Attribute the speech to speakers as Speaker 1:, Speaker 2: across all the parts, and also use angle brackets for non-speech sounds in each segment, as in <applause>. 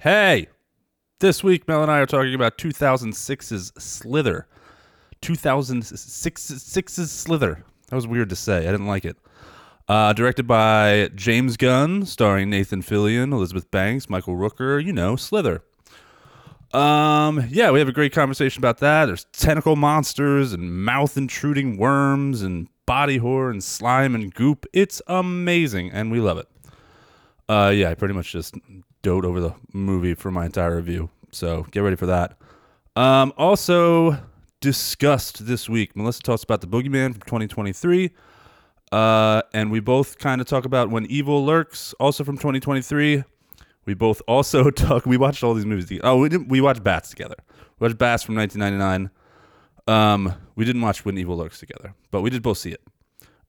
Speaker 1: Hey, this week Mel and I are talking about 2006's Slither. 2006's Slither. That was weird to say. I didn't like it. Uh, directed by James Gunn, starring Nathan Fillion, Elizabeth Banks, Michael Rooker. You know, Slither. Um, yeah, we have a great conversation about that. There's tentacle monsters and mouth intruding worms and body horror and slime and goop. It's amazing, and we love it. Uh, yeah, I pretty much just dote over the movie for my entire review. So get ready for that. Um, also discussed this week, Melissa talks about the Boogeyman from 2023. Uh, and we both kind of talk about when evil lurks, also from 2023. We both also <laughs> talk. We watched all these movies. together. Oh, we didn't. We watched Bats together. We watched Bats from 1999. Um, we didn't watch When Evil Lurks together, but we did both see it.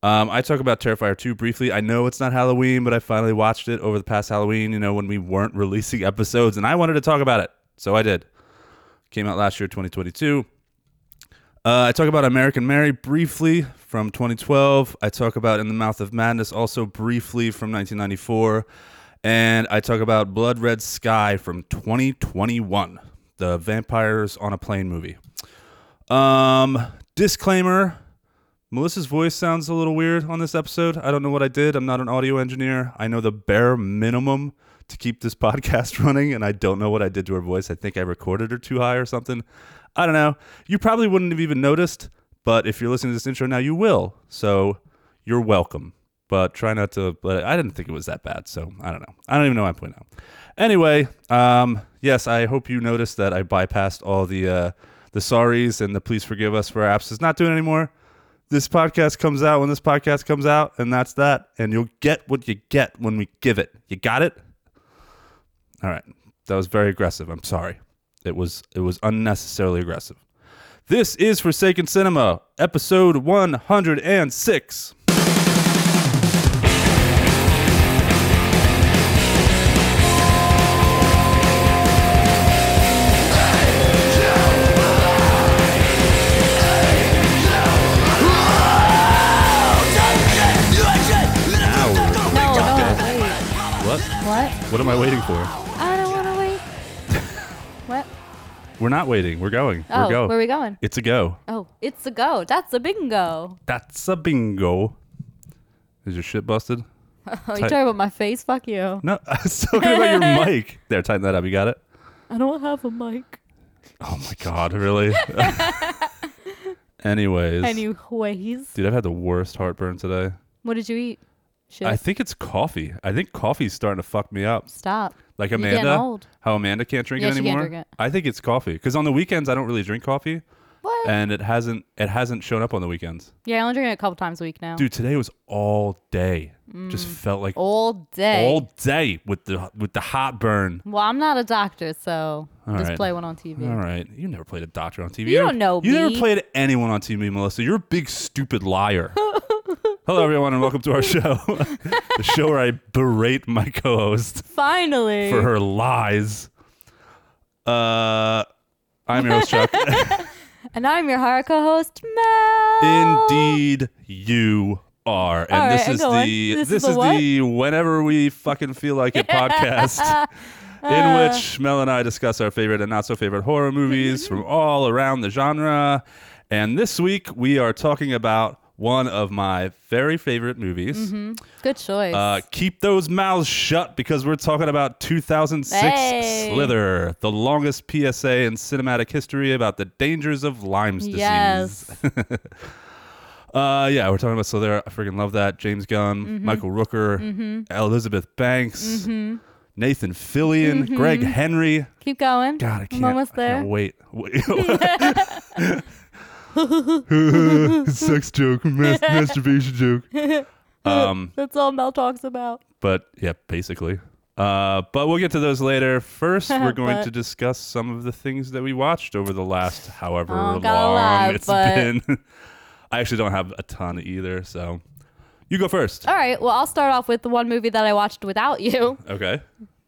Speaker 1: Um, I talk about Terrifier 2 briefly. I know it's not Halloween, but I finally watched it over the past Halloween, you know, when we weren't <laughs> releasing episodes, and I wanted to talk about it. So I did. Came out last year, 2022. Uh, I talk about American Mary briefly from 2012. I talk about In the Mouth of Madness also briefly from 1994. And I talk about Blood Red Sky from 2021, the Vampires on a Plane movie. Um, disclaimer Melissa's voice sounds a little weird on this episode. I don't know what I did. I'm not an audio engineer. I know the bare minimum to keep this <laughs> podcast running, and I don't know what I did to her voice. I think I recorded her too high or something. I don't know. You probably wouldn't have even noticed, but if you're listening to this intro now, you will. So you're welcome. But try not to. But I didn't think it was that bad, so I don't know. I don't even know my point now. Anyway, um, yes, I hope you noticed that I bypassed all the uh, the sorries and the please forgive us for our absence. Not doing it anymore this podcast comes out when this podcast comes out, and that's that. And you'll get what you get when we give it. You got it? All right. That was very aggressive. I'm sorry. It was it was unnecessarily aggressive. This is Forsaken Cinema, episode 106.
Speaker 2: No, no, wait.
Speaker 1: What?
Speaker 2: What?
Speaker 1: What am I waiting for?
Speaker 2: I don't want
Speaker 1: <laughs>
Speaker 2: to wait. What?
Speaker 1: We're not waiting. We're going.
Speaker 2: Oh,
Speaker 1: We're going.
Speaker 2: where are we going?
Speaker 1: it's a go.
Speaker 2: Oh, it's a go. That's a bingo.
Speaker 1: That's a bingo. Is your shit busted?
Speaker 2: Oh, you
Speaker 1: Tight.
Speaker 2: talking about my face? Fuck you.
Speaker 1: No, <laughs> I was talking
Speaker 2: <laughs>
Speaker 1: about your mic. There, tighten that up. You got it?
Speaker 2: I don't have a mic.
Speaker 1: Oh my god, really? Anyways,
Speaker 2: Anyways,
Speaker 1: dude, I've had the worst heartburn today.
Speaker 2: what did you eat? Shit.
Speaker 1: I think it's coffee. I think coffee's starting to fuck me up.
Speaker 2: Stop.
Speaker 1: Like
Speaker 2: You're getting
Speaker 1: Amanda,
Speaker 2: old.
Speaker 1: how Amanda can't drink
Speaker 2: Yeah,
Speaker 1: it
Speaker 2: she can't
Speaker 1: anymore.
Speaker 2: drink it.
Speaker 1: I think it's coffee because on the weekends I don't really drink coffee,
Speaker 2: What?
Speaker 1: and it hasn't it hasn't shown up on the weekends.
Speaker 2: yeah, I only drink it a couple times a week now.
Speaker 1: Dude, today was all day. Just felt like
Speaker 2: Mm. All day.
Speaker 1: all day with the with the hot burn.
Speaker 2: well, I'm not a doctor, so
Speaker 1: All
Speaker 2: just
Speaker 1: right.
Speaker 2: play one on TV.
Speaker 1: All right, you never played a doctor on TV.
Speaker 2: You
Speaker 1: never-
Speaker 2: don't know
Speaker 1: You never
Speaker 2: me.
Speaker 1: played anyone on TV, Melissa. You're a big stupid
Speaker 2: <laughs>
Speaker 1: liar. Hello, everyone, and welcome to our show, the show where I berate my co-host
Speaker 2: Finally.
Speaker 1: for her lies. Uh, I'm your host, Chuck.
Speaker 2: And I'm your Haruka host, Mel.
Speaker 1: Indeed, you are, and
Speaker 2: Oh. All
Speaker 1: this
Speaker 2: right,
Speaker 1: is
Speaker 2: go on.
Speaker 1: the
Speaker 2: This is the
Speaker 1: is
Speaker 2: what?
Speaker 1: the whenever we fucking feel like it podcast.
Speaker 2: <laughs> Uh.
Speaker 1: in which Mel and I discuss our favorite and not so favorite horror
Speaker 2: Mm-hmm.
Speaker 1: movies from all around the genre. And this week we are talking about one of my very favorite movies.
Speaker 2: Mm-hmm. Good choice.
Speaker 1: Uh, keep those mouths shut because we're talking about 2006
Speaker 2: Hey.
Speaker 1: Slither, the longest PSA in cinematic history about the dangers of Lyme's disease.
Speaker 2: yes.
Speaker 1: Uh, yeah, we're talking about Slither. I freaking love that. James Gunn,
Speaker 2: Mm-hmm.
Speaker 1: Michael Rooker, Elizabeth Banks, Nathan Fillion, Greg Henry.
Speaker 2: Keep going.
Speaker 1: God, I can't.
Speaker 2: I'm almost
Speaker 1: I can't
Speaker 2: Mm-hmm. there.
Speaker 1: wait.
Speaker 2: <laughs>
Speaker 1: Wait. <laughs> Sex joke,
Speaker 2: <laughs>
Speaker 1: mas- masturbation joke. Um,
Speaker 2: That's all Mel talks about.
Speaker 1: but yeah, basically. Uh, but we'll get to those later. First,
Speaker 2: <laughs>
Speaker 1: we're going
Speaker 2: But-
Speaker 1: to discuss some of the things that we watched over the last however
Speaker 2: Oh,
Speaker 1: long
Speaker 2: gotta lie,
Speaker 1: it's
Speaker 2: but-
Speaker 1: been. <laughs> I actually don't have a ton either, so you go first.
Speaker 2: All right. Well, I'll start off with the one movie that I watched
Speaker 1: <laughs>
Speaker 2: without you.
Speaker 1: Okay.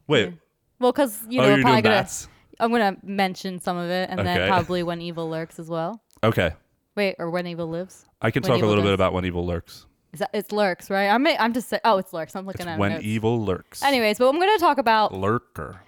Speaker 1: Wait.
Speaker 2: Well, because you know,
Speaker 1: oh,
Speaker 2: we're
Speaker 1: you're
Speaker 2: probably
Speaker 1: doing
Speaker 2: gonna,
Speaker 1: bats.
Speaker 2: I'm gonna mention some of it, and
Speaker 1: Okay.
Speaker 2: then probably when evil lurks as well.
Speaker 1: Okay.
Speaker 2: Wait, or when evil lives?
Speaker 1: I can
Speaker 2: When
Speaker 1: talk a
Speaker 2: evil
Speaker 1: little bit
Speaker 2: does.
Speaker 1: about when evil lurks.
Speaker 2: Is that, it's lurks, right? I'm I'm just say, oh, it's lurks. I'm looking at
Speaker 1: when E-,
Speaker 2: it.
Speaker 1: evil lurks.
Speaker 2: Anyways, but I'm gonna talk about
Speaker 1: lurker.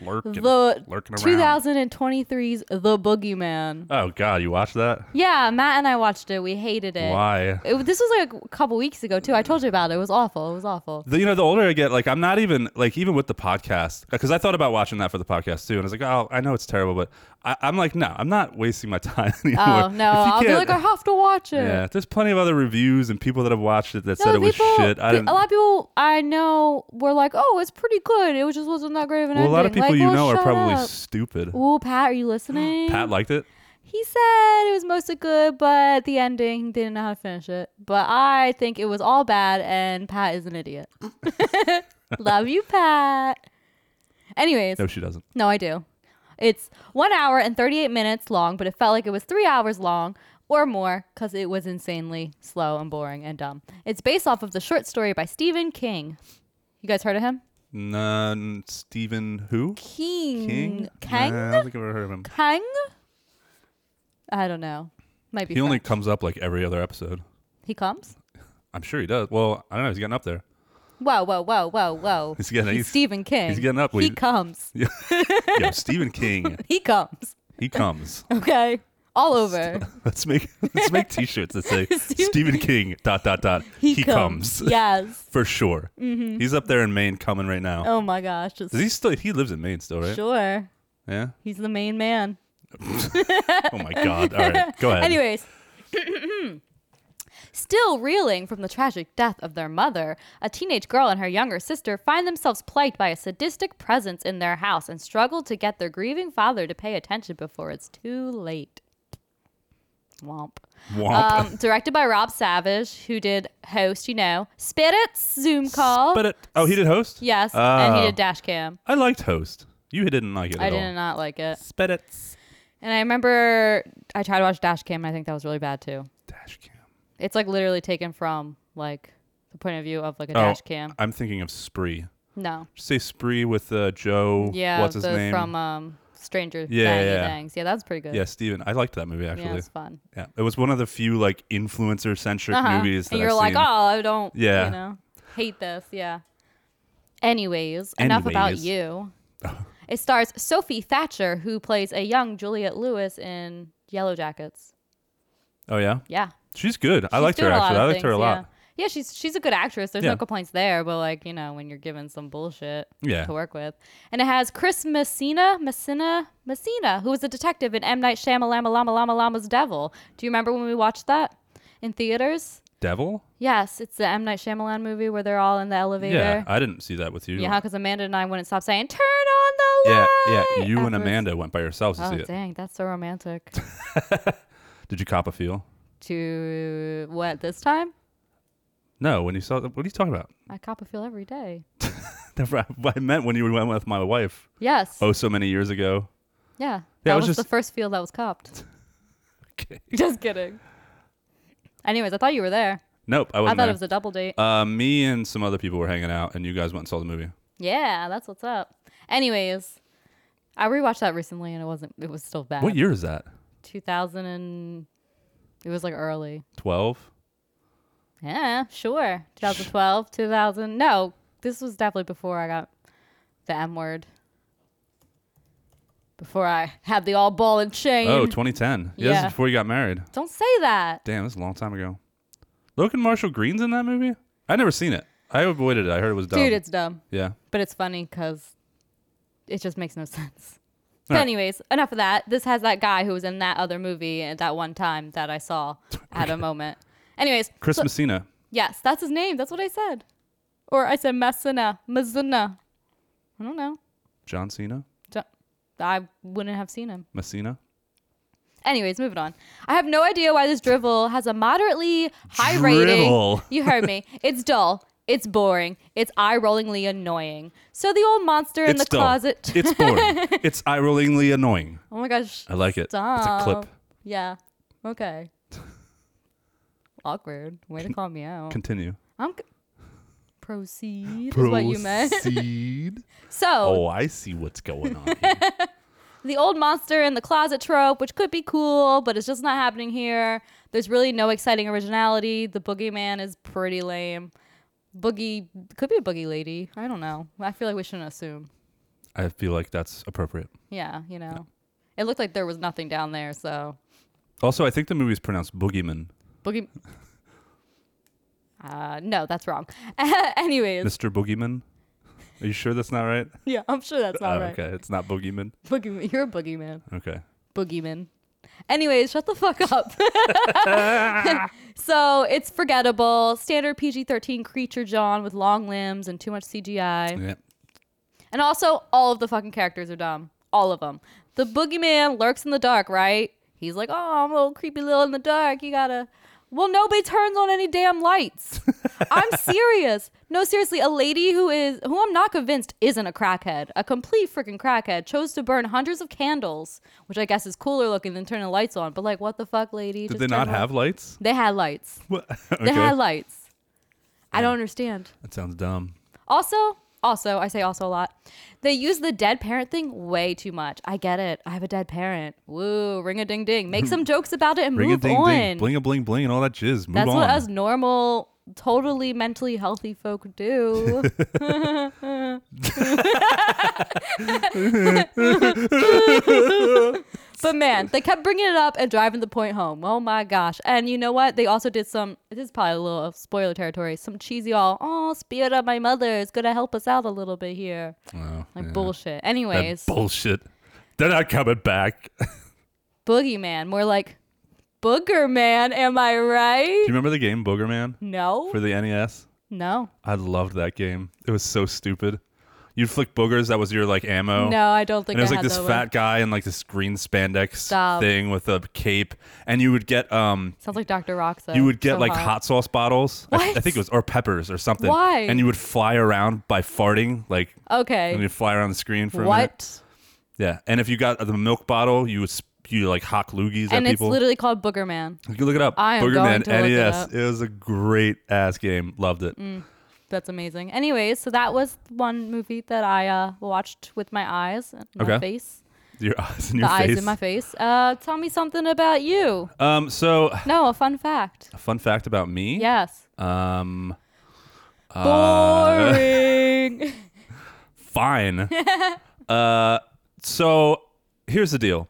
Speaker 1: lurking,
Speaker 2: the
Speaker 1: lurking around.
Speaker 2: 2023's The Boogeyman.
Speaker 1: Oh God, you watched that?
Speaker 2: Yeah, Matt and I watched it. We hated it.
Speaker 1: Why?
Speaker 2: It- this was like a couple weeks ago too. I told you about it. It was awful. It
Speaker 1: <laughs>
Speaker 2: was awful.
Speaker 1: The, you know, the older I get, like I'm not even like even with the podcast because I thought about watching that for the podcast too, and I was like, oh, I know it's terrible, but I, I'm like, no, I'm not wasting my <laughs> time anymore.
Speaker 2: Oh
Speaker 1: If you
Speaker 2: no! I'll be
Speaker 1: can't-
Speaker 2: like, I have to watch it.
Speaker 1: yeah, there's plenty of other reviews and people that have watched it that
Speaker 2: No,
Speaker 1: said it was
Speaker 2: people-
Speaker 1: shit. I
Speaker 2: pe-
Speaker 1: didn't.
Speaker 2: a lot of people I know were like, "Oh, it's pretty good. It just wasn't that great of an
Speaker 1: well, a
Speaker 2: ending."
Speaker 1: lot of people
Speaker 2: Like,
Speaker 1: you
Speaker 2: well,
Speaker 1: know are
Speaker 2: shut
Speaker 1: probably
Speaker 2: up.
Speaker 1: stupid.
Speaker 2: Ooh, Pat, are you listening?
Speaker 1: Pat liked it.
Speaker 2: He said it was mostly good, but the ending didn't know how to finish it. But I think it was all bad, and Pat is an idiot. <laughs> Love you, Pat. Anyways,
Speaker 1: No, she doesn't.
Speaker 2: no, I do. It's one hour and 38 minutes long, but it felt like it was three hours long or more because it was insanely slow and boring and dumb. It's based off of the short story by Stephen King. You guys heard of him?
Speaker 1: None. Stephen who?
Speaker 2: King.
Speaker 1: King?
Speaker 2: Kang?
Speaker 1: Nah, I don't think I've ever heard of him.
Speaker 2: Kang? I don't know. Might be.
Speaker 1: He only
Speaker 2: French.
Speaker 1: comes up like every other episode.
Speaker 2: he comes?
Speaker 1: I'm sure he does. Well, I don't know. He's getting up there.
Speaker 2: Whoa, whoa, whoa, whoa, whoa.
Speaker 1: <laughs> He's getting- he's-
Speaker 2: Stephen King.
Speaker 1: he's getting up
Speaker 2: He
Speaker 1: when-
Speaker 2: comes.
Speaker 1: Yo, Stephen King.
Speaker 2: He comes.
Speaker 1: He
Speaker 2: <laughs>
Speaker 1: comes.
Speaker 2: Okay. All over.
Speaker 1: <laughs> Let's make let's make T-shirts that say
Speaker 2: <laughs> Stephen-
Speaker 1: Stephen King. Dot dot dot. He, comes.
Speaker 2: Yes.
Speaker 1: for sure. He's up there in Maine, coming right now.
Speaker 2: Mm-hmm. Oh my gosh. Just
Speaker 1: Does he still? He lives in Maine still, right?
Speaker 2: sure.
Speaker 1: Yeah.
Speaker 2: He's the main man.
Speaker 1: Oh my God. All right, go ahead.
Speaker 2: Anyways, <coughs> still reeling from the tragic death of their mother, a teenage girl and her younger sister find themselves plagued by a sadistic presence in their house and struggle to get their grieving father to pay attention before it's too late. Womp.
Speaker 1: Womp.
Speaker 2: Um, directed by Rob Savage, who did host, you know, Spirits Zoom Call.
Speaker 1: but it, oh, he did host.
Speaker 2: yes, and he
Speaker 1: Oh.
Speaker 2: did dash cam.
Speaker 1: I liked host. You didn't like it
Speaker 2: I
Speaker 1: at
Speaker 2: did
Speaker 1: all.
Speaker 2: not like it.
Speaker 1: Sped it.
Speaker 2: And I remember I tried to watch dash cam, and I think that was really bad too.
Speaker 1: Dash cam.
Speaker 2: It's like literally taken from like the point of view of like a
Speaker 1: Oh,
Speaker 2: dash cam.
Speaker 1: I'm thinking of Spree.
Speaker 2: No.
Speaker 1: Say Spree with uh, Joe.
Speaker 2: Yeah,
Speaker 1: What's his
Speaker 2: the-
Speaker 1: name?
Speaker 2: from um Stranger
Speaker 1: Yeah,
Speaker 2: Thing
Speaker 1: yeah.
Speaker 2: Things. Yeah, that's pretty good.
Speaker 1: yeah, Steven. I liked that movie
Speaker 2: Yeah,
Speaker 1: actually.
Speaker 2: it's fun.
Speaker 1: Yeah, it was one of the few like influencer centric
Speaker 2: Uh-huh.
Speaker 1: movies that
Speaker 2: and you're
Speaker 1: I've
Speaker 2: like,
Speaker 1: seen.
Speaker 2: oh, I don't,
Speaker 1: Yeah.
Speaker 2: you know, hate this. Yeah. Anyways, enough about
Speaker 1: Anyways. <laughs>
Speaker 2: you. it stars Sophie Thatcher, who plays a young Juliet Lewis in Yellow Jackets.
Speaker 1: Oh yeah,
Speaker 2: Yeah,
Speaker 1: she's good. I
Speaker 2: She's
Speaker 1: liked her
Speaker 2: doing a lot
Speaker 1: actually. I
Speaker 2: of
Speaker 1: liked her a
Speaker 2: things,
Speaker 1: lot.
Speaker 2: Yeah. yeah, she's she's a good actress. There's
Speaker 1: Yeah.
Speaker 2: no complaints there, but like you know, when you're given some bullshit
Speaker 1: Yeah.
Speaker 2: to work with, and it has Chris Messina, Messina, Messina, who was a detective in M Night Shyamalama Lama Lama Lama's Devil. Do you remember when we watched that in theaters?
Speaker 1: Devil.
Speaker 2: Yes, it's the M Night Shyamalan movie where they're all in the
Speaker 1: Yeah,
Speaker 2: elevator.
Speaker 1: I didn't see that with you.
Speaker 2: Yeah, because Amanda and I wouldn't stop saying "Turn on the
Speaker 1: yeah,
Speaker 2: light."
Speaker 1: yeah. You and
Speaker 2: afterwards.
Speaker 1: Amanda went by yourselves to
Speaker 2: Oh
Speaker 1: see it.
Speaker 2: dang, that's so romantic. <laughs>
Speaker 1: Did you cop a feel?
Speaker 2: to what this time?
Speaker 1: No, when you saw. What are you talking about? <laughs>
Speaker 2: I cop a feel every day.
Speaker 1: Never, I meant when you went with my wife.
Speaker 2: Yes.
Speaker 1: Oh, so many years ago. <laughs>
Speaker 2: Yeah.
Speaker 1: Yeah,
Speaker 2: That
Speaker 1: it
Speaker 2: was,
Speaker 1: was
Speaker 2: the
Speaker 1: just-
Speaker 2: first field that
Speaker 1: <laughs>
Speaker 2: was copped.
Speaker 1: Okay.
Speaker 2: just kidding. Anyways, I thought you were there.
Speaker 1: Nope, I
Speaker 2: I
Speaker 1: wasn't.
Speaker 2: thought
Speaker 1: there.
Speaker 2: it was a double date.
Speaker 1: uh, me and some other people were hanging out, and you guys went and saw the movie.
Speaker 2: Yeah, that's what's up. Anyways, I rewatched that recently and it wasn't it was still bad.
Speaker 1: What year is that?
Speaker 2: 2000 and it was like early.
Speaker 1: Twelve.
Speaker 2: Yeah, sure. 2012, 2000. No, this was definitely before I got the M word. Before I had the all ball and chain.
Speaker 1: Oh, 2010. Yeah, this
Speaker 2: Yeah.
Speaker 1: is before you got married.
Speaker 2: Don't say that.
Speaker 1: Damn, this is a long time ago. Logan Marshall Green's in that movie? I never seen it. I avoided it. I heard it was dumb.
Speaker 2: Dude, it's dumb.
Speaker 1: yeah.
Speaker 2: But it's funny because it just makes no sense.
Speaker 1: All right.
Speaker 2: Anyways, enough of that. This has that guy who was in that other movie at that one time that
Speaker 1: <laughs>
Speaker 2: I saw at a moment. Anyways,
Speaker 1: Chris
Speaker 2: so-
Speaker 1: Messina.
Speaker 2: yes, that's his name. That's what I said. Or I said Messina, Messina. I don't know.
Speaker 1: John Cena?
Speaker 2: Don't- I wouldn't have seen him.
Speaker 1: Messina?
Speaker 2: Anyways, moving on. I have no idea why this drivel has a moderately high
Speaker 1: Drivel.
Speaker 2: rating.
Speaker 1: <laughs>
Speaker 2: You heard me. It's dull. It's boring. It's eye-rollingly annoying. So the old monster in
Speaker 1: it's
Speaker 2: the
Speaker 1: dull.
Speaker 2: closet.
Speaker 1: it's boring.
Speaker 2: <laughs>
Speaker 1: It's eye rollingly annoying.
Speaker 2: Oh my gosh.
Speaker 1: I like it.
Speaker 2: Stop.
Speaker 1: It's a clip.
Speaker 2: Yeah.
Speaker 1: <laughs>
Speaker 2: Okay. Awkward. Way to call me out.
Speaker 1: Continue.
Speaker 2: I'm c- proceed, is what you meant. <laughs>
Speaker 1: Proceed.
Speaker 2: So
Speaker 1: oh, I see what's going on. Here.
Speaker 2: <laughs> the old monster in the closet trope, which could be cool, but it's just not happening here. There's really no exciting originality. The boogeyman is pretty lame. Boogie could be a boogie lady. I don't know. I feel like we shouldn't assume.
Speaker 1: I feel like that's appropriate.
Speaker 2: Yeah, you know. It looked like there was nothing down there, so
Speaker 1: Also, I think the movie is pronounced Boogeyman,
Speaker 2: Boogie. Uh, no, that's wrong. <laughs> Anyways,
Speaker 1: Mr. Boogeyman. Are you sure that's not right?
Speaker 2: yeah, I'm sure that's not
Speaker 1: Oh,
Speaker 2: right.
Speaker 1: Okay, it's not Boogeyman.
Speaker 2: Boogeyman, you're a boogeyman.
Speaker 1: Okay.
Speaker 2: Boogeyman. Anyways, shut the fuck up. <laughs> so it's forgettable. Standard PG 13 creature John with long limbs and too much CGI.
Speaker 1: Yeah.
Speaker 2: And also, all of the fucking characters are dumb. All of them. The boogeyman lurks in the dark, right? He's like, oh, I'm a little creepy little in the dark. You gotta. Well, nobody turns on any
Speaker 1: <laughs>
Speaker 2: damn lights. I'm serious. No, seriously, a lady who is who I'm not convinced isn't a crackhead, a complete freaking crackhead, chose to burn hundreds of candles, which I guess is cooler looking than turning the lights on. But like, what the fuck, lady?
Speaker 1: Did
Speaker 2: Just
Speaker 1: they
Speaker 2: turn
Speaker 1: not
Speaker 2: on-
Speaker 1: have lights? <laughs>
Speaker 2: They had lights.
Speaker 1: What?
Speaker 2: They had
Speaker 1: okay.
Speaker 2: lights. I don't understand.
Speaker 1: That sounds dumb.
Speaker 2: Also, also, I say also a lot. They use the dead parent thing way too much. I get it. I have a dead parent. Woo, ring a ding ding. Make some jokes about it and
Speaker 1: Ring a
Speaker 2: move
Speaker 1: ding
Speaker 2: on.
Speaker 1: ding, bling a bling bling, and all that jizz. Move
Speaker 2: That's
Speaker 1: on.
Speaker 2: what us normal, totally mentally healthy folk do. but man, they kept bringing it up and driving the point home. Oh my gosh. And you know what? They also did some, this is probably a little spoiler territory, some cheesy all, oh, spirit of my mother is going to help us out a little bit here.
Speaker 1: Oh,
Speaker 2: Like
Speaker 1: yeah.
Speaker 2: bullshit.
Speaker 1: That
Speaker 2: Anyways,
Speaker 1: bullshit. They're not coming back. <laughs> Do
Speaker 2: boogeyman. More like booger man. Am I right?
Speaker 1: you remember the game Boogerman
Speaker 2: No.
Speaker 1: for the NES?
Speaker 2: no.
Speaker 1: I loved that game. It was so stupid. You'd flick boogers. That was your like ammo.
Speaker 2: No, I don't think
Speaker 1: And it was
Speaker 2: I
Speaker 1: like
Speaker 2: had
Speaker 1: this
Speaker 2: that
Speaker 1: fat
Speaker 2: one.
Speaker 1: guy in like this green spandex
Speaker 2: Stop.
Speaker 1: thing with a cape, and you would get um,
Speaker 2: Sounds like Dr. Roxa.
Speaker 1: you would get
Speaker 2: So
Speaker 1: like hot sauce bottles. I- I,
Speaker 2: What?
Speaker 1: think it was or peppers or something.
Speaker 2: Why?
Speaker 1: And you would fly around by farting, like, and
Speaker 2: Okay.
Speaker 1: you'd fly around the screen for a minute.
Speaker 2: What?
Speaker 1: Yeah. And if you got the milk bottle, you would you like hawk loogies
Speaker 2: And
Speaker 1: at
Speaker 2: it's
Speaker 1: people.
Speaker 2: literally called Booger Man.
Speaker 1: You can look it up.
Speaker 2: I am
Speaker 1: Booger
Speaker 2: going
Speaker 1: Man
Speaker 2: to look it
Speaker 1: NES.
Speaker 2: up. Mm.
Speaker 1: It was a great ass game. Loved it.
Speaker 2: That's amazing. Anyways, so that was one movie that I uh, watched with my eyes and my
Speaker 1: Okay.
Speaker 2: face.
Speaker 1: Your <laughs> eyes in
Speaker 2: The
Speaker 1: your face.
Speaker 2: eyes in my face. Uh, tell me something about you.
Speaker 1: um. So,
Speaker 2: No, a fun fact.
Speaker 1: a fun fact about me.
Speaker 2: Yes.
Speaker 1: Um. Uh. <laughs>
Speaker 2: Boring.
Speaker 1: Fine.
Speaker 2: <laughs>
Speaker 1: uh. So here's the deal.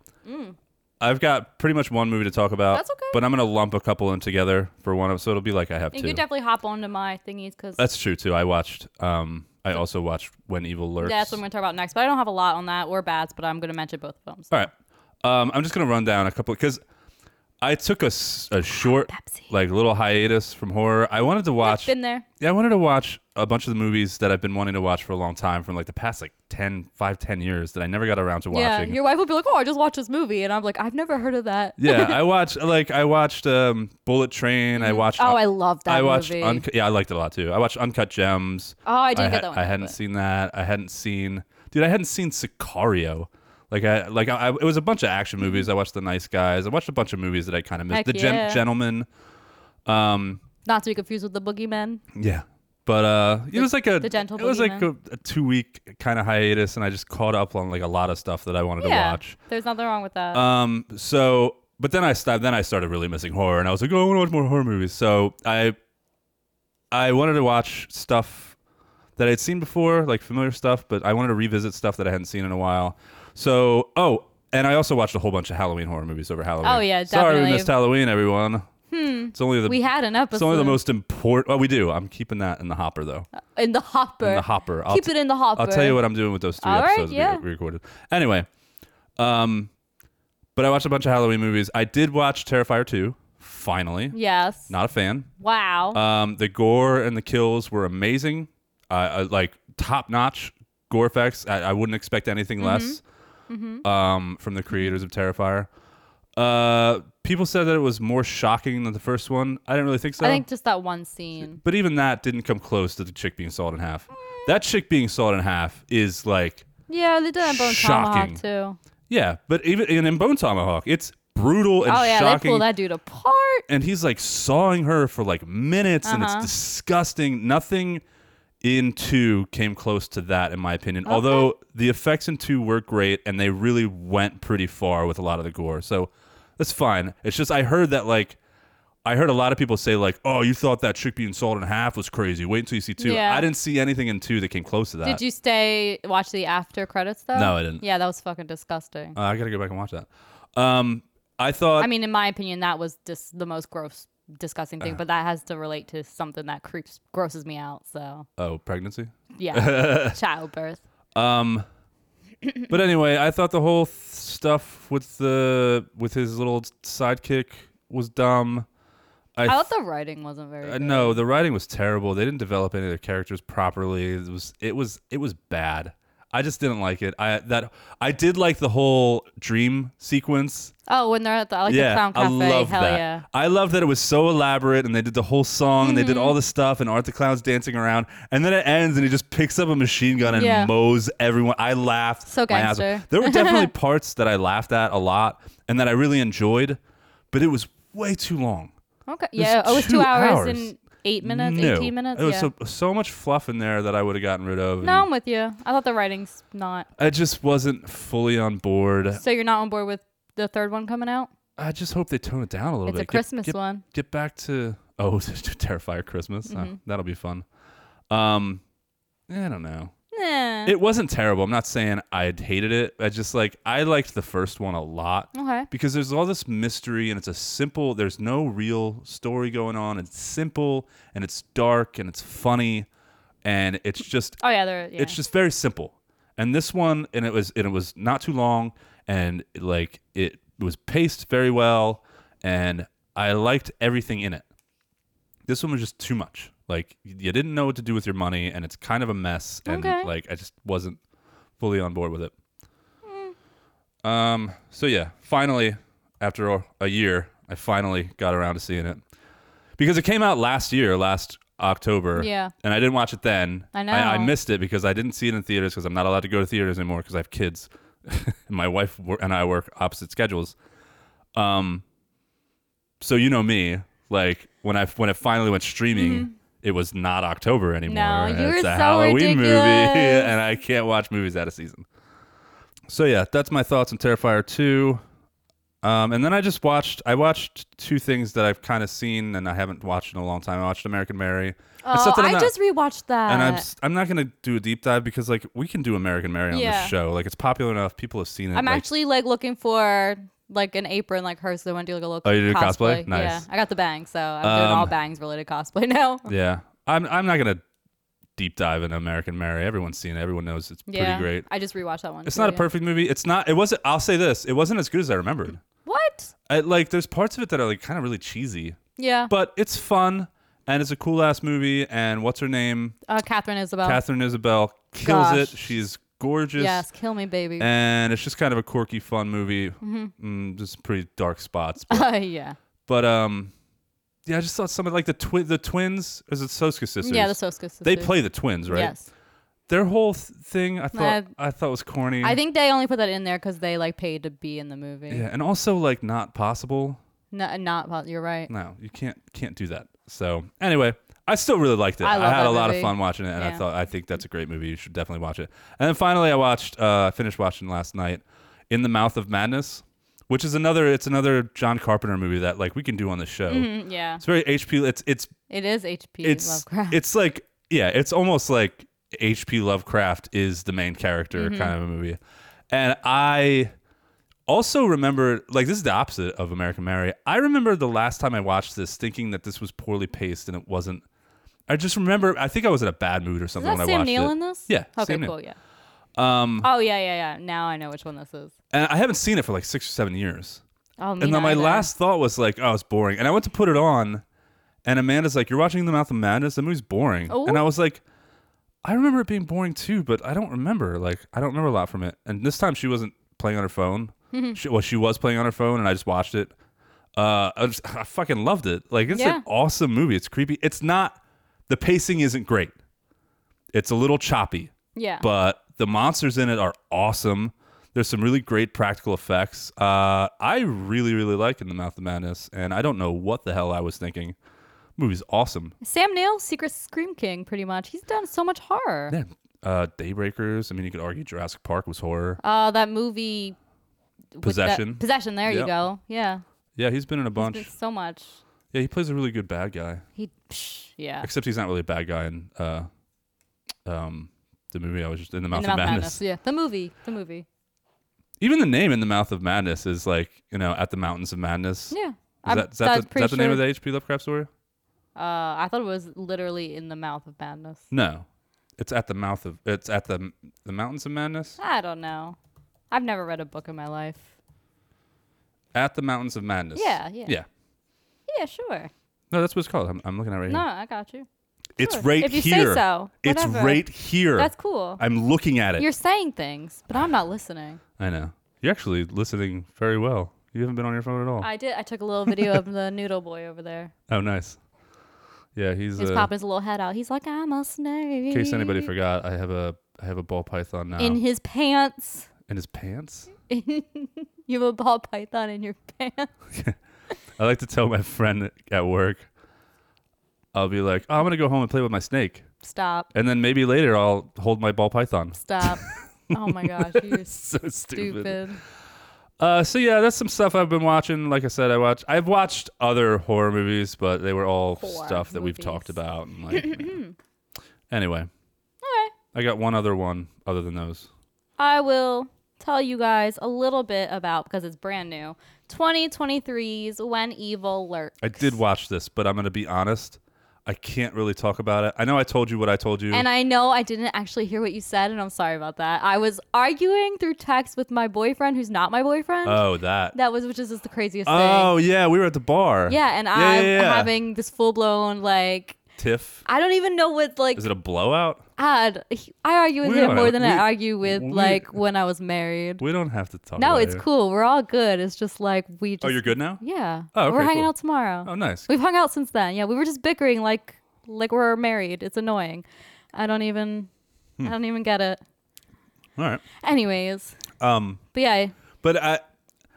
Speaker 1: I've got pretty much one movie to talk about.
Speaker 2: Mm. That's okay.
Speaker 1: But I'm gonna lump a couple in together for one of. So it'll be like I have
Speaker 2: you
Speaker 1: two.
Speaker 2: could definitely hop onto my thingies because
Speaker 1: That's true too. I watched. Um. I also watched When Evil Lurks.
Speaker 2: that's what I'm going to talk about next. But I don't have a lot on that or bats, but I'm going to mention both films.
Speaker 1: All right. Um, I'm just gonna run down a couple because I took a, s- a short,
Speaker 2: Pepsi.
Speaker 1: like little hiatus from horror. I wanted to watch.
Speaker 2: Been there.
Speaker 1: yeah, I wanted to watch a bunch of the movies that I've been wanting to watch for a long time, from like the past like 10, 5, 10 years that I never got around to watching.
Speaker 2: Yeah. Your wife would be like, oh, I just watched this movie. And I'm like, I've never heard of that.
Speaker 1: <laughs> Yeah, I watched like I watched um, Bullet Train. I watched.
Speaker 2: Oh, I love that
Speaker 1: I watched.
Speaker 2: movie.
Speaker 1: Uncut yeah, I liked it a lot too. I watched Uncut Gems.
Speaker 2: Oh, I didn't
Speaker 1: I
Speaker 2: get that one,
Speaker 1: I hadn't
Speaker 2: but-
Speaker 1: seen that. I hadn't seen. Dude, I hadn't seen Sicario. Like I like I, I- it was a bunch of action movies. I watched The Nice Guys. I watched a bunch of movies that I kind of missed.
Speaker 2: Mm-hmm. Heck
Speaker 1: the Gen-
Speaker 2: yeah.
Speaker 1: Gentleman. Um.
Speaker 2: Not to be confused with the boogeyman.
Speaker 1: Yeah. But uh, it was like a
Speaker 2: the Gentle
Speaker 1: it was like a,
Speaker 2: Boogeyman.
Speaker 1: a two week kind of hiatus, and I just caught up on like a lot of stuff that I wanted to watch.
Speaker 2: There's nothing wrong with that.
Speaker 1: Um. So, but then I stopped. Then I started really missing horror, and I was like, oh, I want to watch more horror movies. So I, I wanted to watch stuff that I'd seen before, like familiar stuff, but I wanted to revisit stuff that I hadn't seen in a while. So, oh, and I also watched a whole bunch of Halloween horror movies over Halloween.
Speaker 2: Oh, yeah,
Speaker 1: Sorry, we
Speaker 2: definitely.
Speaker 1: missed Halloween, everyone. Hmm. It's only the
Speaker 2: we had an episode.
Speaker 1: it's only the most important. Well, we do. I'm keeping that in the hopper though.
Speaker 2: in the hopper.
Speaker 1: In the hopper. I'll
Speaker 2: Keep
Speaker 1: t-
Speaker 2: it in the hopper.
Speaker 1: I'll tell you what I'm doing with those three
Speaker 2: All right,
Speaker 1: episodes we-
Speaker 2: yeah.
Speaker 1: we recorded. Anyway, um, but I watched a bunch of Halloween movies. I did watch Terrifier 2, finally.
Speaker 2: Yes.
Speaker 1: Not a fan.
Speaker 2: wow.
Speaker 1: Um, the gore and the kills were amazing, uh, uh, like top notch gore effects. I, I wouldn't expect anything
Speaker 2: Mm-hmm.
Speaker 1: less Um, from the creators of Terrifier. Uh, people said that it was more shocking than the first one. I didn't really think so.
Speaker 2: I think just that one scene.
Speaker 1: But even that didn't come close to the chick being sawed in half. That chick being sawed in half is like,
Speaker 2: Yeah, they did that in Bone
Speaker 1: Shocking.
Speaker 2: Tomahawk too.
Speaker 1: yeah, but even and in Bone Tomahawk, it's brutal and
Speaker 2: Oh yeah, they
Speaker 1: shocking.
Speaker 2: pull that dude apart.
Speaker 1: and he's like sawing her for like minutes, and
Speaker 2: Uh-huh.
Speaker 1: it's disgusting. Nothing in two came close to that, in my opinion. Although the effects in two were great, and they really went pretty far with a lot of the gore, so that's fine. It's just I heard that like I heard a lot of people say like, "Oh, you thought that chick being sold in half was crazy. Wait until you see two.
Speaker 2: Yeah.
Speaker 1: I didn't see anything in two that came close to that.
Speaker 2: Did you stay watch the after credits though?
Speaker 1: No, I didn't.
Speaker 2: Yeah, that was fucking disgusting.
Speaker 1: Uh, I gotta go back and watch that. Um, I thought
Speaker 2: I mean, in my opinion, that was just the most gross, disgusting
Speaker 1: Uh-huh.
Speaker 2: thing. But that has to relate to something that creeps, grosses me out. So
Speaker 1: oh pregnancy. <laughs>
Speaker 2: yeah, childbirth.
Speaker 1: Um, but anyway, I thought the whole th- stuff with the with his little sidekick was dumb.
Speaker 2: I
Speaker 1: I,
Speaker 2: thought the writing wasn't very.
Speaker 1: th-
Speaker 2: Good.
Speaker 1: no, the writing was terrible. They didn't develop any of their characters properly. It was it was it was bad. I just didn't like it. I that I did like the whole dream sequence.
Speaker 2: Oh, when they're at the like the
Speaker 1: yeah,
Speaker 2: clown
Speaker 1: I
Speaker 2: cafe.
Speaker 1: love
Speaker 2: Hell
Speaker 1: that.
Speaker 2: yeah.
Speaker 1: I love that it was so elaborate, and they did the whole song, and they did
Speaker 2: Mm-hmm.
Speaker 1: all the stuff, and Art the Clown's dancing around, and then it ends, and he just picks up a machine gun and
Speaker 2: Yeah.
Speaker 1: mows everyone. I laughed.
Speaker 2: So
Speaker 1: my ass off.
Speaker 2: gangster.
Speaker 1: There were
Speaker 2: <laughs>
Speaker 1: definitely parts that I laughed at a lot, and that I really enjoyed, but it was way too long.
Speaker 2: Okay. Yeah. Oh, it was two
Speaker 1: two
Speaker 2: hours,
Speaker 1: hours.
Speaker 2: and eight minutes,
Speaker 1: No.
Speaker 2: eighteen minutes.
Speaker 1: It was
Speaker 2: yeah.
Speaker 1: so so much fluff in there that I would have gotten rid of. and
Speaker 2: no, I'm with you. I thought the writing's not.
Speaker 1: I just wasn't fully on board.
Speaker 2: So you're not on board with the third one coming out?
Speaker 1: I just hope they tone it down a little
Speaker 2: It's
Speaker 1: bit.
Speaker 2: a Christmas
Speaker 1: get,
Speaker 2: one.
Speaker 1: get back to <laughs> oh terrifier christmas Oh, that'll be fun um i don't know
Speaker 2: Nah.
Speaker 1: it wasn't terrible i'm not saying i hated it i just like i liked the first one a lot
Speaker 2: okay.
Speaker 1: because there's all this mystery and it's a simple there's no real story going on it's simple and it's dark and it's funny and it's just
Speaker 2: Oh yeah, there. Yeah.
Speaker 1: it's just very simple. And this one, and it was, and it was not too long, and like it was paced very well, and I liked everything in it. This one was just too much. Like you didn't know what to do with your money, and it's kind of a mess. And
Speaker 2: Okay.
Speaker 1: like I just wasn't fully on board with it.
Speaker 2: Mm.
Speaker 1: Um. So yeah, finally, after a- a year, I finally got around to seeing it because it came out last year, last October.
Speaker 2: Yeah.
Speaker 1: And I didn't watch it then.
Speaker 2: I know.
Speaker 1: I, missed it because I didn't see it in theaters because I'm not allowed to go to theaters anymore because I have kids. <laughs> and my wife wor- and I work opposite schedules. Um. So you know me, like when I when it finally went streaming. It was not October anymore.
Speaker 2: Mm-hmm. No, you were
Speaker 1: it's a
Speaker 2: so
Speaker 1: Halloween movie, <laughs>
Speaker 2: ridiculous.
Speaker 1: and I can't watch movies out of season. So yeah, that's my thoughts on Terrifier two. Um, and then I just watched. I watched two things that I've kind of seen and I haven't watched in a long time. I watched American Mary. It's
Speaker 2: Oh,
Speaker 1: something I'm
Speaker 2: I
Speaker 1: not-
Speaker 2: just rewatched that.
Speaker 1: and I'm s- I'm not gonna do a deep dive because like we can do American Mary on
Speaker 2: Yeah.
Speaker 1: this show. Like it's popular enough. People have seen it.
Speaker 2: I'm
Speaker 1: like,
Speaker 2: actually like looking for like an apron like hers. So I want to do like a little.
Speaker 1: Oh, you did
Speaker 2: cosplay.
Speaker 1: cosplay? Nice. Um,
Speaker 2: Yeah, I got the bang, so I'm doing all bangs related cosplay <laughs> now.
Speaker 1: yeah. I'm I'm not gonna deep dive into American Mary. Everyone's seen it. Everyone knows it's
Speaker 2: yeah,
Speaker 1: pretty great.
Speaker 2: I just rewatched that one.
Speaker 1: It's
Speaker 2: too,
Speaker 1: not a
Speaker 2: yeah.
Speaker 1: perfect movie. It's not. It wasn't. I'll say this. It wasn't as good as I remembered.
Speaker 2: What?
Speaker 1: I, like there's parts of it that are like kind of really cheesy,
Speaker 2: Yeah.
Speaker 1: but it's fun and it's a cool ass movie. And what's her name?
Speaker 2: uh, Catherine Isabel.
Speaker 1: Catherine Isabel kills
Speaker 2: Gosh.
Speaker 1: it. She's gorgeous.
Speaker 2: yes, kill me, baby.
Speaker 1: And it's just kind of a quirky, fun movie.
Speaker 2: Mm-hmm.
Speaker 1: Mm, just pretty dark
Speaker 2: <laughs>
Speaker 1: spots. But,
Speaker 2: Uh, <laughs> yeah.
Speaker 1: but, um, yeah, I just thought something like the twi- the twins. Is it Soska sisters?
Speaker 2: Yeah, the Soska sisters.
Speaker 1: They play the twins, right?
Speaker 2: Yes.
Speaker 1: Their whole th- thing, I thought,
Speaker 2: Uh,
Speaker 1: I thought was corny.
Speaker 2: I think they only put that in there because they like paid to be in the movie.
Speaker 1: yeah, and also like not possible.
Speaker 2: No, not pos- you're right.
Speaker 1: No, you can't can't do that. So anyway, I still really liked it.
Speaker 2: I
Speaker 1: I,
Speaker 2: love
Speaker 1: had
Speaker 2: that
Speaker 1: a lot
Speaker 2: movie.
Speaker 1: of fun watching it, and
Speaker 2: Yeah.
Speaker 1: I thought I think that's a great movie. You should definitely watch it. And then finally, I watched uh, finished watching last night, In the Mouth of Madness, which is another it's another John Carpenter movie that like we can do on the show.
Speaker 2: Mm, <laughs> yeah,
Speaker 1: It's very HP. It's it's
Speaker 2: it is HP
Speaker 1: it's
Speaker 2: Lovecraft.
Speaker 1: it's like yeah, it's almost like H.P. Lovecraft is the main character
Speaker 2: Mm-hmm.
Speaker 1: kind of a movie. And I also remember like this is the opposite of American Mary. I remember the last time I watched this thinking that this was poorly paced and it wasn't I just remember I think I was in a bad mood or
Speaker 2: is
Speaker 1: something
Speaker 2: that
Speaker 1: when I
Speaker 2: Sam
Speaker 1: watched
Speaker 2: Neill
Speaker 1: it.
Speaker 2: in this?
Speaker 1: Yeah,
Speaker 2: Okay.
Speaker 1: Sam Neill.
Speaker 2: cool. Yeah. Um. Oh yeah, yeah, yeah. Now I know which one this is.
Speaker 1: And I haven't seen it for like 6 or 7 years.
Speaker 2: Oh, me
Speaker 1: And then my
Speaker 2: neither.
Speaker 1: last thought was like, oh, it's boring. And I went to put it on, and Amanda's like, you're watching The Mouth of Madness? The movie's boring.
Speaker 2: Oh.
Speaker 1: And I was like, I remember it being boring too, but I don't remember. Like, I don't remember a lot from it. And this time she wasn't playing on her phone.
Speaker 2: Mm-hmm.
Speaker 1: she, well, she was playing on her phone, and I just watched it. Uh, I, just, I fucking loved it. Like, it's
Speaker 2: Yeah.
Speaker 1: an awesome movie. It's creepy. It's not, the pacing isn't great, it's a little choppy
Speaker 2: Yeah.
Speaker 1: but the monsters in it are awesome. There's some really great practical effects. Uh, I really, really like In the Mouth of Madness, and I don't know what the hell I was thinking. Movie's awesome.
Speaker 2: Sam Neill, Secret Scream King, pretty much. He's done so much horror.
Speaker 1: Yeah. Uh, Daybreakers. I mean, you could argue Jurassic Park was horror.
Speaker 2: Uh, that movie. with that-
Speaker 1: Possession.
Speaker 2: possession. There you
Speaker 1: Yep.
Speaker 2: go. Yeah.
Speaker 1: Yeah, he's been in a bunch.
Speaker 2: There's so much.
Speaker 1: Yeah, he plays a really good bad guy.
Speaker 2: He, psh, yeah.
Speaker 1: Except he's not really a bad guy in uh, um, the movie I was just in the Mouth
Speaker 2: In the
Speaker 1: of
Speaker 2: Mouth of
Speaker 1: Madness.
Speaker 2: Yeah, the movie, the movie.
Speaker 1: Even the name in the Mouth of Madness is like you know at the Mountains of Madness.
Speaker 2: Yeah.
Speaker 1: Is
Speaker 2: I'm-
Speaker 1: that, is that,
Speaker 2: that's
Speaker 1: the, is that
Speaker 2: pretty
Speaker 1: the name of
Speaker 2: sure-
Speaker 1: the H.P. Lovecraft story?
Speaker 2: Uh, I thought it was literally in the mouth of madness.
Speaker 1: No, it's at the mouth of it's at the the Mountains of Madness.
Speaker 2: I don't know. I've never read a book in my life.
Speaker 1: At the Mountains of Madness.
Speaker 2: Yeah, yeah.
Speaker 1: Yeah.
Speaker 2: Yeah, sure.
Speaker 1: No, that's what it's called. I'm, I'm looking at it right
Speaker 2: No,
Speaker 1: here.
Speaker 2: I got you.
Speaker 1: It's
Speaker 2: Sure.
Speaker 1: right
Speaker 2: If you say
Speaker 1: here.
Speaker 2: so,
Speaker 1: It's
Speaker 2: whatever.
Speaker 1: right here.
Speaker 2: That's cool.
Speaker 1: I'm looking at it.
Speaker 2: You're saying things, but I'm not listening.
Speaker 1: I know. You're actually listening very well. You haven't been on your phone at all.
Speaker 2: I did. I took a little video of
Speaker 1: <laughs>
Speaker 2: the noodle boy over there.
Speaker 1: oh, nice. Yeah, he's.
Speaker 2: He was
Speaker 1: uh,
Speaker 2: popping his little head out. He's like, I'm a snake.
Speaker 1: in case anybody forgot, I have a I have a ball python now
Speaker 2: In his pants. <laughs>
Speaker 1: in his pants.
Speaker 2: you have a ball python in your pants.
Speaker 1: I like to tell my friend at work. I'll be like, oh, I'm gonna go home and play with my snake,
Speaker 2: Stop.
Speaker 1: and then maybe later I'll hold my ball python. <laughs>
Speaker 2: Stop. oh my gosh, you're
Speaker 1: so stupid.
Speaker 2: stupid.
Speaker 1: Uh, so yeah, that's some stuff I've been watching. Like I said, I watch. I've watched other horror movies, but they were all
Speaker 2: Horror
Speaker 1: stuff that we've
Speaker 2: movies.
Speaker 1: talked about. And like, you know.
Speaker 2: <laughs>
Speaker 1: anyway,
Speaker 2: Okay.
Speaker 1: I got one other one other than those.
Speaker 2: I will tell you guys a little bit about because it's brand new. 2023's When Evil Lurks.
Speaker 1: I did watch this, but I'm gonna be honest. I can't really talk about it. I know I told you what I told you.
Speaker 2: And I know I didn't actually hear what you said, and I'm sorry about that. I was arguing through text with my boyfriend, who's not my boyfriend.
Speaker 1: oh, that.
Speaker 2: that was, which is just the craziest
Speaker 1: Oh yeah, we were at the bar.
Speaker 2: thing. Yeah, and
Speaker 1: Yeah,
Speaker 2: I'm
Speaker 1: yeah, yeah.
Speaker 2: having this full blown like
Speaker 1: Tiff.
Speaker 2: I don't even know what like
Speaker 1: Is it a blowout?
Speaker 2: ad. I argue with
Speaker 1: We
Speaker 2: him
Speaker 1: don't
Speaker 2: more
Speaker 1: have-
Speaker 2: than
Speaker 1: we-
Speaker 2: I argue with
Speaker 1: we-
Speaker 2: like when I was married.
Speaker 1: We don't have to talk.
Speaker 2: no,
Speaker 1: about
Speaker 2: it's
Speaker 1: it.
Speaker 2: cool. We're all good. It's just like we. Just,
Speaker 1: Oh, you're good now.
Speaker 2: Yeah.
Speaker 1: Oh, okay,
Speaker 2: We're hanging
Speaker 1: cool.
Speaker 2: out tomorrow.
Speaker 1: Oh, nice.
Speaker 2: We've hung out since then. Yeah, we were just bickering like like we're married. It's annoying. I don't even
Speaker 1: Hmm.
Speaker 2: I don't even get it.
Speaker 1: All right.
Speaker 2: Anyways,
Speaker 1: Um,
Speaker 2: but yeah, I-
Speaker 1: but I,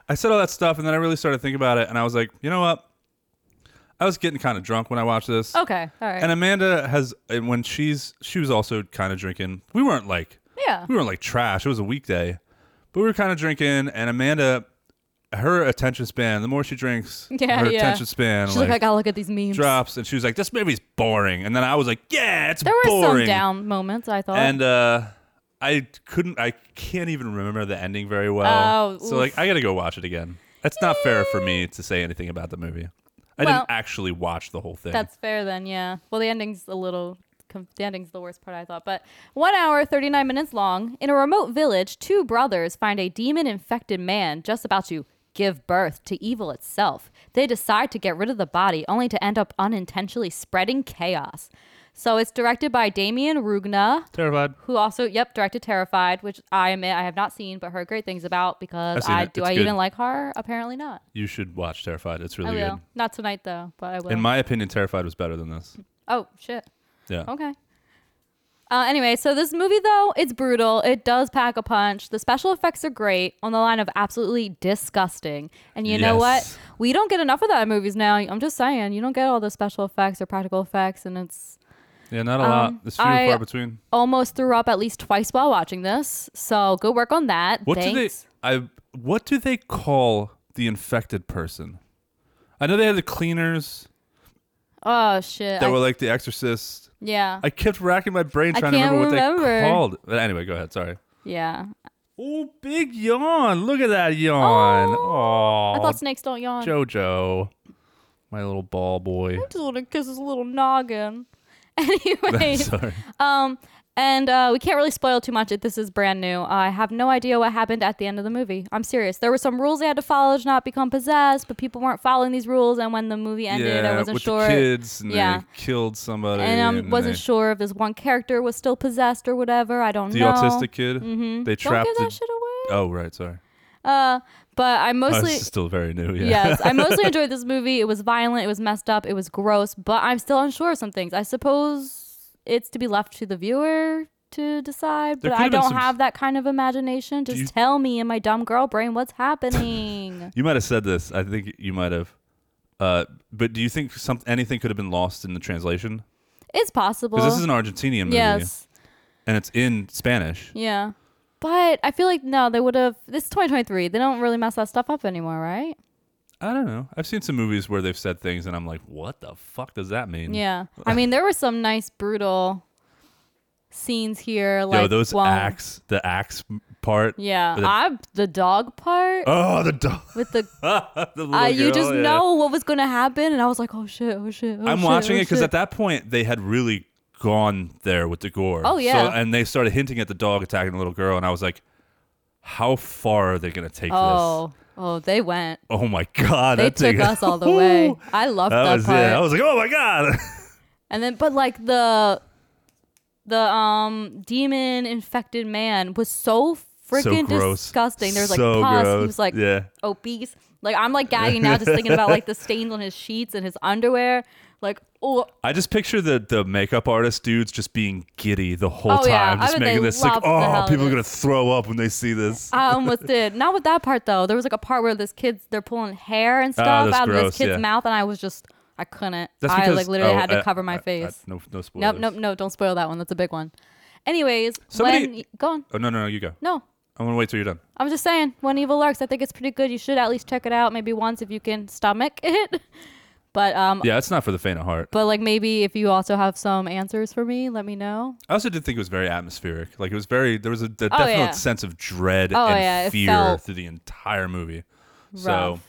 Speaker 1: I said all that stuff, and then I really started thinking about it, and I was like, you know what? I was getting kind of drunk when I watched this.
Speaker 2: okay, all right.
Speaker 1: And Amanda has, and when she's, she was also kind of drinking. We weren't like, <laughs>
Speaker 2: yeah.
Speaker 1: we weren't like trash. It was a weekday, but we were kind of drinking. And Amanda, her attention span, the more she drinks,
Speaker 2: <laughs> Yeah,
Speaker 1: her
Speaker 2: yeah.
Speaker 1: attention span
Speaker 2: She's like,
Speaker 1: like,
Speaker 2: I gotta look at these memes.
Speaker 1: drops. And she was like, this movie's boring. And then I was like, yeah, it's
Speaker 2: there were
Speaker 1: boring.
Speaker 2: some down moments, I thought.
Speaker 1: and uh I couldn't I can't even remember the ending very well.
Speaker 2: Oh,
Speaker 1: so like
Speaker 2: oof.
Speaker 1: I got to go watch it again. That's not fair for me to say anything about the movie. I
Speaker 2: Well,
Speaker 1: didn't actually watch the whole thing.
Speaker 2: That's fair then, yeah. Well, the ending's a little. com- The ending's the worst part, I thought. But one hour, 39 minutes long, in a remote village, two brothers find a demon infected man just about to give birth to evil itself. They decide to get rid of the body, only to end up unintentionally spreading chaos. So it's directed by Damien Rugna,
Speaker 1: terrified.
Speaker 2: who also, yep, directed Terrified, which I admit I have not seen, but heard great things about because
Speaker 1: I've seen
Speaker 2: I
Speaker 1: it.
Speaker 2: do
Speaker 1: It's
Speaker 2: I
Speaker 1: good.
Speaker 2: even like horror? Apparently not.
Speaker 1: You should watch Terrified. It's
Speaker 2: I
Speaker 1: really
Speaker 2: will.
Speaker 1: good.
Speaker 2: Not tonight though, but I will.
Speaker 1: In my opinion, Terrified was better than this.
Speaker 2: oh shit.
Speaker 1: Yeah.
Speaker 2: Okay. Uh, anyway, so this movie though, it's brutal. It does pack a punch. The special effects are great, on the line of absolutely disgusting. And you know what?
Speaker 1: Yes.
Speaker 2: We don't get enough of that in movies now. I'm just saying, you don't get all the special effects or practical effects, and it's
Speaker 1: Yeah, not a lot.
Speaker 2: Um,
Speaker 1: It's few and
Speaker 2: I-
Speaker 1: far between.
Speaker 2: almost threw up at least twice while watching this. So go work on that.
Speaker 1: What
Speaker 2: Thanks.
Speaker 1: do they I what do they call the infected person? I know they had the cleaners
Speaker 2: oh shit.
Speaker 1: that
Speaker 2: I-
Speaker 1: were like the exorcist.
Speaker 2: yeah.
Speaker 1: I kept racking my brain
Speaker 2: I
Speaker 1: trying to
Speaker 2: can't
Speaker 1: remember what
Speaker 2: remember.
Speaker 1: they called. But anyway, go ahead. Sorry.
Speaker 2: yeah.
Speaker 1: Oh, big yawn. Look at that yawn. Oh,
Speaker 2: I thought snakes don't yawn.
Speaker 1: JoJo. My little ball boy.
Speaker 2: I just want to kiss his little noggin. <laughs>
Speaker 1: <laughs>
Speaker 2: Anyways.
Speaker 1: Sorry.
Speaker 2: Um, and uh, we can't really spoil too much. If this is brand new. I have no idea what happened at the end of the movie. I'm serious. There were some rules they had to follow to not become possessed, but people weren't following these rules. And when the movie ended, <laughs> I wasn't
Speaker 1: with
Speaker 2: sure.
Speaker 1: the kids and
Speaker 2: Yeah.
Speaker 1: they killed somebody.
Speaker 2: and I um, wasn't
Speaker 1: they-
Speaker 2: sure if this one character was still possessed or whatever. I don't
Speaker 1: The
Speaker 2: know.
Speaker 1: autistic kid. Mm-hmm. They
Speaker 2: Don't
Speaker 1: trapped.
Speaker 2: give that
Speaker 1: the-
Speaker 2: shit away.
Speaker 1: oh right, sorry. <laughs>
Speaker 2: Uh, but I
Speaker 1: Oh,
Speaker 2: mostly.
Speaker 1: this is still very new. Yeah.
Speaker 2: Yes,
Speaker 1: <laughs>
Speaker 2: I mostly enjoyed this movie. It was violent, it was messed up, it was gross, but I'm still unsure of some things. I suppose it's to be left to the viewer to decide,
Speaker 1: There
Speaker 2: but
Speaker 1: could
Speaker 2: I
Speaker 1: have been
Speaker 2: don't
Speaker 1: some-
Speaker 2: have that kind of imagination. Just
Speaker 1: you-
Speaker 2: tell me in my dumb girl brain
Speaker 1: <laughs>
Speaker 2: what's happening.
Speaker 1: You might have said this. I think you might have. Uh, but do you think some anything could have been lost in the translation?
Speaker 2: it's possible.
Speaker 1: Because this is an Argentinian movie,
Speaker 2: yes.
Speaker 1: and it's in Spanish.
Speaker 2: Yeah. But I feel like no, they would have. This is 2023. They don't really mess that stuff up anymore, right?
Speaker 1: I don't know. I've seen some movies where they've said things, and I'm like, what the fuck does that mean?
Speaker 2: Yeah. I mean, there were some nice brutal scenes here. Like
Speaker 1: Yo, those
Speaker 2: well,
Speaker 1: axe, the axe part.
Speaker 2: Yeah.
Speaker 1: With the-
Speaker 2: I the
Speaker 1: <laughs>
Speaker 2: dog part
Speaker 1: Oh, the dog.
Speaker 2: with the.
Speaker 1: the little
Speaker 2: Uh, you
Speaker 1: girl,
Speaker 2: just
Speaker 1: yeah.
Speaker 2: know what was going to happen, and I was like, "Oh shit! Oh shit!" Oh,
Speaker 1: I'm
Speaker 2: shit,
Speaker 1: watching
Speaker 2: oh,
Speaker 1: it because
Speaker 2: shit.
Speaker 1: at that point they had really gone there with the gore.
Speaker 2: Oh, yeah.
Speaker 1: So, and they started hinting at the dog attacking the little girl, and I was like, how far are they gonna take this?
Speaker 2: Oh, oh, they went.
Speaker 1: Oh my god,
Speaker 2: They
Speaker 1: that thing-
Speaker 2: took
Speaker 1: <laughs>
Speaker 2: us all the way.
Speaker 1: Woo!
Speaker 2: I loved that,
Speaker 1: That was
Speaker 2: part.
Speaker 1: yeah. I was like, oh my god. <laughs>
Speaker 2: and then, but like the the um demon infected man was so freaking
Speaker 1: gross.
Speaker 2: disgusting. There was like
Speaker 1: So
Speaker 2: pus. He
Speaker 1: gross.
Speaker 2: was like
Speaker 1: Yeah.
Speaker 2: obese. Like I'm like
Speaker 1: <laughs>
Speaker 2: gagging now just thinking about like the stains on his sheets and his underwear. Like oh
Speaker 1: I just picture the the makeup artist dudes just being giddy the whole
Speaker 2: Oh,
Speaker 1: time,
Speaker 2: yeah. I
Speaker 1: just
Speaker 2: bet they
Speaker 1: making this like,
Speaker 2: loved the hell
Speaker 1: oh,
Speaker 2: out
Speaker 1: people
Speaker 2: of
Speaker 1: are gonna throw up when they see this.
Speaker 2: I almost did. Not with that part though. There was like a part where this kid's they're pulling hair and stuff
Speaker 1: Ah, that's
Speaker 2: out of
Speaker 1: gross,
Speaker 2: this kid's
Speaker 1: yeah.
Speaker 2: mouth, and I was just I couldn't. I like literally
Speaker 1: oh,
Speaker 2: had to
Speaker 1: uh,
Speaker 2: cover my
Speaker 1: uh, uh,
Speaker 2: face.
Speaker 1: no, no spoilers.
Speaker 2: nope, nope, no. Don't spoil that one. That's a big one. Anyways,
Speaker 1: Somebody-
Speaker 2: when go on.
Speaker 1: Oh no, no, no, you go.
Speaker 2: No,
Speaker 1: I'm gonna wait till you're done.
Speaker 2: I'm just saying. When evil lurks, I think it's pretty good. You should at least check it out, maybe once if you can stomach <laughs> it. But um,
Speaker 1: Yeah, it's not for the faint of heart.
Speaker 2: but like maybe if you also have some answers for me, let me know.
Speaker 1: I also did think it was very atmospheric. Like it was very there was a, the definite
Speaker 2: Oh, yeah.
Speaker 1: sense of dread
Speaker 2: Oh,
Speaker 1: and
Speaker 2: yeah, it
Speaker 1: fear
Speaker 2: felt
Speaker 1: through the entire movie. So
Speaker 2: Rough.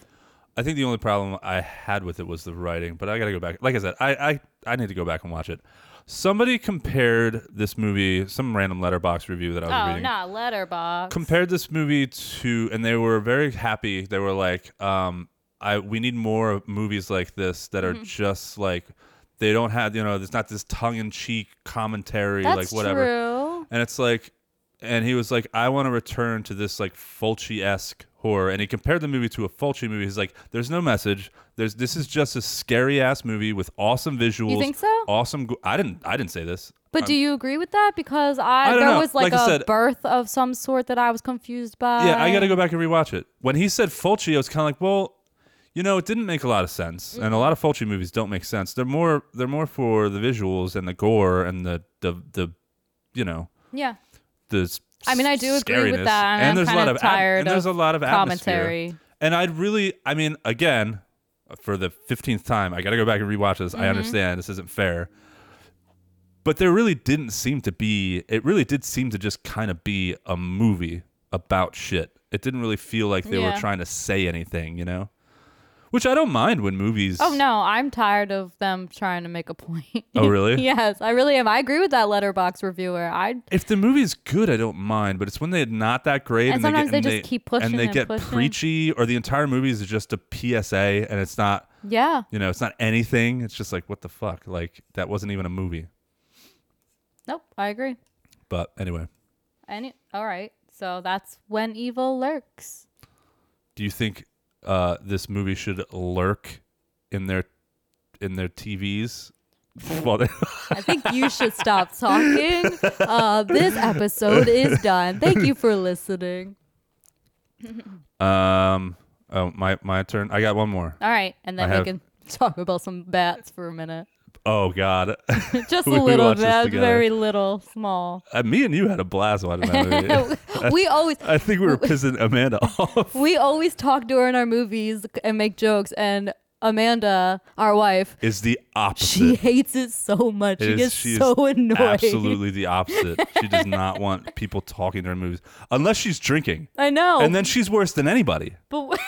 Speaker 1: I think the only problem I had with it was the writing, but I got to go back. Like I said, I, I I need to go back and watch it. Somebody compared this movie, some random letterbox review that I was
Speaker 2: Oh,
Speaker 1: reading,
Speaker 2: not letterbox.
Speaker 1: compared this movie to, and they were very happy. They were like, um, I we need more movies like this that
Speaker 2: Mm-hmm.
Speaker 1: are just like they don't have you know there's not this tongue in cheek commentary
Speaker 2: That's
Speaker 1: like whatever.
Speaker 2: true.
Speaker 1: And it's like, and he was like, I want to return to this like Fulci esque horror. And he compared the movie to a Fulci movie. He's like, there's no message. There's this is just a scary ass movie with awesome visuals.
Speaker 2: think so?
Speaker 1: Awesome. Go- I didn't. I didn't say this.
Speaker 2: But do you agree with that? Because I,
Speaker 1: I don't
Speaker 2: there
Speaker 1: know.
Speaker 2: was like,
Speaker 1: Like I
Speaker 2: a
Speaker 1: said-
Speaker 2: birth of some sort that I was confused by.
Speaker 1: Yeah, I got to go back and rewatch it. When he said Fulci, I was kind of like, well, you know, it didn't make a lot of sense, and a lot of Fulci movies don't make sense. They're more they're more for the visuals and the gore and the the the you know
Speaker 2: Yeah.
Speaker 1: the. s-
Speaker 2: I mean, I do agree with
Speaker 1: scariness.
Speaker 2: that, and I'm
Speaker 1: And, there's a lot
Speaker 2: kinda
Speaker 1: of at-
Speaker 2: tired
Speaker 1: and there's a
Speaker 2: of
Speaker 1: lot of atmosphere.
Speaker 2: Commentary.
Speaker 1: And I'd really, I mean, again, for the 15th time, I got to go back and rewatch this.
Speaker 2: Mm-hmm.
Speaker 1: I understand this isn't fair. But there really didn't seem to be, it really did seem to just kind of be a movie about shit. It didn't really feel like they
Speaker 2: Yeah.
Speaker 1: were trying to say anything, you know? Which I don't mind when movies.
Speaker 2: Oh no, I'm tired of them trying to make a point.
Speaker 1: Oh, really?
Speaker 2: <laughs> yes, I really am. I agree with that letterbox reviewer. I
Speaker 1: If the movie's good, I don't mind, but it's when they're not that great,
Speaker 2: And
Speaker 1: and, they
Speaker 2: sometimes
Speaker 1: get,
Speaker 2: they
Speaker 1: and
Speaker 2: just keep pushing
Speaker 1: and they
Speaker 2: and
Speaker 1: get
Speaker 2: pushing.
Speaker 1: preachy, or the entire movie is just a PSA, and it's not
Speaker 2: yeah.
Speaker 1: You know, it's not anything. It's just like, what the fuck? Like, that wasn't even a movie.
Speaker 2: Nope, I agree.
Speaker 1: But anyway,
Speaker 2: Any all right. So that's when evil lurks.
Speaker 1: do you think uh, this movie should lurk in their in their <laughs> TVs? While they-
Speaker 2: I think you should
Speaker 1: <laughs>
Speaker 2: stop talking. Uh, this episode is done. Thank you for listening.
Speaker 1: um, oh, my my turn. I got one more.
Speaker 2: All right, and then
Speaker 1: I
Speaker 2: we
Speaker 1: have-
Speaker 2: can talk about some bats for a minute. <laughs>
Speaker 1: Oh God, <laughs>
Speaker 2: Just a
Speaker 1: We- we
Speaker 2: little
Speaker 1: watched this
Speaker 2: bit,
Speaker 1: together.
Speaker 2: very little, small.
Speaker 1: Uh, me and you had a blast watching
Speaker 2: <laughs>
Speaker 1: that <laughs> movie.
Speaker 2: we always
Speaker 1: I think
Speaker 2: <laughs>
Speaker 1: we were pissing Amanda <laughs> off.
Speaker 2: we always talk during our movies and make jokes and Amanda, our wife,
Speaker 1: Is the opposite.
Speaker 2: she hates it so much.
Speaker 1: It
Speaker 2: she
Speaker 1: is-
Speaker 2: gets
Speaker 1: she is
Speaker 2: so <laughs> annoyed.
Speaker 1: Absolutely the opposite. She does not want people talking during movies unless she's drinking,
Speaker 2: I know.
Speaker 1: and then she's worse than anybody. <laughs>
Speaker 2: but <laughs>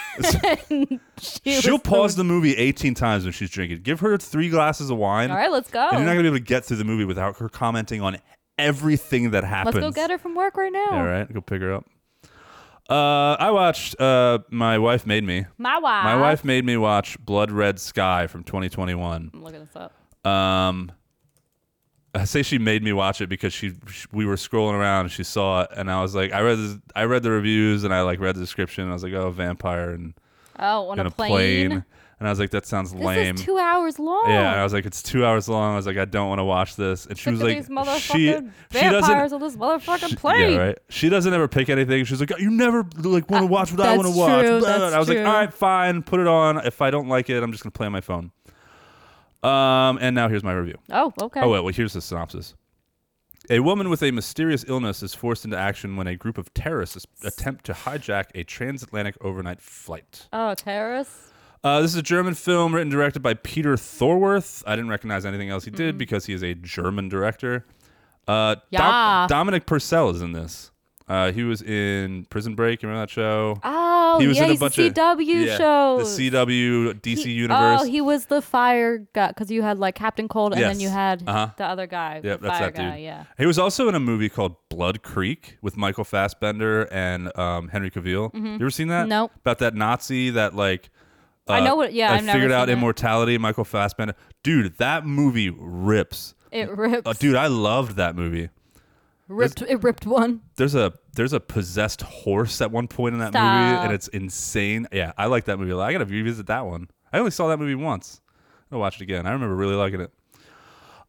Speaker 2: she
Speaker 1: She'll
Speaker 2: was so-
Speaker 1: pause the movie 18 times when she's drinking. Give her three glasses of wine.
Speaker 2: All right, Oh. let's go.
Speaker 1: And you're not going to be able to get through the movie without her commenting on everything that happens.
Speaker 2: Let's go get her from work right now.
Speaker 1: All right, go pick her up. Uh, I watched uh, My Wife Made Me.
Speaker 2: My wife.
Speaker 1: My wife made me watch Blood Red Sky from 2021.
Speaker 2: I'm looking this up.
Speaker 1: Um, I say she made me watch it because she, sh we were scrolling around and she saw it and I was like I read this, I read the reviews and I like read the description and I was like oh vampire and
Speaker 2: Oh, on
Speaker 1: in
Speaker 2: a
Speaker 1: a
Speaker 2: plane.
Speaker 1: plane. And I was like, that sounds lame.
Speaker 2: This is two hours long.
Speaker 1: yeah, and I was like, it's two hours long. I was like, I don't want to watch this. And she was
Speaker 2: Look at
Speaker 1: like,
Speaker 2: these motherfucking
Speaker 1: she, she doesn't.
Speaker 2: vampires on this motherfucking
Speaker 1: She,
Speaker 2: plane. Uh,
Speaker 1: yeah, right. She doesn't ever pick anything. She's like, "Oh, you never like want to watch what I
Speaker 2: that's
Speaker 1: want to watch.
Speaker 2: true,
Speaker 1: Blah, blah, blah.
Speaker 2: that's
Speaker 1: And I was
Speaker 2: true.
Speaker 1: like, all right, fine, put it on. If I don't like it, I'm just gonna play on my phone. Um, and now here's my review.
Speaker 2: Oh, okay.
Speaker 1: Oh, wait, well, here's the synopsis. A woman with a mysterious illness is forced into action when a group of terrorists attempt to hijack a transatlantic overnight flight.
Speaker 2: oh, terrorists.
Speaker 1: Uh, this is a German film written and directed by Peter Thorworth. I didn't recognize anything else he did because he is a German director. Uh, Dom-
Speaker 2: Yeah.
Speaker 1: Dominic Purcell is in this. Uh, he was in Prison Break. You remember that show?
Speaker 2: Oh,
Speaker 1: he was
Speaker 2: yeah,
Speaker 1: in a
Speaker 2: he's
Speaker 1: bunch of
Speaker 2: CW
Speaker 1: yeah,
Speaker 2: shows.
Speaker 1: The CW, DC
Speaker 2: He-
Speaker 1: Universe.
Speaker 2: Oh, he was the fire guy because you had like Captain Cold, and then
Speaker 1: Yes.
Speaker 2: you had
Speaker 1: Uh-huh.
Speaker 2: the other guy,
Speaker 1: Yep,
Speaker 2: the
Speaker 1: that's
Speaker 2: fire
Speaker 1: that
Speaker 2: guy.
Speaker 1: dude.
Speaker 2: Yeah,
Speaker 1: He was also in a movie called Blood Creek with Michael Fassbender and um, Henry Cavill. You ever seen that?
Speaker 2: Mm-hmm. Nope.
Speaker 1: About that Nazi that like.
Speaker 2: I know what- yeah,
Speaker 1: I
Speaker 2: I've never
Speaker 1: figured out
Speaker 2: seen that.
Speaker 1: immortality. Michael Fassbender, dude, that movie rips.
Speaker 2: it ripped.
Speaker 1: Uh, dude, I loved that movie.
Speaker 2: ripped. It ripped one.
Speaker 1: There's a there's a possessed horse at one point in that movie,
Speaker 2: Stop.
Speaker 1: and it's insane. Yeah, I like that movie. a lot. I gotta revisit that one. I only saw that movie once. I'll watch it again. I remember really liking it.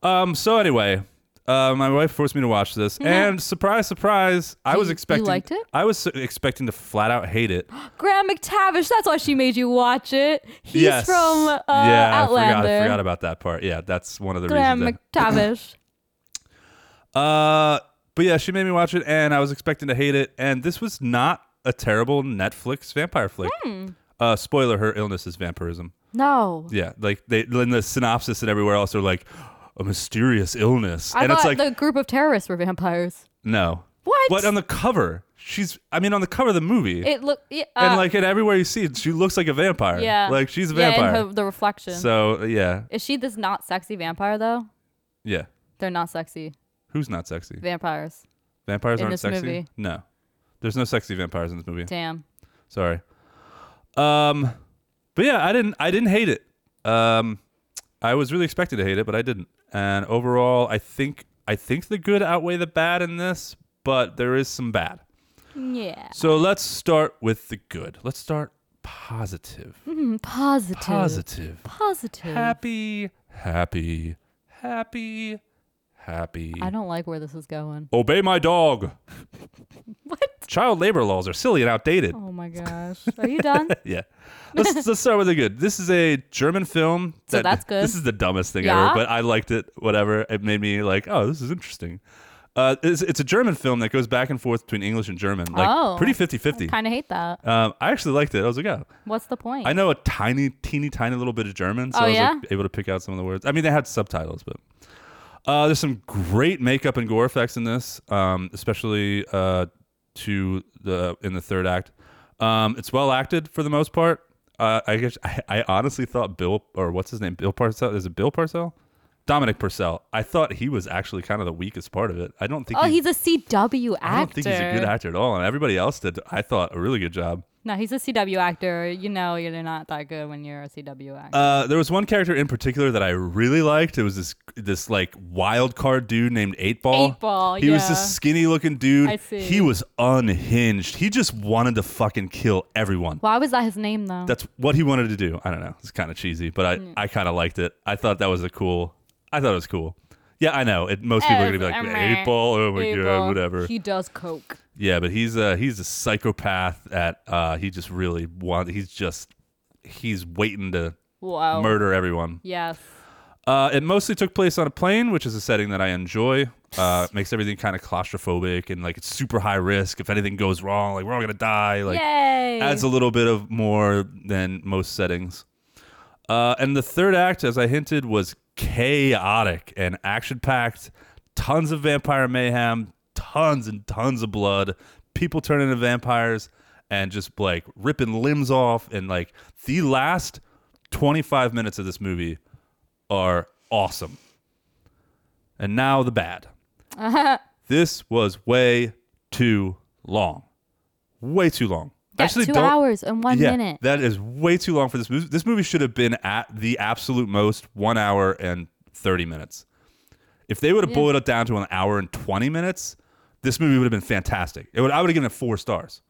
Speaker 1: Um. So anyway, uh, my wife forced me to watch this, and surprise, surprise, I
Speaker 2: Mm-hmm. You-
Speaker 1: was
Speaker 2: you
Speaker 1: expecting.
Speaker 2: liked it?
Speaker 1: I was expecting to flat out hate it.
Speaker 2: Graham McTavish. That's why she made you watch it. <gasps> He's
Speaker 1: yes.
Speaker 2: from uh,
Speaker 1: yeah, I
Speaker 2: Outlander.
Speaker 1: forgot. I forgot about that part. Yeah, that's one of the
Speaker 2: Graham
Speaker 1: reasons.
Speaker 2: McTavish.
Speaker 1: <coughs> Uh, but yeah, she made me watch it, and I was expecting to hate it. And this was not a terrible Netflix vampire flick.
Speaker 2: Hmm.
Speaker 1: Uh, spoiler: her illness is vampirism.
Speaker 2: No,
Speaker 1: Yeah, like they in the synopsis and everywhere else are like a mysterious illness,
Speaker 2: I
Speaker 1: and
Speaker 2: thought
Speaker 1: it's like
Speaker 2: the group of terrorists were vampires.
Speaker 1: no.
Speaker 2: What?
Speaker 1: But on the cover, she's. I mean, on the cover of the movie,
Speaker 2: It looked. Yeah, uh,
Speaker 1: and like and everywhere you see, it, she looks like a vampire.
Speaker 2: yeah,
Speaker 1: like she's a
Speaker 2: Yeah, and
Speaker 1: vampire.
Speaker 2: her- the reflection.
Speaker 1: so yeah,
Speaker 2: Is she this not sexy vampire though?
Speaker 1: yeah.
Speaker 2: They're not sexy
Speaker 1: Who's not sexy?
Speaker 2: vampires.
Speaker 1: Vampires
Speaker 2: In
Speaker 1: aren't
Speaker 2: this
Speaker 1: sexy.
Speaker 2: movie.
Speaker 1: No, there's no sexy vampires in this movie.
Speaker 2: Damn.
Speaker 1: Sorry. Um, but yeah, I didn't. I didn't hate it. Um, I was really expected to hate it, but I didn't. And overall, I think I think the good outweigh the bad in this, but there is some bad.
Speaker 2: Yeah.
Speaker 1: So let's start with the good. Let's start positive.
Speaker 2: Mm, positive.
Speaker 1: Positive.
Speaker 2: Positive.
Speaker 1: Happy. Happy. Happy. Happy.
Speaker 2: I don't like where this is going.
Speaker 1: Obey my dog.
Speaker 2: <laughs> What?
Speaker 1: Child labor laws are silly and outdated.
Speaker 2: Oh my gosh. Are
Speaker 1: <laughs>
Speaker 2: you done?
Speaker 1: Yeah. Let's, let's start with the good. This is a German film.
Speaker 2: So that's good.
Speaker 1: This is the dumbest thing
Speaker 2: Yeah.
Speaker 1: ever, but I liked it. Whatever. It made me like, oh, this is interesting. Uh, it's, it's a German film that goes back and forth between English and German. Like,
Speaker 2: Oh.
Speaker 1: pretty 50 50.
Speaker 2: kind of hate that.
Speaker 1: Um, I actually liked it. I was like, oh,
Speaker 2: What's the point?
Speaker 1: I know a tiny, teeny, tiny little bit of German, so
Speaker 2: Oh,
Speaker 1: I was
Speaker 2: yeah?
Speaker 1: like, able to pick out some of the words. I mean, they had subtitles, but uh, there's some great makeup and gore effects in this, um, especially uh, to the in the third act. Um, it's well acted for the most part. Uh, I guess I, I honestly thought Bill or what's his name, Bill Parcell. Is it Bill Parcell? Dominic Purcell. I thought he was actually kind of the weakest part of it. I don't think.
Speaker 2: Oh,
Speaker 1: he,
Speaker 2: he's a CW actor.
Speaker 1: I don't think he's a good actor at all, and everybody else did. I thought a really good job.
Speaker 2: No, he's a CW actor. You know, you're not that good when you're a CW actor.
Speaker 1: Uh, there was one character in particular that I really liked. It was this this like wild card dude named Eight Ball.
Speaker 2: Eight Ball,
Speaker 1: He was
Speaker 2: yeah.
Speaker 1: this skinny looking dude.
Speaker 2: I see.
Speaker 1: He was unhinged. He just wanted to fucking kill everyone.
Speaker 2: Why was that his name though?
Speaker 1: That's what he wanted to do. I don't know. It's kind of cheesy, but I I kind of liked it. I thought that was a cool. I thought it was cool. Yeah, I know. It, most people are gonna be like
Speaker 2: Eh,
Speaker 1: Eight Ball. Oh my
Speaker 2: Eight
Speaker 1: god,
Speaker 2: Ball.
Speaker 1: whatever.
Speaker 2: He does coke.
Speaker 1: Yeah, but he's uh he's a psychopath. At uh, he just really want. He's just he's waiting to
Speaker 2: Wow.
Speaker 1: murder everyone.
Speaker 2: Yes.
Speaker 1: Uh, it mostly took place on a plane, which is a setting that I enjoy. Uh, it makes everything kind of claustrophobic and like it's super high risk. If anything goes wrong, like we're all gonna die. Like
Speaker 2: Yay.
Speaker 1: adds a little bit of more than most settings. Uh, and the third act, as I hinted, was chaotic and action packed. Tons of vampire mayhem, tons and tons of blood, people turning into vampires and just like ripping limbs off. And like the last 25 minutes of this movie are awesome. And now the bad. This was way too long. Way too long.
Speaker 2: Yeah, two hours and one
Speaker 1: yeah,
Speaker 2: minute.
Speaker 1: That is way too long for this movie. This movie should have been at the absolute most one hour and 30 minutes. If they would have boiled it down to an hour and 20 minutes, this movie would have been fantastic. It would, I would have given it four stars.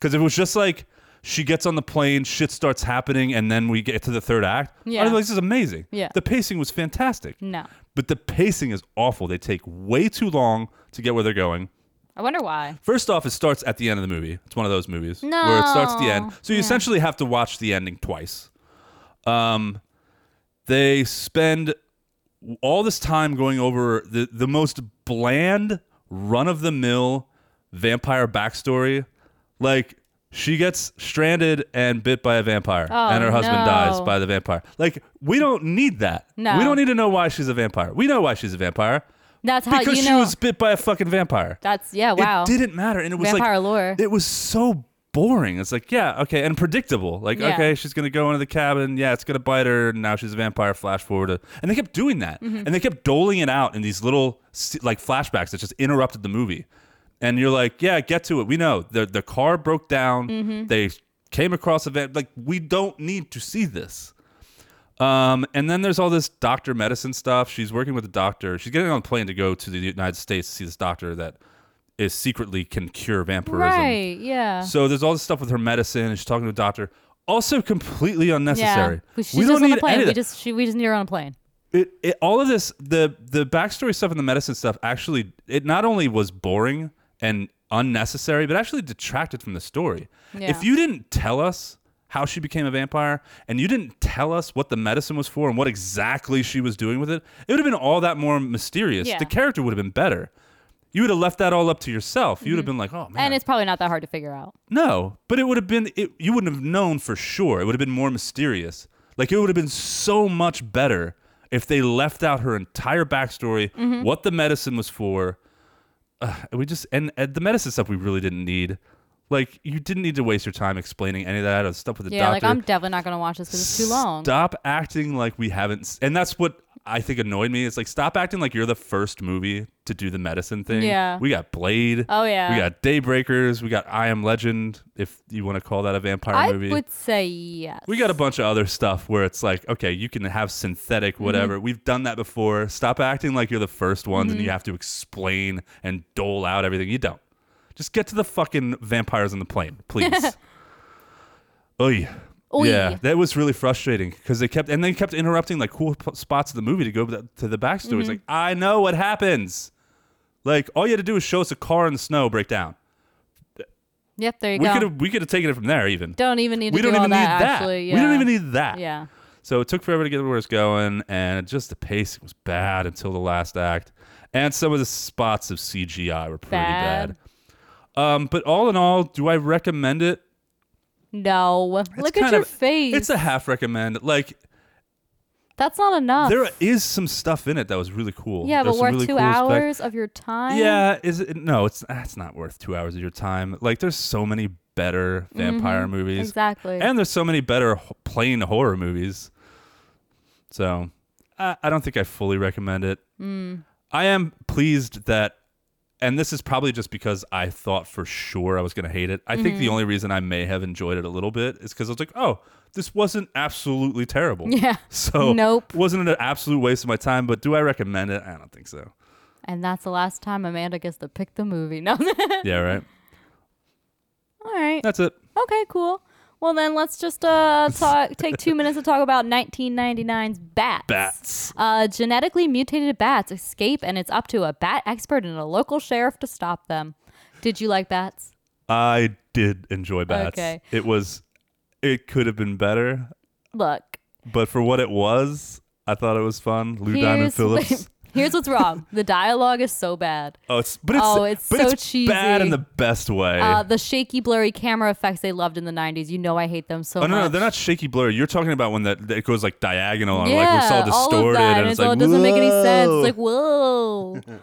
Speaker 1: Because if it was just like she gets on the plane, shit starts happening, and then we get to the third act,
Speaker 2: Yeah.
Speaker 1: I was like, this is amazing.
Speaker 2: Yeah. Mm.
Speaker 1: The pacing was fantastic.
Speaker 2: No.
Speaker 1: But the pacing is awful. They take way too long to get where they're going.
Speaker 2: I wonder why.
Speaker 1: First off, it starts at the end of the movie. It's one of those movies where it starts at the end.
Speaker 2: No.
Speaker 1: So you essentially have to watch the ending twice. Um, they spend all this time going over the, the most bland, run of the mill vampire backstory. Like, She gets stranded and bit by a vampire,
Speaker 2: Oh,
Speaker 1: and her husband dies
Speaker 2: no.
Speaker 1: by the vampire. Like, we don't need that.
Speaker 2: No.
Speaker 1: We don't need to know why she's a vampire. We know why she's a vampire
Speaker 2: That's how
Speaker 1: because
Speaker 2: you
Speaker 1: she
Speaker 2: know.
Speaker 1: was bit by a fucking vampire.
Speaker 2: that's yeah. Wow.
Speaker 1: It didn't matter. And it was
Speaker 2: Vampire
Speaker 1: like,
Speaker 2: lore.
Speaker 1: it was so boring. It's like, yeah, okay, and predictable. Like,
Speaker 2: Yeah.
Speaker 1: okay, she's gonna go into the cabin. Yeah, it's gonna bite her. And now she's a vampire. Flash forward, to, and they kept doing that,
Speaker 2: Mm-hmm.
Speaker 1: and they kept doling it out in these little s- like flashbacks that just interrupted the movie. And you're like, yeah, get to it. We know the the car broke down.
Speaker 2: Mm-hmm.
Speaker 1: They came across a van. Like, we don't need to see this. Um, and then there's all this doctor medicine stuff. She's working with a doctor. She's getting on a plane to go to the United States to see this doctor that is secretly can cure vampirism.
Speaker 2: right. Yeah.
Speaker 1: So there's all this stuff with her medicine, and she's talking to a doctor. Also, completely unnecessary.
Speaker 2: Yeah. She's just on a plane. We just she, we just need her on a plane.
Speaker 1: it, it, all of this, the the backstory stuff and the medicine stuff, actually, it not only was boring and unnecessary, but actually detracted from the story.
Speaker 2: Yeah.
Speaker 1: If you didn't tell us how she became a vampire, and you didn't tell us what the medicine was for and what exactly she was doing with it, it would have been all that more mysterious.
Speaker 2: Yeah.
Speaker 1: The character would have been better. You would have left that all up to yourself. You would have been like, "Oh man,
Speaker 2: Mm-hmm. And it's probably not that hard to figure out.
Speaker 1: no, but it would have been it, you wouldn't have known for sure. It would have been more mysterious. Like it would have been so much better if they left out her entire backstory,
Speaker 2: Mm-hmm.
Speaker 1: what the medicine was for. Ugh, we just and, and the medicine stuff we really didn't need. Like you didn't need to waste your time explaining any of that or stuff with the
Speaker 2: Yeah,
Speaker 1: doctor.
Speaker 2: like I'm definitely not gonna watch this because it's too long.
Speaker 1: Stop acting like we haven't. s- And that's what I think annoyed me. It's like stop acting like you're the first movie to do the medicine thing.
Speaker 2: Yeah.
Speaker 1: We got Blade.
Speaker 2: Oh, yeah.
Speaker 1: We got Daybreakers. We got I Am Legend. If you want to call that a vampire
Speaker 2: I
Speaker 1: movie.
Speaker 2: would say yes.
Speaker 1: we got a bunch of other stuff where it's like, okay, you can have
Speaker 2: Mm-hmm.
Speaker 1: synthetic whatever. We've done that before. Stop acting like you're the first ones
Speaker 2: Mm-hmm.
Speaker 1: and you have to explain and dole out everything. You don't. Just get to the fucking vampires on the
Speaker 2: <laughs>
Speaker 1: plane, please. Oy.
Speaker 2: Oy.
Speaker 1: Yeah, that was really frustrating because they kept and they kept interrupting like cool p- spots of the movie to go th- to the backstory.
Speaker 2: Mm-hmm.
Speaker 1: It's like I know what happens. Like all you had to do was show us a car in the snow break down.
Speaker 2: Yep, there you
Speaker 1: We
Speaker 2: go.
Speaker 1: could have we could have taken it from there even.
Speaker 2: don't even need to
Speaker 1: we
Speaker 2: do
Speaker 1: don't
Speaker 2: all
Speaker 1: even
Speaker 2: that,
Speaker 1: need that.
Speaker 2: actually. Yeah.
Speaker 1: We don't even need that.
Speaker 2: Yeah.
Speaker 1: So it took forever to get where it's going, and just the pacing was bad until the last act, and some of the spots of CGI were pretty bad.
Speaker 2: Bad.
Speaker 1: Um, but all in all, do I recommend it?
Speaker 2: No.
Speaker 1: It's
Speaker 2: Look at
Speaker 1: kind
Speaker 2: your
Speaker 1: of-
Speaker 2: face.
Speaker 1: It's a half recommend. Like
Speaker 2: That's not enough.
Speaker 1: there is some stuff in it that was really cool.
Speaker 2: Oh. yeah,
Speaker 1: There's
Speaker 2: but
Speaker 1: some
Speaker 2: we're
Speaker 1: really
Speaker 2: two
Speaker 1: cool spec-
Speaker 2: hours of your time.
Speaker 1: Yeah, is it? No, it's ah, it's not worth two hours of your time. Like, there's so many better vampire
Speaker 2: Mm-hmm.
Speaker 1: movies,
Speaker 2: Exactly.
Speaker 1: and there's so many better h- plain horror movies. So, I, I don't think I fully recommend it.
Speaker 2: Hmm.
Speaker 1: I am pleased that, and this is probably just because I thought for sure I was going to hate it. I think
Speaker 2: Mm-hmm.
Speaker 1: the only reason I may have enjoyed it a little bit is because I was like, oh, this wasn't absolutely terrible.
Speaker 2: <laughs> Yeah.
Speaker 1: <laughs> So,
Speaker 2: Nope.
Speaker 1: it wasn't an absolute waste of my time. But do I recommend it? I don't think
Speaker 2: <laughs>
Speaker 1: so.
Speaker 2: And that's the last time Amanda gets to pick the movie. No. <laughs>
Speaker 1: Yeah. Right.
Speaker 2: All right.
Speaker 1: That's it.
Speaker 2: Okay, cool. Well, then let's
Speaker 1: <laughs>
Speaker 2: just uh, talk, take two minutes to talk about 1999's Bats.
Speaker 1: Bats.
Speaker 2: Uh, genetically mutated bats escape, and it's up to a bat expert and a local sheriff to stop them. Did you like bats?
Speaker 1: I did enjoy Bats.
Speaker 2: Okay.
Speaker 1: It was, it could have been better,
Speaker 2: Look.
Speaker 1: but for what it was, I thought it was fun. Lou Diamond
Speaker 2: <laughs>
Speaker 1: Phillips.
Speaker 2: here's what's wrong the dialogue is so bad.
Speaker 1: Oh, it's but it's
Speaker 2: Oh, it's
Speaker 1: but
Speaker 2: so
Speaker 1: it's bad
Speaker 2: cheesy.
Speaker 1: in the best way.
Speaker 2: Uh, the shaky, blurry camera effects they loved in the 90s. You know I hate them so
Speaker 1: oh
Speaker 2: much.
Speaker 1: no, no, they're not shaky blur. You're talking about when that, that it goes like diagonal and
Speaker 2: Yeah,
Speaker 1: like it's all distorted
Speaker 2: of that,
Speaker 1: and it's like
Speaker 2: all, it doesn't make any sense.
Speaker 1: "Whoa."
Speaker 2: It's like whoa.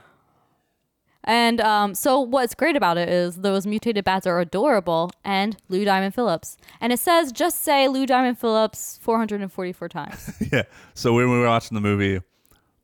Speaker 2: and um, so what's great about it is those mutated bats are adorable and Lou Diamond Phillips. And it says just say Lou Diamond Phillips 444 times.
Speaker 1: <laughs> yeah. So when we were watching the movie,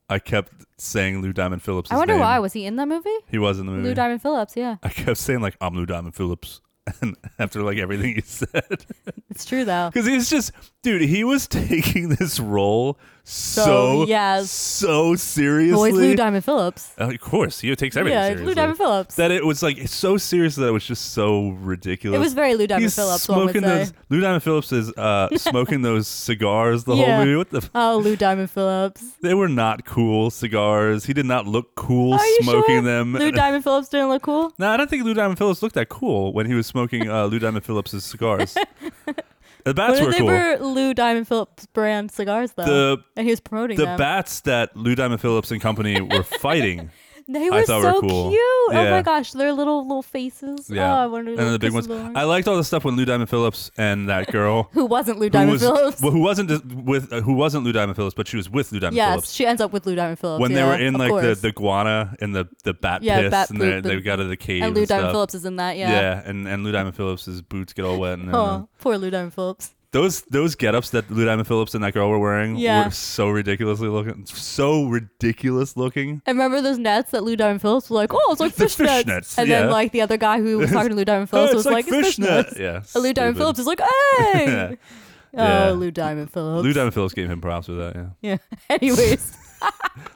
Speaker 1: I kept saying Lou Diamond Phillips.
Speaker 2: I wonder why was he in that movie?
Speaker 1: he was in the movie.
Speaker 2: Lou Diamond Phillips, yeah,
Speaker 1: I kept saying like I'm Lou Diamond Phillips, <laughs> and after like everything he said. <laughs>
Speaker 2: it's true though.
Speaker 1: Because it's just, dude, he was <laughs> taking this role so,
Speaker 2: yes.
Speaker 1: so
Speaker 2: Oh,
Speaker 1: seriously.
Speaker 2: it's Lou Diamond Phillips.
Speaker 1: Uh, of course, he takes everything
Speaker 2: yeah, it's
Speaker 1: seriously.
Speaker 2: Lou Diamond Phillips.
Speaker 1: That it was like so serious that it was just so ridiculous.
Speaker 2: it was very Lou Diamond
Speaker 1: He's
Speaker 2: Phillips. One would
Speaker 1: smoking
Speaker 2: say.
Speaker 1: those. Lou Diamond Phillips is
Speaker 2: <laughs>
Speaker 1: uh, smoking those cigars the
Speaker 2: Yeah.
Speaker 1: whole movie. What the? F-
Speaker 2: Oh, Lou
Speaker 1: <laughs>
Speaker 2: Diamond Phillips.
Speaker 1: they were not cool cigars. He did not look cool
Speaker 2: Are you
Speaker 1: smoking
Speaker 2: sure?
Speaker 1: them.
Speaker 2: Lou Diamond Phillips didn't look cool.
Speaker 1: No, I don't think Lou Diamond Phillips looked that cool when he was smoking uh, Lou Diamond Phillips'
Speaker 2: <laughs>
Speaker 1: cigars. the bats
Speaker 2: what
Speaker 1: were
Speaker 2: if they
Speaker 1: cool.
Speaker 2: were Lou Diamond Phillips brand cigars though?
Speaker 1: The-
Speaker 2: and he was promoting
Speaker 1: the
Speaker 2: them.
Speaker 1: bats that Lou Diamond Phillips and company were fighting
Speaker 2: They
Speaker 1: I
Speaker 2: were
Speaker 1: thought
Speaker 2: so
Speaker 1: were cool.
Speaker 2: cute. Oh
Speaker 1: Yeah.
Speaker 2: my gosh, their little little faces.
Speaker 1: Yeah.
Speaker 2: <laughs> Oh, I wanted
Speaker 1: and
Speaker 2: to
Speaker 1: then the big ones. I liked all the stuff when Lou Diamond Phillips and that girl
Speaker 2: <laughs> who wasn't Lou
Speaker 1: who
Speaker 2: Diamond
Speaker 1: was
Speaker 2: Phillips?
Speaker 1: well, who wasn't dis- with uh, who wasn't Lou Diamond Phillips, but she was with Lou Diamond
Speaker 2: yes,
Speaker 1: Phillips
Speaker 2: she ends up with Lou Diamond Phillips.
Speaker 1: when they
Speaker 2: yeah,
Speaker 1: were in
Speaker 2: of
Speaker 1: like the,
Speaker 2: course.
Speaker 1: the guana and the the bat
Speaker 2: Yeah,
Speaker 1: piss
Speaker 2: bat
Speaker 1: and they
Speaker 2: poop
Speaker 1: they
Speaker 2: and-
Speaker 1: got out of the cave
Speaker 2: and Lou Diamond
Speaker 1: stuff.
Speaker 2: Phillips is in that.
Speaker 1: Yeah.
Speaker 2: Yeah.
Speaker 1: and and Lou Diamond Phillips's boots get all wet and uh,
Speaker 2: Oh, poor Lou Diamond Phillips.
Speaker 1: those those get-ups that Lou Diamond Phillips and that girl were wearing
Speaker 2: Yeah.
Speaker 1: were so ridiculously looking, so ridiculous looking.
Speaker 2: And remember those nets that Lou Diamond Phillips was like, oh, it's like
Speaker 1: <laughs> The
Speaker 2: fish, nets.
Speaker 1: fishnets,
Speaker 2: And
Speaker 1: yeah.
Speaker 2: then like the other guy who was talking to
Speaker 1: <laughs>
Speaker 2: Lou Diamond Phillips
Speaker 1: Oh, it's
Speaker 2: was
Speaker 1: like
Speaker 2: like, it's
Speaker 1: fishnet.
Speaker 2: fishnets.
Speaker 1: Yeah,
Speaker 2: And Lou
Speaker 1: stupid.
Speaker 2: Diamond Phillips is like,
Speaker 1: Yeah.
Speaker 2: hey.
Speaker 1: <laughs> Yeah.
Speaker 2: Oh, Lou Diamond Phillips.
Speaker 1: Lou Diamond Phillips gave him props for that. Yeah,
Speaker 2: Yeah. <laughs> Anyways,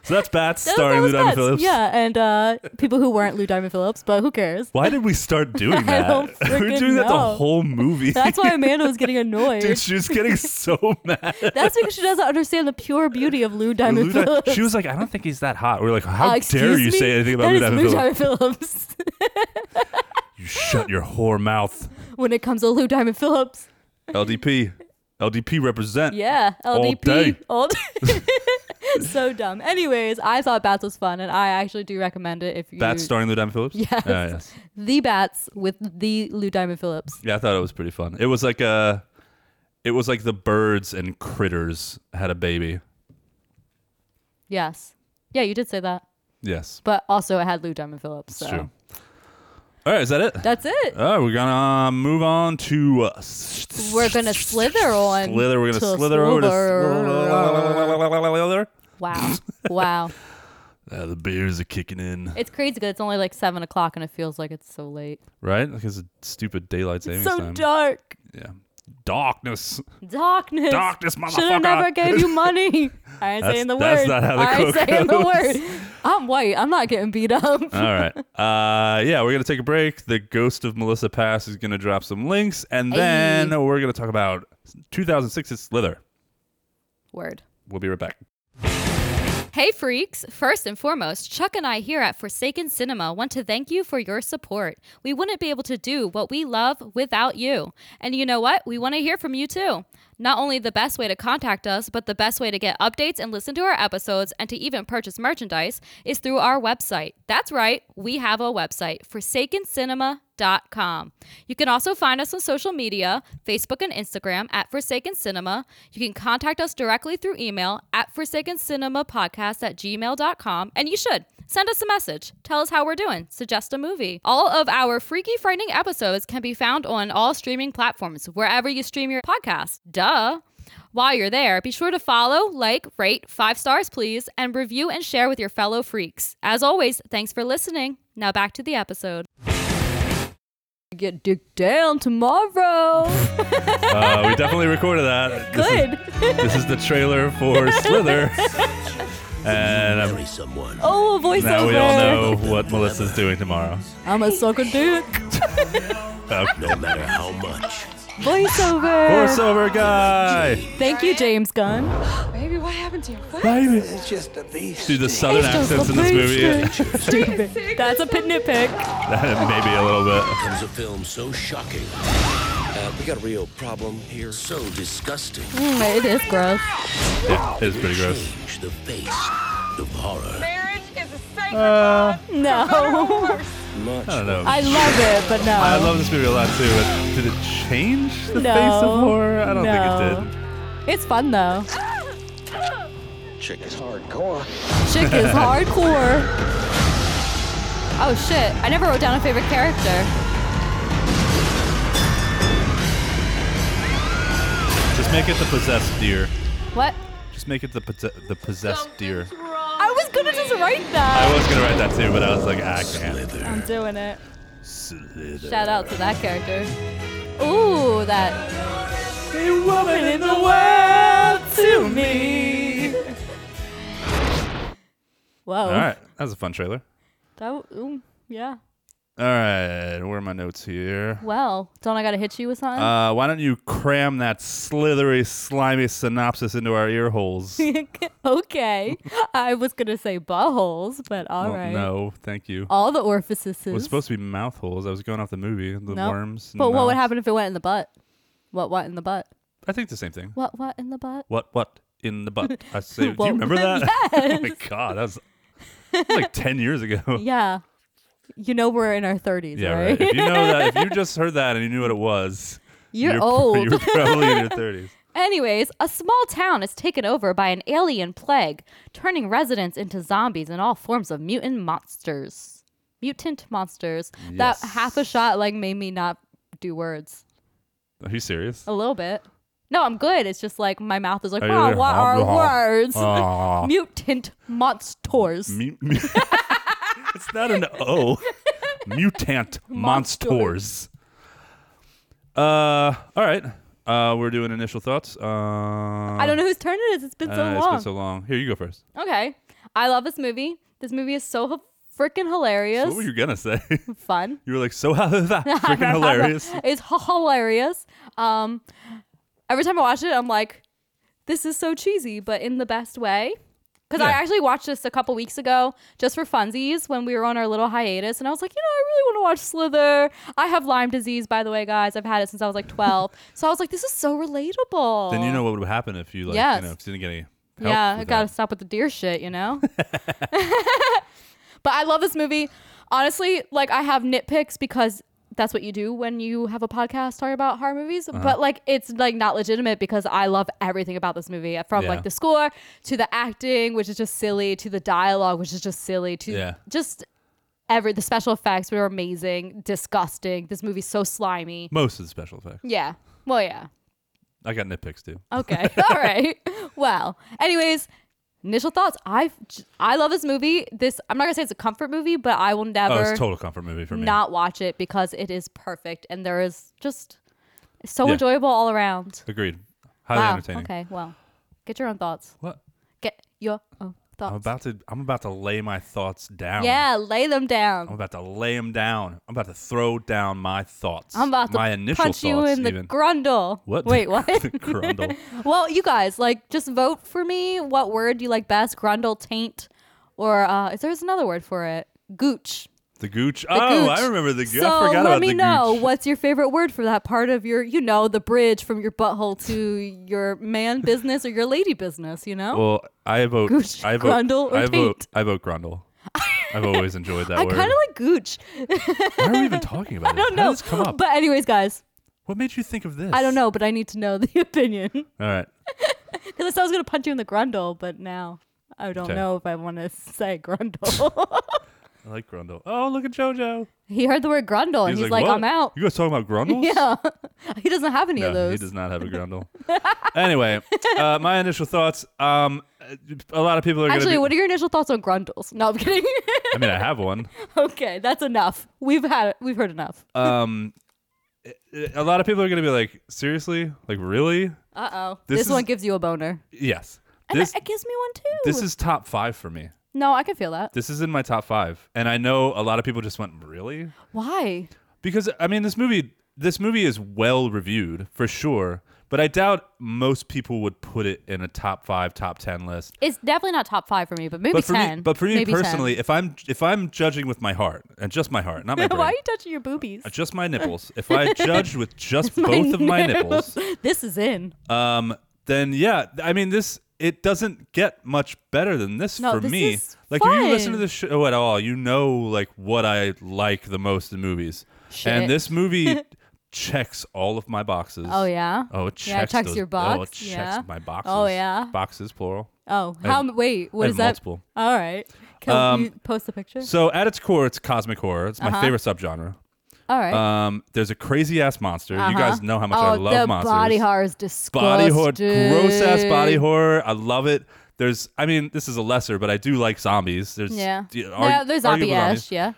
Speaker 1: so that's Bats
Speaker 2: <laughs> that was-
Speaker 1: starring
Speaker 2: that
Speaker 1: Lou
Speaker 2: was
Speaker 1: Diamond
Speaker 2: nuts.
Speaker 1: Phillips.
Speaker 2: Yeah, and uh, people who weren't Lou Diamond Phillips, but who cares?
Speaker 1: Why did we
Speaker 2: <laughs>
Speaker 1: start doing
Speaker 2: I
Speaker 1: that?
Speaker 2: don't
Speaker 1: We're
Speaker 2: freaking
Speaker 1: doing that the
Speaker 2: know. <laughs>
Speaker 1: whole movie.
Speaker 2: That's why Amanda
Speaker 1: <laughs>
Speaker 2: was getting annoyed. <laughs>
Speaker 1: Dude, she was getting so <laughs> mad.
Speaker 2: That's because she doesn't understand the pure beauty of Lou Diamond
Speaker 1: Lou Di-
Speaker 2: Phillips.
Speaker 1: she was like, I don't think he's that hot. We're like, how
Speaker 2: Uh,
Speaker 1: dare
Speaker 2: excuse
Speaker 1: you
Speaker 2: me?
Speaker 1: say anything about
Speaker 2: That
Speaker 1: Lou
Speaker 2: is
Speaker 1: Diamond
Speaker 2: Lou
Speaker 1: Phillips?
Speaker 2: Diamond Phillips. <laughs>
Speaker 1: You shut your whore mouth.
Speaker 2: when it comes to Lou Diamond Phillips,
Speaker 1: LDP. LDP represent.
Speaker 2: yeah,
Speaker 1: All day.
Speaker 2: LDP,
Speaker 1: <laughs>
Speaker 2: all <laughs> so dumb. Anyways, I thought Bats was fun, and I actually do recommend it if you
Speaker 1: Bats starring Lou Diamond Phillips?
Speaker 2: Yes.
Speaker 1: Ah, yes.
Speaker 2: the Bats with the Lou Diamond Phillips.
Speaker 1: Yeah, I thought it was pretty fun. It was like uh it was like the birds and critters had a baby.
Speaker 2: Yes, yeah, you did say that,
Speaker 1: Yes.
Speaker 2: but also it had Lou Diamond Phillips.
Speaker 1: It's
Speaker 2: So
Speaker 1: true. All right, is that it?
Speaker 2: that's it.
Speaker 1: All right, we're gonna uh, move on to. Uh, s-
Speaker 2: We're gonna slither on.
Speaker 1: Slither. We're gonna
Speaker 2: to
Speaker 1: slither over to slither.
Speaker 2: <laughs> Wow, wow,
Speaker 1: Uh, the beers are kicking in,
Speaker 2: it's crazy because it's only like seven o'clock and it feels like it's so late.
Speaker 1: right? Because it's stupid daylight savings
Speaker 2: so
Speaker 1: time.
Speaker 2: dark.
Speaker 1: yeah, darkness,
Speaker 2: Darkness.
Speaker 1: darkness,
Speaker 2: Should have
Speaker 1: motherfucker.
Speaker 2: never gave you money. I ain't
Speaker 1: That's-
Speaker 2: saying the
Speaker 1: that's
Speaker 2: word.
Speaker 1: not how the
Speaker 2: I ain't
Speaker 1: quote
Speaker 2: saying the
Speaker 1: goes.
Speaker 2: word. I'm white. I'm not getting beat up.
Speaker 1: <laughs> All right. Uh, yeah, we're gonna take a break. The ghost of Melissa Pass is gonna drop some links, and then
Speaker 2: Hey.
Speaker 1: we're gonna talk about 2006's Slither.
Speaker 2: word.
Speaker 1: We'll be right back.
Speaker 2: Hey freaks! First and foremost, Chuck and I here at Forsaken Cinema want to thank you for your support. We wouldn't be able to do what we love without you. And you know what? We want to hear from you too. Not only the best way to contact us, but the best way to get updates and listen to our episodes and to even purchase merchandise is through our website. That's right, we have a website, forsakencinema.com. You can also find us on social media, Facebook and Instagram at Forsaken Cinema. You can contact us directly through email at forsakencinema.podcast at gmail.com. And you should send us a message. Tell us how we're doing. Suggest a movie. All of our freaky frightening episodes can be found on all streaming platforms, wherever you stream your podcast. Duh. While you're there, be sure to follow, like, rate, five stars, please, and review and share with your fellow freaks. As always, thanks for listening. Now back to the episode. Get dick down tomorrow.
Speaker 1: Uh, we definitely recorded that. This is-
Speaker 2: Good.
Speaker 1: This is the trailer
Speaker 2: <laughs>
Speaker 1: for Slither. And um,
Speaker 3: marry someone.
Speaker 2: Oh, a voiceover.
Speaker 1: now we all know what Melissa's doing tomorrow.
Speaker 2: I'm a sucker dick.
Speaker 3: No matter how much.
Speaker 2: Voiceover.
Speaker 1: Crossover guy!
Speaker 2: Thank you, James Gunn.
Speaker 4: Baby, what happened to you? What?
Speaker 3: It's just a beast.
Speaker 1: Dude, the southern accents in this movie. <laughs>
Speaker 2: Stupid. That's a pit nitpick.
Speaker 1: Maybe a little bit.
Speaker 3: Comes a film so shocking. Uh, we got a real problem here. So disgusting.
Speaker 2: Mm, it is gross.
Speaker 1: Yeah, it's pretty gross.
Speaker 3: Change the face of horror.
Speaker 4: Marriage is a sacred
Speaker 1: Uh,
Speaker 2: No.
Speaker 3: Much.
Speaker 1: I don't know.
Speaker 2: I love it, but no.
Speaker 1: I love this movie a lot too, but did it change the
Speaker 2: No.
Speaker 1: face of horror? I don't
Speaker 2: No.
Speaker 1: think it did.
Speaker 2: It's fun though.
Speaker 3: Chick is hardcore.
Speaker 1: <laughs>
Speaker 2: Chick is hardcore. Oh shit! I never wrote down a favorite character.
Speaker 1: Just make it the possessed deer.
Speaker 2: What?
Speaker 1: Just make it the posse- the possessed deer.
Speaker 2: I was gonna just write that.
Speaker 1: I was gonna write that too, but I was like, ah, I can't.
Speaker 3: Slither.
Speaker 2: I'm doing it.
Speaker 3: Slither.
Speaker 2: Shout out to that character. Ooh, that.
Speaker 1: A woman in the world to me.
Speaker 2: Whoa.
Speaker 1: All right, that was a fun trailer.
Speaker 2: That. w- Ooh, yeah.
Speaker 1: All right, where are my notes here?
Speaker 2: Well, don't I gotta hit you with something?
Speaker 1: Uh, why don't you cram that slithery, slimy synopsis into our ear holes?
Speaker 3: Uh.
Speaker 2: <laughs> okay. I was gonna say buttholes, but all
Speaker 1: Well,
Speaker 2: right.
Speaker 1: Oh, No, thank you.
Speaker 2: All the orifices.
Speaker 1: It was supposed to be mouth holes. I was going off the movie, the
Speaker 2: Nope.
Speaker 1: worms. and
Speaker 2: But what would
Speaker 1: mouths.
Speaker 2: happen if it went in the butt? What? What in the butt?
Speaker 1: I think the same thing.
Speaker 2: What? What in the butt? <laughs>
Speaker 1: What? What in the butt? I say. do you
Speaker 2: Well,
Speaker 1: remember that? oh my
Speaker 2: yes.
Speaker 1: <laughs> god, that was like 10 years
Speaker 2: <laughs>
Speaker 1: ago.
Speaker 2: Yeah. You know we're in our 30s,
Speaker 1: Yeah,
Speaker 2: right?
Speaker 1: right. If you know that, if you just heard that and you knew what it was,
Speaker 2: <laughs> You're
Speaker 1: pro-
Speaker 2: old.
Speaker 1: You're probably in your 30s.
Speaker 2: Anyways, a small town is taken over by an alien plague, turning residents into zombies and all forms of mutant monsters. Mutant monsters. That
Speaker 1: Yes.
Speaker 2: half a shot like made me not do words.
Speaker 1: Are you serious?
Speaker 2: A little bit. No, I'm good. It's just like my mouth is like,
Speaker 1: Are you
Speaker 2: wow,
Speaker 1: there?
Speaker 2: what are
Speaker 1: <laughs>
Speaker 2: words?
Speaker 1: Uh-huh.
Speaker 2: <laughs>
Speaker 1: Aw.
Speaker 2: Mutant monsters.
Speaker 1: Mu- mu- it's not an O.
Speaker 2: <laughs>
Speaker 1: Mutant monsters. Uh, all right. Uh, we're doing initial thoughts. Uh,
Speaker 2: I
Speaker 1: I
Speaker 2: don't know whose turn it is. It's been so
Speaker 1: uh,
Speaker 2: long.
Speaker 1: It's been so long. Here, you go first.
Speaker 2: Okay. I love this movie. This movie is so freaking hilarious.
Speaker 1: What were you gonna say? <laughs>
Speaker 2: Fun.
Speaker 1: you were like so
Speaker 2: <laughs>
Speaker 1: freaking hilarious.
Speaker 2: it's hilarious. Um, every time I watch it, I'm like, this is so cheesy, but in the best way. Because I
Speaker 1: Yeah.
Speaker 2: actually watched this a couple weeks ago just for funsies when we were on our little hiatus. And I was like, you know, I really want to watch Slither. I have Lyme disease, by the way, guys. I've had it since I was like
Speaker 1: <laughs>
Speaker 2: 12. so I was like, this is so relatable.
Speaker 1: Then you know what would happen if you like
Speaker 2: Yes.
Speaker 1: you know if you didn't get any. Help
Speaker 2: yeah,
Speaker 1: with
Speaker 2: I gotta
Speaker 1: that.
Speaker 2: stop with the deer shit,
Speaker 1: <laughs>
Speaker 2: you know. <laughs> but I love this movie. Honestly, like I have nitpicks because that's what you do when you have a podcast talking about horror movies.
Speaker 1: Uh-huh.
Speaker 2: But like, it's like not legitimate because I love everything about this movie, from
Speaker 1: Yeah.
Speaker 2: like the score to the acting, which is just silly, to the dialogue, which is just silly, to
Speaker 1: Yeah.
Speaker 2: just every the special effects were amazing, disgusting. This movie's so slimy.
Speaker 1: Most of the special effects.
Speaker 2: Yeah. Well, yeah.
Speaker 1: I got nitpicks too. Oh,
Speaker 2: Okay. <laughs> All right. Well, anyways, initial thoughts. I I love this movie. This I'm not gonna say it's a comfort movie, but I will
Speaker 1: Oh,
Speaker 2: never
Speaker 1: it's a total comfort movie for me.
Speaker 2: not watch it because it is perfect and there is just it's so
Speaker 1: Yeah.
Speaker 2: enjoyable all around.
Speaker 1: Agreed. Highly
Speaker 2: wow.
Speaker 1: entertaining.
Speaker 2: Okay. Well, get your own thoughts.
Speaker 1: What?
Speaker 2: Get your own
Speaker 1: I'm
Speaker 2: thoughts.
Speaker 1: about to. I'm about to lay my thoughts down.
Speaker 2: yeah, lay them down.
Speaker 1: I'm about to lay them down. I'm about to throw down my thoughts.
Speaker 2: I'm about to
Speaker 1: my initial
Speaker 2: punch
Speaker 1: thoughts,
Speaker 2: you in the
Speaker 1: even.
Speaker 2: grundle.
Speaker 1: what? <laughs>
Speaker 2: Wait, what?
Speaker 1: The grundle.
Speaker 2: well, you guys, like, just vote for me. What word do you like best? Grundle, taint, or uh, is there's another word for it? Gooch.
Speaker 1: The gooch.
Speaker 2: The
Speaker 1: oh,
Speaker 2: gooch.
Speaker 1: I remember the gooch.
Speaker 2: So
Speaker 1: I forgot
Speaker 2: let
Speaker 1: about
Speaker 2: me
Speaker 1: the
Speaker 2: know
Speaker 1: gooch.
Speaker 2: what's your favorite word for that part of your, you know, the bridge from your butthole to your man business or your lady business. You know,
Speaker 1: Well, I vote.
Speaker 2: Gooch,
Speaker 1: I vote.
Speaker 2: grundle, or
Speaker 1: I vote.
Speaker 2: taint?
Speaker 1: I vote grundle. I've always enjoyed that
Speaker 2: <laughs> <laughs> I
Speaker 1: word.
Speaker 2: kind of like gooch.
Speaker 1: Why are we even talking about
Speaker 2: I don't
Speaker 1: this? How
Speaker 2: know.
Speaker 1: did this come up?
Speaker 2: But anyways, guys,
Speaker 1: what made you think of this?
Speaker 2: I don't know, but I need to know <laughs> the opinion because
Speaker 1: All right.
Speaker 2: I thought I was gonna punch you in the grundle, but now. I don't
Speaker 1: Okay.
Speaker 2: know if I want to <laughs> say
Speaker 1: <laughs>
Speaker 2: grundle. <laughs>
Speaker 1: I like grundle. Oh, look at JoJo.
Speaker 2: he heard the word grundle and he's, like,
Speaker 1: "What?
Speaker 2: I'm out. <laughs>
Speaker 1: You guys talking about grundles?
Speaker 2: Yeah. <laughs> he doesn't have any of
Speaker 1: No, he
Speaker 2: those.
Speaker 1: does not have a
Speaker 2: <laughs>
Speaker 1: grundle. anyway, uh, my initial thoughts. Um, a lot of people are
Speaker 2: Actually,
Speaker 1: gonna. Be,
Speaker 2: what are your initial thoughts on grundles? No, I'm kidding. <laughs>
Speaker 1: I mean, I have one.
Speaker 2: okay, that's enough. We've had we've heard enough.
Speaker 1: Um, a lot of people are gonna be like, seriously, like really?
Speaker 2: Uh oh.
Speaker 1: this
Speaker 2: This,
Speaker 1: is-
Speaker 2: one gives you a boner.
Speaker 1: Yes.
Speaker 2: And
Speaker 1: This
Speaker 2: it, it gives me one too.
Speaker 1: this is top five for me.
Speaker 2: no, I can feel that.
Speaker 1: This is in my top five, and I know a lot of people just went really
Speaker 2: Why?
Speaker 1: because I mean this movie this movie is well reviewed for sure, but I doubt most people would put it in a top five, top ten list.
Speaker 2: It's definitely not top five for me, but maybe
Speaker 1: But for
Speaker 2: ten.
Speaker 1: me, but for me
Speaker 2: Maybe 10.
Speaker 1: personally, if I'm if I'm judging with my heart and just my heart, not my brain,
Speaker 2: why are you touching your boobies?
Speaker 1: just my nipples. If I judged with just both of my nipples,
Speaker 2: <laughs> this is in.
Speaker 1: um, then yeah, I mean this. It doesn't get much better than this
Speaker 2: No,
Speaker 1: for
Speaker 2: this
Speaker 1: me.
Speaker 2: is
Speaker 1: like if you listen to
Speaker 2: fun.
Speaker 1: the show at all, you know like what I like the most in movies,
Speaker 2: Shit.
Speaker 1: and this
Speaker 2: <laughs>
Speaker 1: movie checks all of my boxes.
Speaker 2: Oh yeah.
Speaker 1: Oh, it checks,
Speaker 2: Yeah, it checks
Speaker 1: those-
Speaker 2: your
Speaker 1: Oh, it
Speaker 2: box.
Speaker 1: checks
Speaker 2: yeah.
Speaker 1: my boxes.
Speaker 2: Oh yeah.
Speaker 1: boxes plural.
Speaker 2: Oh, how?
Speaker 1: have-
Speaker 2: m- wait,
Speaker 1: I
Speaker 2: what
Speaker 1: have
Speaker 2: is that?
Speaker 1: multiple.
Speaker 2: All right. Can
Speaker 1: Um,
Speaker 2: you post the picture?
Speaker 1: So at its core, it's cosmic horror. It's my
Speaker 2: Uh-huh.
Speaker 1: favorite subgenre.
Speaker 2: All right.
Speaker 1: Um, there's a crazy ass monster. You
Speaker 2: Uh-huh.
Speaker 1: guys know how much
Speaker 2: oh,
Speaker 1: I love
Speaker 2: the
Speaker 1: monsters.
Speaker 2: Body horror is disgusting.
Speaker 1: body horror, gross ass body horror. I love it. There's, I mean, this is a lesser, but I do like zombies. There's,
Speaker 2: Yeah.
Speaker 1: d- argu-
Speaker 2: yeah, there's zombie
Speaker 1: arguable
Speaker 2: ash. Yeah.
Speaker 1: Yeah.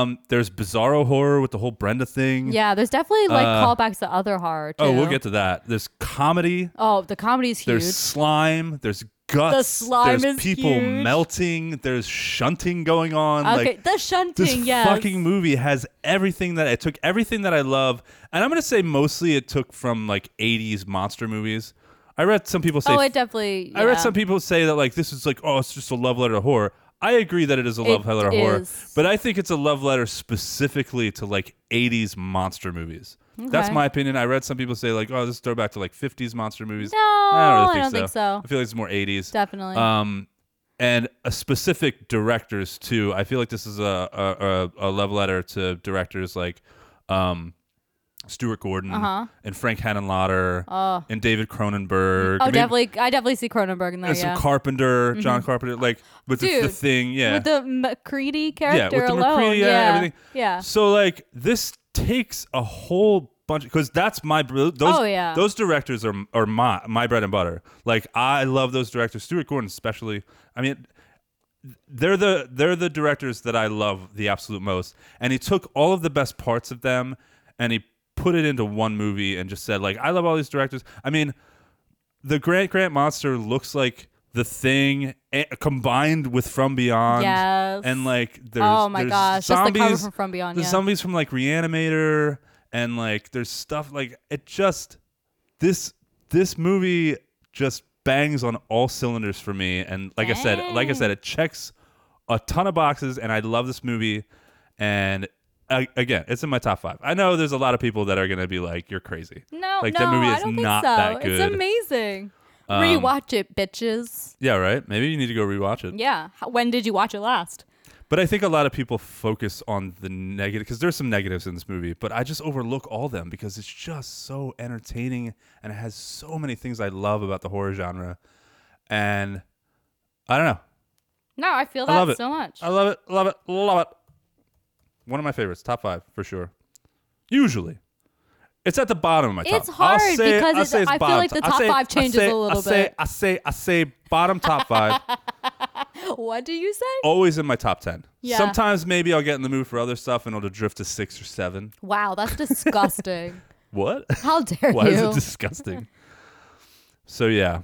Speaker 1: Um, there's bizarro horror with the whole Brenda thing.
Speaker 2: Yeah, there's definitely like
Speaker 1: Uh,
Speaker 2: callbacks to other horror. Too.
Speaker 1: Oh, we'll get to that. There's comedy.
Speaker 2: Oh, the comedy's huge.
Speaker 1: There's slime. There's guts.
Speaker 2: slime
Speaker 1: there's
Speaker 2: is
Speaker 1: people
Speaker 2: huge.
Speaker 1: melting. There's shunting going on.
Speaker 2: okay,
Speaker 1: Like,
Speaker 2: the
Speaker 1: this
Speaker 2: shunting. yes.
Speaker 1: fucking movie has everything that I took everything that I love, and I'm gonna say mostly it took from like '80s monster movies. I read some people say
Speaker 2: Oh, it definitely.
Speaker 1: I read
Speaker 2: yeah.
Speaker 1: some people say that like this is like oh it's just a love letter to horror. I agree that it is a love
Speaker 2: It
Speaker 1: letter to horror,
Speaker 2: is.
Speaker 1: but I think it's a love letter specifically to like 80s monster movies. That's
Speaker 2: Okay.
Speaker 1: my opinion. I read some people say like oh this is throwback to like 50s monster movies.
Speaker 2: No, I don't think so.
Speaker 1: I feel like it's more 80s.
Speaker 2: Definitely.
Speaker 1: Um, and uh, specific directors too. I feel like this is a a, a, a love letter to directors like um, Stuart Gordon
Speaker 2: Uh-huh.
Speaker 1: and Frank Hanenlotter and David Cronenberg.
Speaker 2: Oh,
Speaker 1: and maybe-
Speaker 2: definitely. I definitely see Cronenberg in there.
Speaker 1: and some
Speaker 2: Yeah. Mm-hmm.
Speaker 1: Carpenter, John Carpenter, like with the, the
Speaker 2: Dude,
Speaker 1: thing, yeah,
Speaker 2: With the McCready character
Speaker 1: yeah, with the
Speaker 2: alone.
Speaker 1: McCree, yeah,
Speaker 2: yeah.
Speaker 1: everything.
Speaker 2: Yeah.
Speaker 1: So like this takes a whole bunch because that's my br- those
Speaker 2: Oh, yeah.
Speaker 1: those directors are are my my bread and butter. Like I love those directors, Stuart Gordon especially. I mean. They're the they're the directors that I love the absolute most, and he took all of the best parts of them, and he put it into one movie, and just said like I love all these directors. I mean, the Grant Grant monster looks like the thing eh, combined with From Beyond.
Speaker 2: Yes.
Speaker 1: And like there's
Speaker 2: Oh my
Speaker 1: there's
Speaker 2: gosh, just the
Speaker 1: zombies
Speaker 2: cover from From Beyond,
Speaker 1: There's
Speaker 2: yeah.
Speaker 1: zombies from like Reanimator and like there's stuff like it just this this movie just bangs on all cylinders for me and like I said like I said it checks a ton of boxes and I love this movie and I, again it's in my top 5. I know there's a lot of people that are going to be like you're crazy.
Speaker 2: No,
Speaker 1: like
Speaker 2: no,
Speaker 1: that movie
Speaker 2: I
Speaker 1: is
Speaker 2: don't
Speaker 1: not
Speaker 2: think so.
Speaker 1: that good. Um,
Speaker 2: It's amazing. Rewatch it, bitches.
Speaker 1: Yeah, right. Maybe you need to go rewatch it.
Speaker 2: Yeah. How- When did you watch it last?
Speaker 1: But I think a lot of people focus on the negative because there's some negatives in this movie, but I just overlook all them because it's just so entertaining and it has so many things I love about the horror genre. And I don't know.
Speaker 2: No, I feel that
Speaker 1: I love it
Speaker 2: so much.
Speaker 1: I love it. Love it. Love it. One of my favorites, top five for sure. Usually, it's at the bottom of my top.
Speaker 2: It's hard
Speaker 1: I'll say,
Speaker 2: because
Speaker 1: I'll
Speaker 2: it's-
Speaker 1: say
Speaker 2: I feel
Speaker 1: bottom
Speaker 2: like the
Speaker 1: I'll
Speaker 2: top
Speaker 1: say-
Speaker 2: five
Speaker 1: I
Speaker 2: changes
Speaker 1: say-
Speaker 2: a little
Speaker 1: I say,
Speaker 2: bit.
Speaker 1: I say I say bottom top
Speaker 2: <laughs>
Speaker 1: five.
Speaker 2: <gasps> what do you say?
Speaker 1: always in my top 10.
Speaker 2: Yeah.
Speaker 1: Sometimes maybe I'll get in the mood for other stuff and it'll drift to six or seven.
Speaker 2: Wow,
Speaker 1: <laughs>
Speaker 2: that's disgusting.
Speaker 1: What?
Speaker 2: How dare
Speaker 1: Why
Speaker 2: you?
Speaker 1: is it disgusting? so, yeah.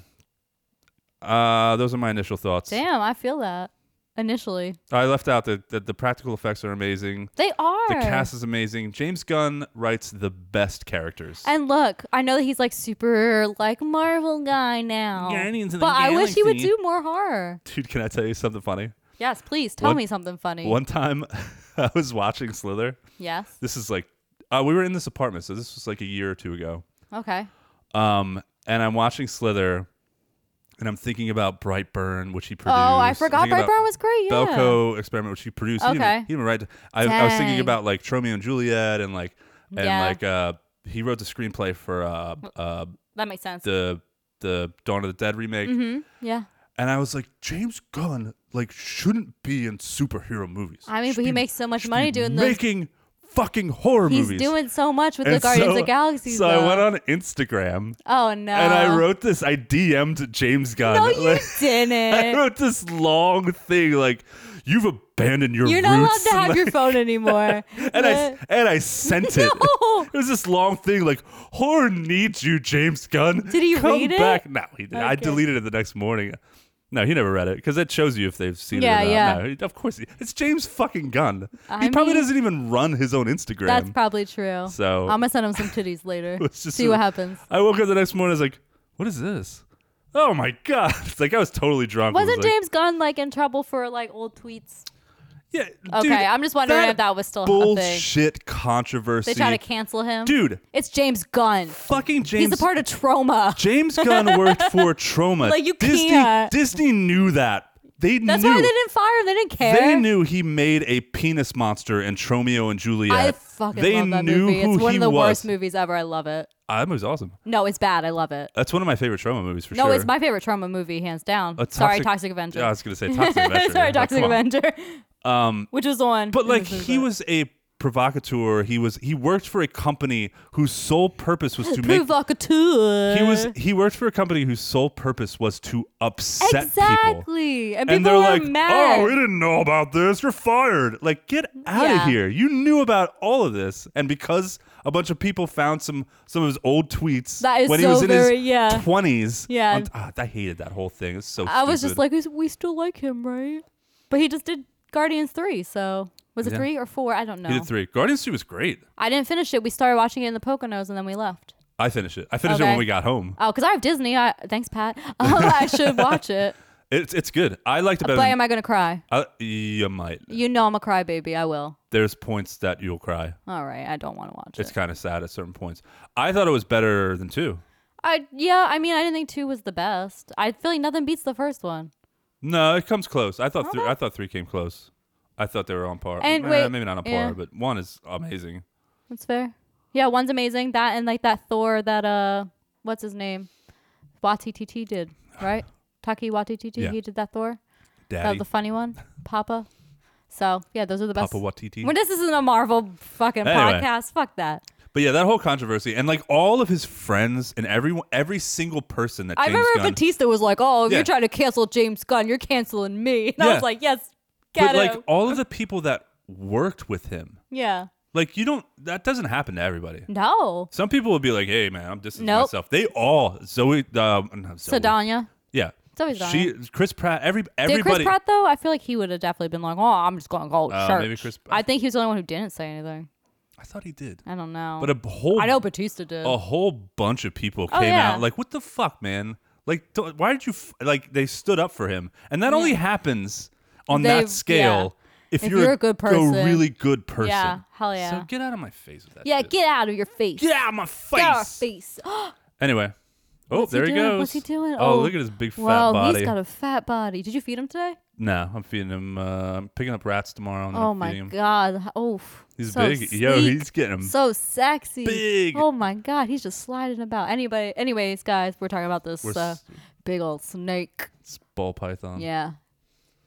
Speaker 1: Uh, those are my initial thoughts.
Speaker 2: Damn, I feel that initially.
Speaker 1: I left out that the, the practical effects are amazing.
Speaker 2: They are.
Speaker 1: The cast is amazing. James Gunn writes the best characters.
Speaker 2: And look, I know that he's like super like Marvel guy now.
Speaker 1: Guardians of the
Speaker 2: but I wish he would
Speaker 1: Galaxy.
Speaker 2: do more horror.
Speaker 1: Dude, can I tell you something funny?
Speaker 2: Yes, please tell
Speaker 1: One-
Speaker 2: me something funny.
Speaker 1: One time <laughs> I was watching Slither.
Speaker 2: yes.
Speaker 1: This is like, uh, we were in this apartment, so this was like a year or two ago.
Speaker 2: Okay.
Speaker 1: Um, and I'm watching Slither, and I'm thinking about Brightburn, which he produced.
Speaker 2: Oh, I
Speaker 1: I'm
Speaker 2: forgot
Speaker 1: thinking about
Speaker 2: Brightburn was great, yeah.
Speaker 1: Belko experiment, which he produced. He
Speaker 2: Okay.
Speaker 1: didn't, he didn't write. I, I was thinking
Speaker 2: Dang.
Speaker 1: about like Tromeo and Juliet, and like and
Speaker 2: Yeah.
Speaker 1: like uh, he wrote the screenplay for uh, uh,
Speaker 2: That makes sense.
Speaker 1: the the Dawn of the Dead remake,
Speaker 2: yeah.
Speaker 1: and I was like, James Gunn like shouldn't be in superhero movies.
Speaker 2: I mean,
Speaker 1: Should
Speaker 2: but he
Speaker 1: be-
Speaker 2: makes so much
Speaker 1: should be
Speaker 2: money doing those.
Speaker 1: making fucking horror
Speaker 2: He's
Speaker 1: movies.
Speaker 2: doing so much with the
Speaker 1: And
Speaker 2: Guardians
Speaker 1: so-
Speaker 2: of the Galaxy.
Speaker 1: So I
Speaker 2: though.
Speaker 1: went on Instagram
Speaker 2: Oh no.
Speaker 1: and I wrote this. I DM'd James Gunn.
Speaker 2: No, you
Speaker 1: Like, <laughs> I
Speaker 2: didn't.
Speaker 1: wrote this long thing like, "You've abandoned your
Speaker 2: You're
Speaker 1: roots."
Speaker 2: not allowed
Speaker 1: <laughs>
Speaker 2: to
Speaker 1: and,
Speaker 2: have
Speaker 1: like-
Speaker 2: your phone anymore.
Speaker 1: <laughs> and I and I sent it.
Speaker 2: <laughs> No.
Speaker 1: It was this long thing like, "Horror needs you, James Gunn."
Speaker 2: Did he
Speaker 1: Come
Speaker 2: read it?
Speaker 1: back. No, he didn't. I
Speaker 2: Okay.
Speaker 1: deleted it the next morning. No, he never read it because it shows you if they've seen
Speaker 2: Yeah,
Speaker 1: it or
Speaker 2: yeah.
Speaker 1: not. No, he- of course, he- it's James fucking Gunn.
Speaker 2: I
Speaker 1: he probably
Speaker 2: mean-
Speaker 1: doesn't even run his own Instagram.
Speaker 2: That's probably true.
Speaker 1: So-
Speaker 2: I'm gonna send him some
Speaker 1: <laughs>
Speaker 2: titties later.
Speaker 1: It's just
Speaker 2: See
Speaker 1: a-
Speaker 2: what happens.
Speaker 1: I woke up the next morning. I was like, "What is this?" Oh my god! <laughs> It's like I was totally drunk. I was
Speaker 2: Wasn't
Speaker 1: like,
Speaker 2: James Gunn like in trouble for like old tweets?
Speaker 1: Yeah.
Speaker 2: Okay,
Speaker 1: dude,
Speaker 2: I'm just wondering if that was still a thing.
Speaker 1: bullshit controversy.
Speaker 2: They try to cancel him.
Speaker 1: Dude,
Speaker 2: It's James Gunn.
Speaker 1: fucking James.
Speaker 2: He's a part of trauma. <laughs>
Speaker 1: James Gunn worked for Trauma.
Speaker 2: Like, you
Speaker 1: Disney,
Speaker 2: can't.
Speaker 1: Disney knew that. They
Speaker 2: That's
Speaker 1: knew.
Speaker 2: why they didn't fire him. They didn't care.
Speaker 1: They knew he made a penis monster in Tromeo and Juliet.
Speaker 2: I fucking
Speaker 1: they
Speaker 2: love that
Speaker 1: knew
Speaker 2: movie.
Speaker 1: who
Speaker 2: It's one
Speaker 1: he
Speaker 2: of the
Speaker 1: was.
Speaker 2: worst movies ever. I love it.
Speaker 1: Ah, that movie's awesome.
Speaker 2: No, it's bad. I love it.
Speaker 1: That's one of my favorite Trauma movies for
Speaker 2: No,
Speaker 1: sure.
Speaker 2: it's my favorite trauma movie, hands down.
Speaker 1: A
Speaker 2: Sorry, Toxic Avenger.
Speaker 1: Yeah, I was gonna say
Speaker 2: <laughs>
Speaker 1: Toxic Avenger.
Speaker 2: Sorry,
Speaker 1: Like,
Speaker 2: Toxic
Speaker 1: come on.
Speaker 2: Avenger. Um, <laughs> which was the one.
Speaker 1: But like he was a provocateur. He was he worked for a company whose sole purpose was to make
Speaker 2: provocateur.
Speaker 1: He was he worked for a company whose sole purpose was to upset people.
Speaker 2: exactly, and people
Speaker 1: and they're
Speaker 2: are
Speaker 1: like,
Speaker 2: mad.
Speaker 1: "Oh, we didn't know about this. You're fired." Like, get out of
Speaker 2: Yeah.
Speaker 1: here. You knew about all of this, and because a bunch of people found some some of his old tweets
Speaker 2: That is
Speaker 1: when he
Speaker 2: so
Speaker 1: was in
Speaker 2: very-
Speaker 1: his
Speaker 2: yeah.
Speaker 1: 20s.
Speaker 2: Yeah.
Speaker 1: on- ah, I hated that whole thing. It's so
Speaker 2: I was just
Speaker 1: stupid.
Speaker 2: like, "We- we still like him, right? But he just did Guardians three, so was it
Speaker 1: Yeah.
Speaker 2: three or four? I don't know.
Speaker 1: He did 3. Guardians 2 was great.
Speaker 2: I didn't finish it. We started watching it in the Poconos, and then we left.
Speaker 1: I finished it. I finished it when
Speaker 2: Okay.
Speaker 1: we got home.
Speaker 2: Oh, because I have Disney. I, thanks, Pat. <laughs> Oh, I should
Speaker 1: <laughs>
Speaker 2: watch it.
Speaker 1: It's it's good. I liked it better.
Speaker 2: But am
Speaker 1: Than,
Speaker 2: I gonna cry?
Speaker 1: I, you might.
Speaker 2: You know I'm a crybaby. I will.
Speaker 1: There's points that you'll cry.
Speaker 2: All right, I don't want to watch
Speaker 1: It's
Speaker 2: it.
Speaker 1: kind of sad at certain points. I thought it was better than 2.
Speaker 2: I yeah. I mean, I didn't think two was the best. I feel like nothing beats the first one.
Speaker 1: No, it comes close. I thought three. I thought three came close. I thought they were on par.
Speaker 2: And
Speaker 1: Eh,
Speaker 2: wait-
Speaker 1: maybe not on par,
Speaker 2: yeah.
Speaker 1: but one is amazing.
Speaker 2: That's fair. Yeah, one's amazing. That and like that Thor that uh, what's his name, Watiti did <sighs> right. Taki Watiti,
Speaker 1: Yeah.
Speaker 2: he did that Thor. That
Speaker 1: Daddy,
Speaker 2: was the funny one, Papa. So yeah, those are the best.
Speaker 1: Papa Watiti.
Speaker 2: When this isn't a Marvel fucking
Speaker 1: Anyway.
Speaker 2: podcast, fuck that.
Speaker 1: But yeah, that whole controversy and like all of his friends and everyone, every single person that
Speaker 2: I
Speaker 1: James
Speaker 2: remember
Speaker 1: Gunn,
Speaker 2: Batista was like, "Oh, if
Speaker 1: Yeah.
Speaker 2: you're trying to cancel James Gunn, you're canceling me." <laughs> And I
Speaker 1: Yeah.
Speaker 2: was like, "Yes,
Speaker 1: but
Speaker 2: get
Speaker 1: like
Speaker 2: him."
Speaker 1: all of the people that worked with him,
Speaker 2: yeah.
Speaker 1: like you don't. That doesn't happen to everybody.
Speaker 2: No.
Speaker 1: Some people would be like, "Hey, man, I'm distancing
Speaker 2: Nope.
Speaker 1: myself." They all Zoe, um, not Zoe.
Speaker 2: Sedanya.
Speaker 1: yeah,
Speaker 2: It's always
Speaker 1: she, Chris Pratt, every
Speaker 2: Did Chris
Speaker 1: everybody.
Speaker 2: Pratt though? I feel like he would have definitely been like, "Oh, I'm just going to go with
Speaker 1: Uh,
Speaker 2: church."
Speaker 1: maybe Chris-
Speaker 2: I think he was the only one who didn't say anything.
Speaker 1: I thought he did,
Speaker 2: I don't know.
Speaker 1: but a whole
Speaker 2: I know Batista did.
Speaker 1: a whole bunch of people
Speaker 2: Oh,
Speaker 1: came
Speaker 2: yeah.
Speaker 1: out like, "What the fuck, man? Like, do why did you f-? like?" They stood up for him, and that only happens on
Speaker 2: They've-
Speaker 1: that scale if,
Speaker 2: If you're a good person.
Speaker 1: a really good person.
Speaker 2: Yeah, hell yeah.
Speaker 1: So get out of my face with that.
Speaker 2: yeah,
Speaker 1: shit.
Speaker 2: get out of your face.
Speaker 1: Get out of my face.
Speaker 2: Get out of our face.
Speaker 1: Anyway, oh,
Speaker 2: What's he
Speaker 1: there he,
Speaker 2: doing?
Speaker 1: goes.
Speaker 2: What's he doing?
Speaker 1: Oh, look at his big fat
Speaker 2: wow,
Speaker 1: body.
Speaker 2: he's got a fat body. Did you feed him today?
Speaker 1: no, I'm feeding him. Uh, I'm picking up rats tomorrow. And then
Speaker 2: Oh
Speaker 1: I'm
Speaker 2: my
Speaker 1: feeding him.
Speaker 2: god. Oh,
Speaker 1: He's
Speaker 2: so
Speaker 1: big. Yo,
Speaker 2: sleek,
Speaker 1: he's getting
Speaker 2: so sexy.
Speaker 1: big.
Speaker 2: Oh my god, he's just sliding about. Anybody, anyways, guys, we're talking about this
Speaker 1: We're
Speaker 2: uh,
Speaker 1: s-
Speaker 2: big old snake.
Speaker 1: It's ball python.
Speaker 2: Yeah,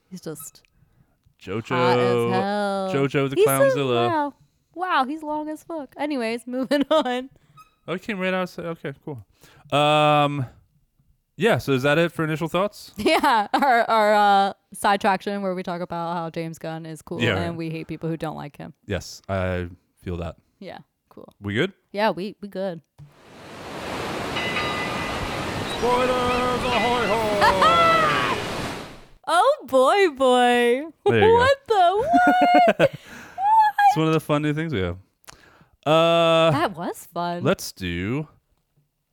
Speaker 2: he's just
Speaker 1: Jojo.
Speaker 2: hot as hell.
Speaker 1: Jojo the
Speaker 2: He's so-
Speaker 1: clownzilla.
Speaker 2: wow. Wow, he's long as fuck. Anyways, <laughs> moving on.
Speaker 1: Oh, it came right out. so- Okay, cool. Um, yeah. So is that it for initial
Speaker 2: <laughs>
Speaker 1: thoughts?
Speaker 2: Yeah, our our uh, side traction where we talk about how James Gunn is cool
Speaker 1: Yeah, right.
Speaker 2: and we hate people who don't like him.
Speaker 1: yes, I feel that.
Speaker 2: Yeah, cool.
Speaker 1: We good?
Speaker 2: Yeah, we we good.
Speaker 1: Spoilers!
Speaker 2: <laughs>
Speaker 1: Ahoy
Speaker 2: Oh boy, boy.
Speaker 1: There you go.
Speaker 2: what
Speaker 1: <laughs>
Speaker 2: the? What?
Speaker 1: It's one of the fun new things we have. Uh,
Speaker 2: that was fun.
Speaker 1: let's do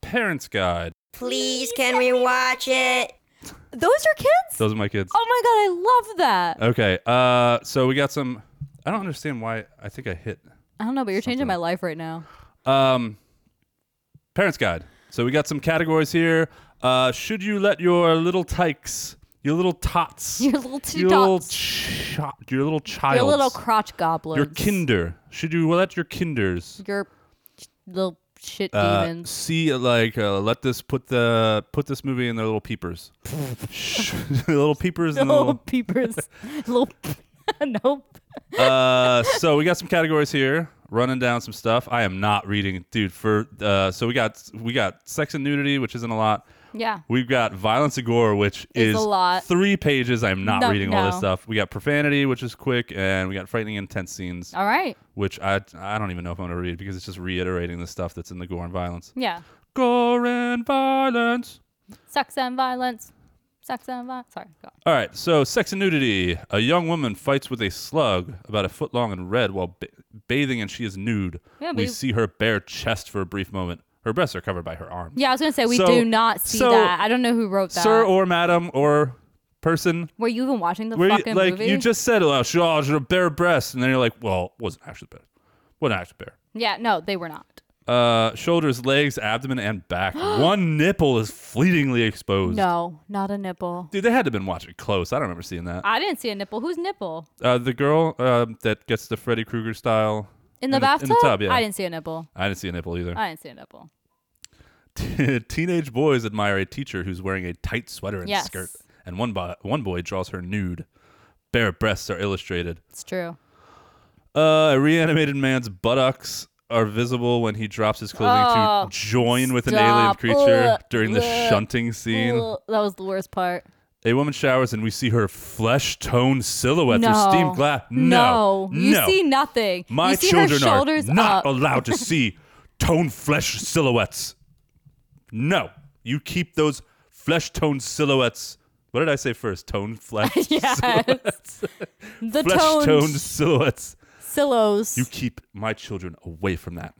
Speaker 1: parents' guide.
Speaker 5: Please, can we watch it?
Speaker 2: Those are kids.
Speaker 1: Those are my kids.
Speaker 2: oh my god, I love that.
Speaker 1: Okay. Uh, so we got some. I don't understand why. I think I hit.
Speaker 2: I don't know, but you're changing my life
Speaker 1: <laughs>
Speaker 2: right now.
Speaker 1: Um, parents' guide. So we got some categories here. Uh, should you let your little tykes, your little tots,
Speaker 2: <laughs> Your little two
Speaker 1: your little,
Speaker 2: tots.
Speaker 1: chi- your little child,
Speaker 2: Your little crotch goblins.
Speaker 1: your kinder, should you let your kinders
Speaker 2: Your little shit
Speaker 1: uh,
Speaker 2: demons.
Speaker 1: see like uh, let this put the put this movie in their little peepers,
Speaker 2: <laughs>
Speaker 1: Sh- <laughs> little peepers and the
Speaker 2: Little
Speaker 1: little
Speaker 2: Oh, peepers. little. <laughs> nope.
Speaker 1: uh, so we got some categories here. Running down some stuff. I am not reading, dude. For uh, so we got we got sex and nudity, which isn't a lot.
Speaker 2: Yeah.
Speaker 1: We've got violence and gore, which
Speaker 2: It's
Speaker 1: is
Speaker 2: a lot.
Speaker 1: Three pages. I'm not
Speaker 2: No,
Speaker 1: reading all this
Speaker 2: no.
Speaker 1: stuff. We got profanity, which is quick, and we got frightening intense scenes,
Speaker 2: All right.
Speaker 1: which I I don't even know if I'm gonna read because it's just reiterating the stuff that's in the gore and violence.
Speaker 2: Yeah.
Speaker 1: Gore and violence.
Speaker 2: Sex and violence. Sex and violence. Sorry. Go
Speaker 1: All
Speaker 2: on.
Speaker 1: right, so sex and nudity. A young woman fights with a slug about a foot long and red while ba- bathing, and she is nude.
Speaker 2: Yeah,
Speaker 1: we
Speaker 2: we-
Speaker 1: see her bare chest for a brief moment. Her breasts are covered by her arms.
Speaker 2: Yeah, I was gonna say we
Speaker 1: So-
Speaker 2: do not see
Speaker 1: so,
Speaker 2: that. I don't know who wrote that.
Speaker 1: Sir or madam or person,
Speaker 2: Were you even watching the
Speaker 1: where you-
Speaker 2: fucking
Speaker 1: like
Speaker 2: movie?
Speaker 1: you just said, oh, she oh, she's a bare breast, and then you're like, well, wasn't actually bare, wasn't actually bare.
Speaker 2: yeah, no, they were not.
Speaker 1: Uh, shoulders, legs, abdomen, and
Speaker 2: <gasps>
Speaker 1: back. One nipple is fleetingly exposed.
Speaker 2: No, not a nipple.
Speaker 1: Dude, they had to have been watching close. I don't remember seeing that.
Speaker 2: I didn't see a nipple. Who's nipple
Speaker 1: Uh, the girl uh, that gets the Freddy Krueger style
Speaker 2: in the
Speaker 1: in
Speaker 2: bathtub?
Speaker 1: the tub, yeah.
Speaker 2: I didn't see a nipple.
Speaker 1: I didn't see a nipple either.
Speaker 2: I didn't see a nipple. Uh,
Speaker 1: <laughs> Teenage boys admire a teacher who's wearing a tight sweater and
Speaker 2: Yes.
Speaker 1: skirt, and one bo- one boy draws her nude. Bare breasts are illustrated.
Speaker 2: It's true.
Speaker 1: Uh, a reanimated man's buttocks are visible when he drops his clothing
Speaker 2: Oh,
Speaker 1: to join with
Speaker 2: stop.
Speaker 1: an alien creature
Speaker 2: Ugh,
Speaker 1: during the
Speaker 2: ugh,
Speaker 1: shunting scene.
Speaker 2: Ugh, that was the worst part.
Speaker 1: A woman showers, and we see her flesh-toned silhouette
Speaker 2: no.
Speaker 1: through steam glass.
Speaker 2: No.
Speaker 1: <laughs> No,
Speaker 2: You
Speaker 1: no.
Speaker 2: see nothing.
Speaker 1: My
Speaker 2: you see
Speaker 1: children
Speaker 2: her shoulders
Speaker 1: are not
Speaker 2: up.
Speaker 1: allowed to
Speaker 2: <laughs>
Speaker 1: see toned flesh silhouettes. No, you keep those flesh toned silhouettes. What did I say first? Toned flesh.
Speaker 2: <laughs> yes. the
Speaker 1: Flesh toned
Speaker 2: tones,
Speaker 1: silhouettes.
Speaker 2: silos.
Speaker 1: You keep my children away from that.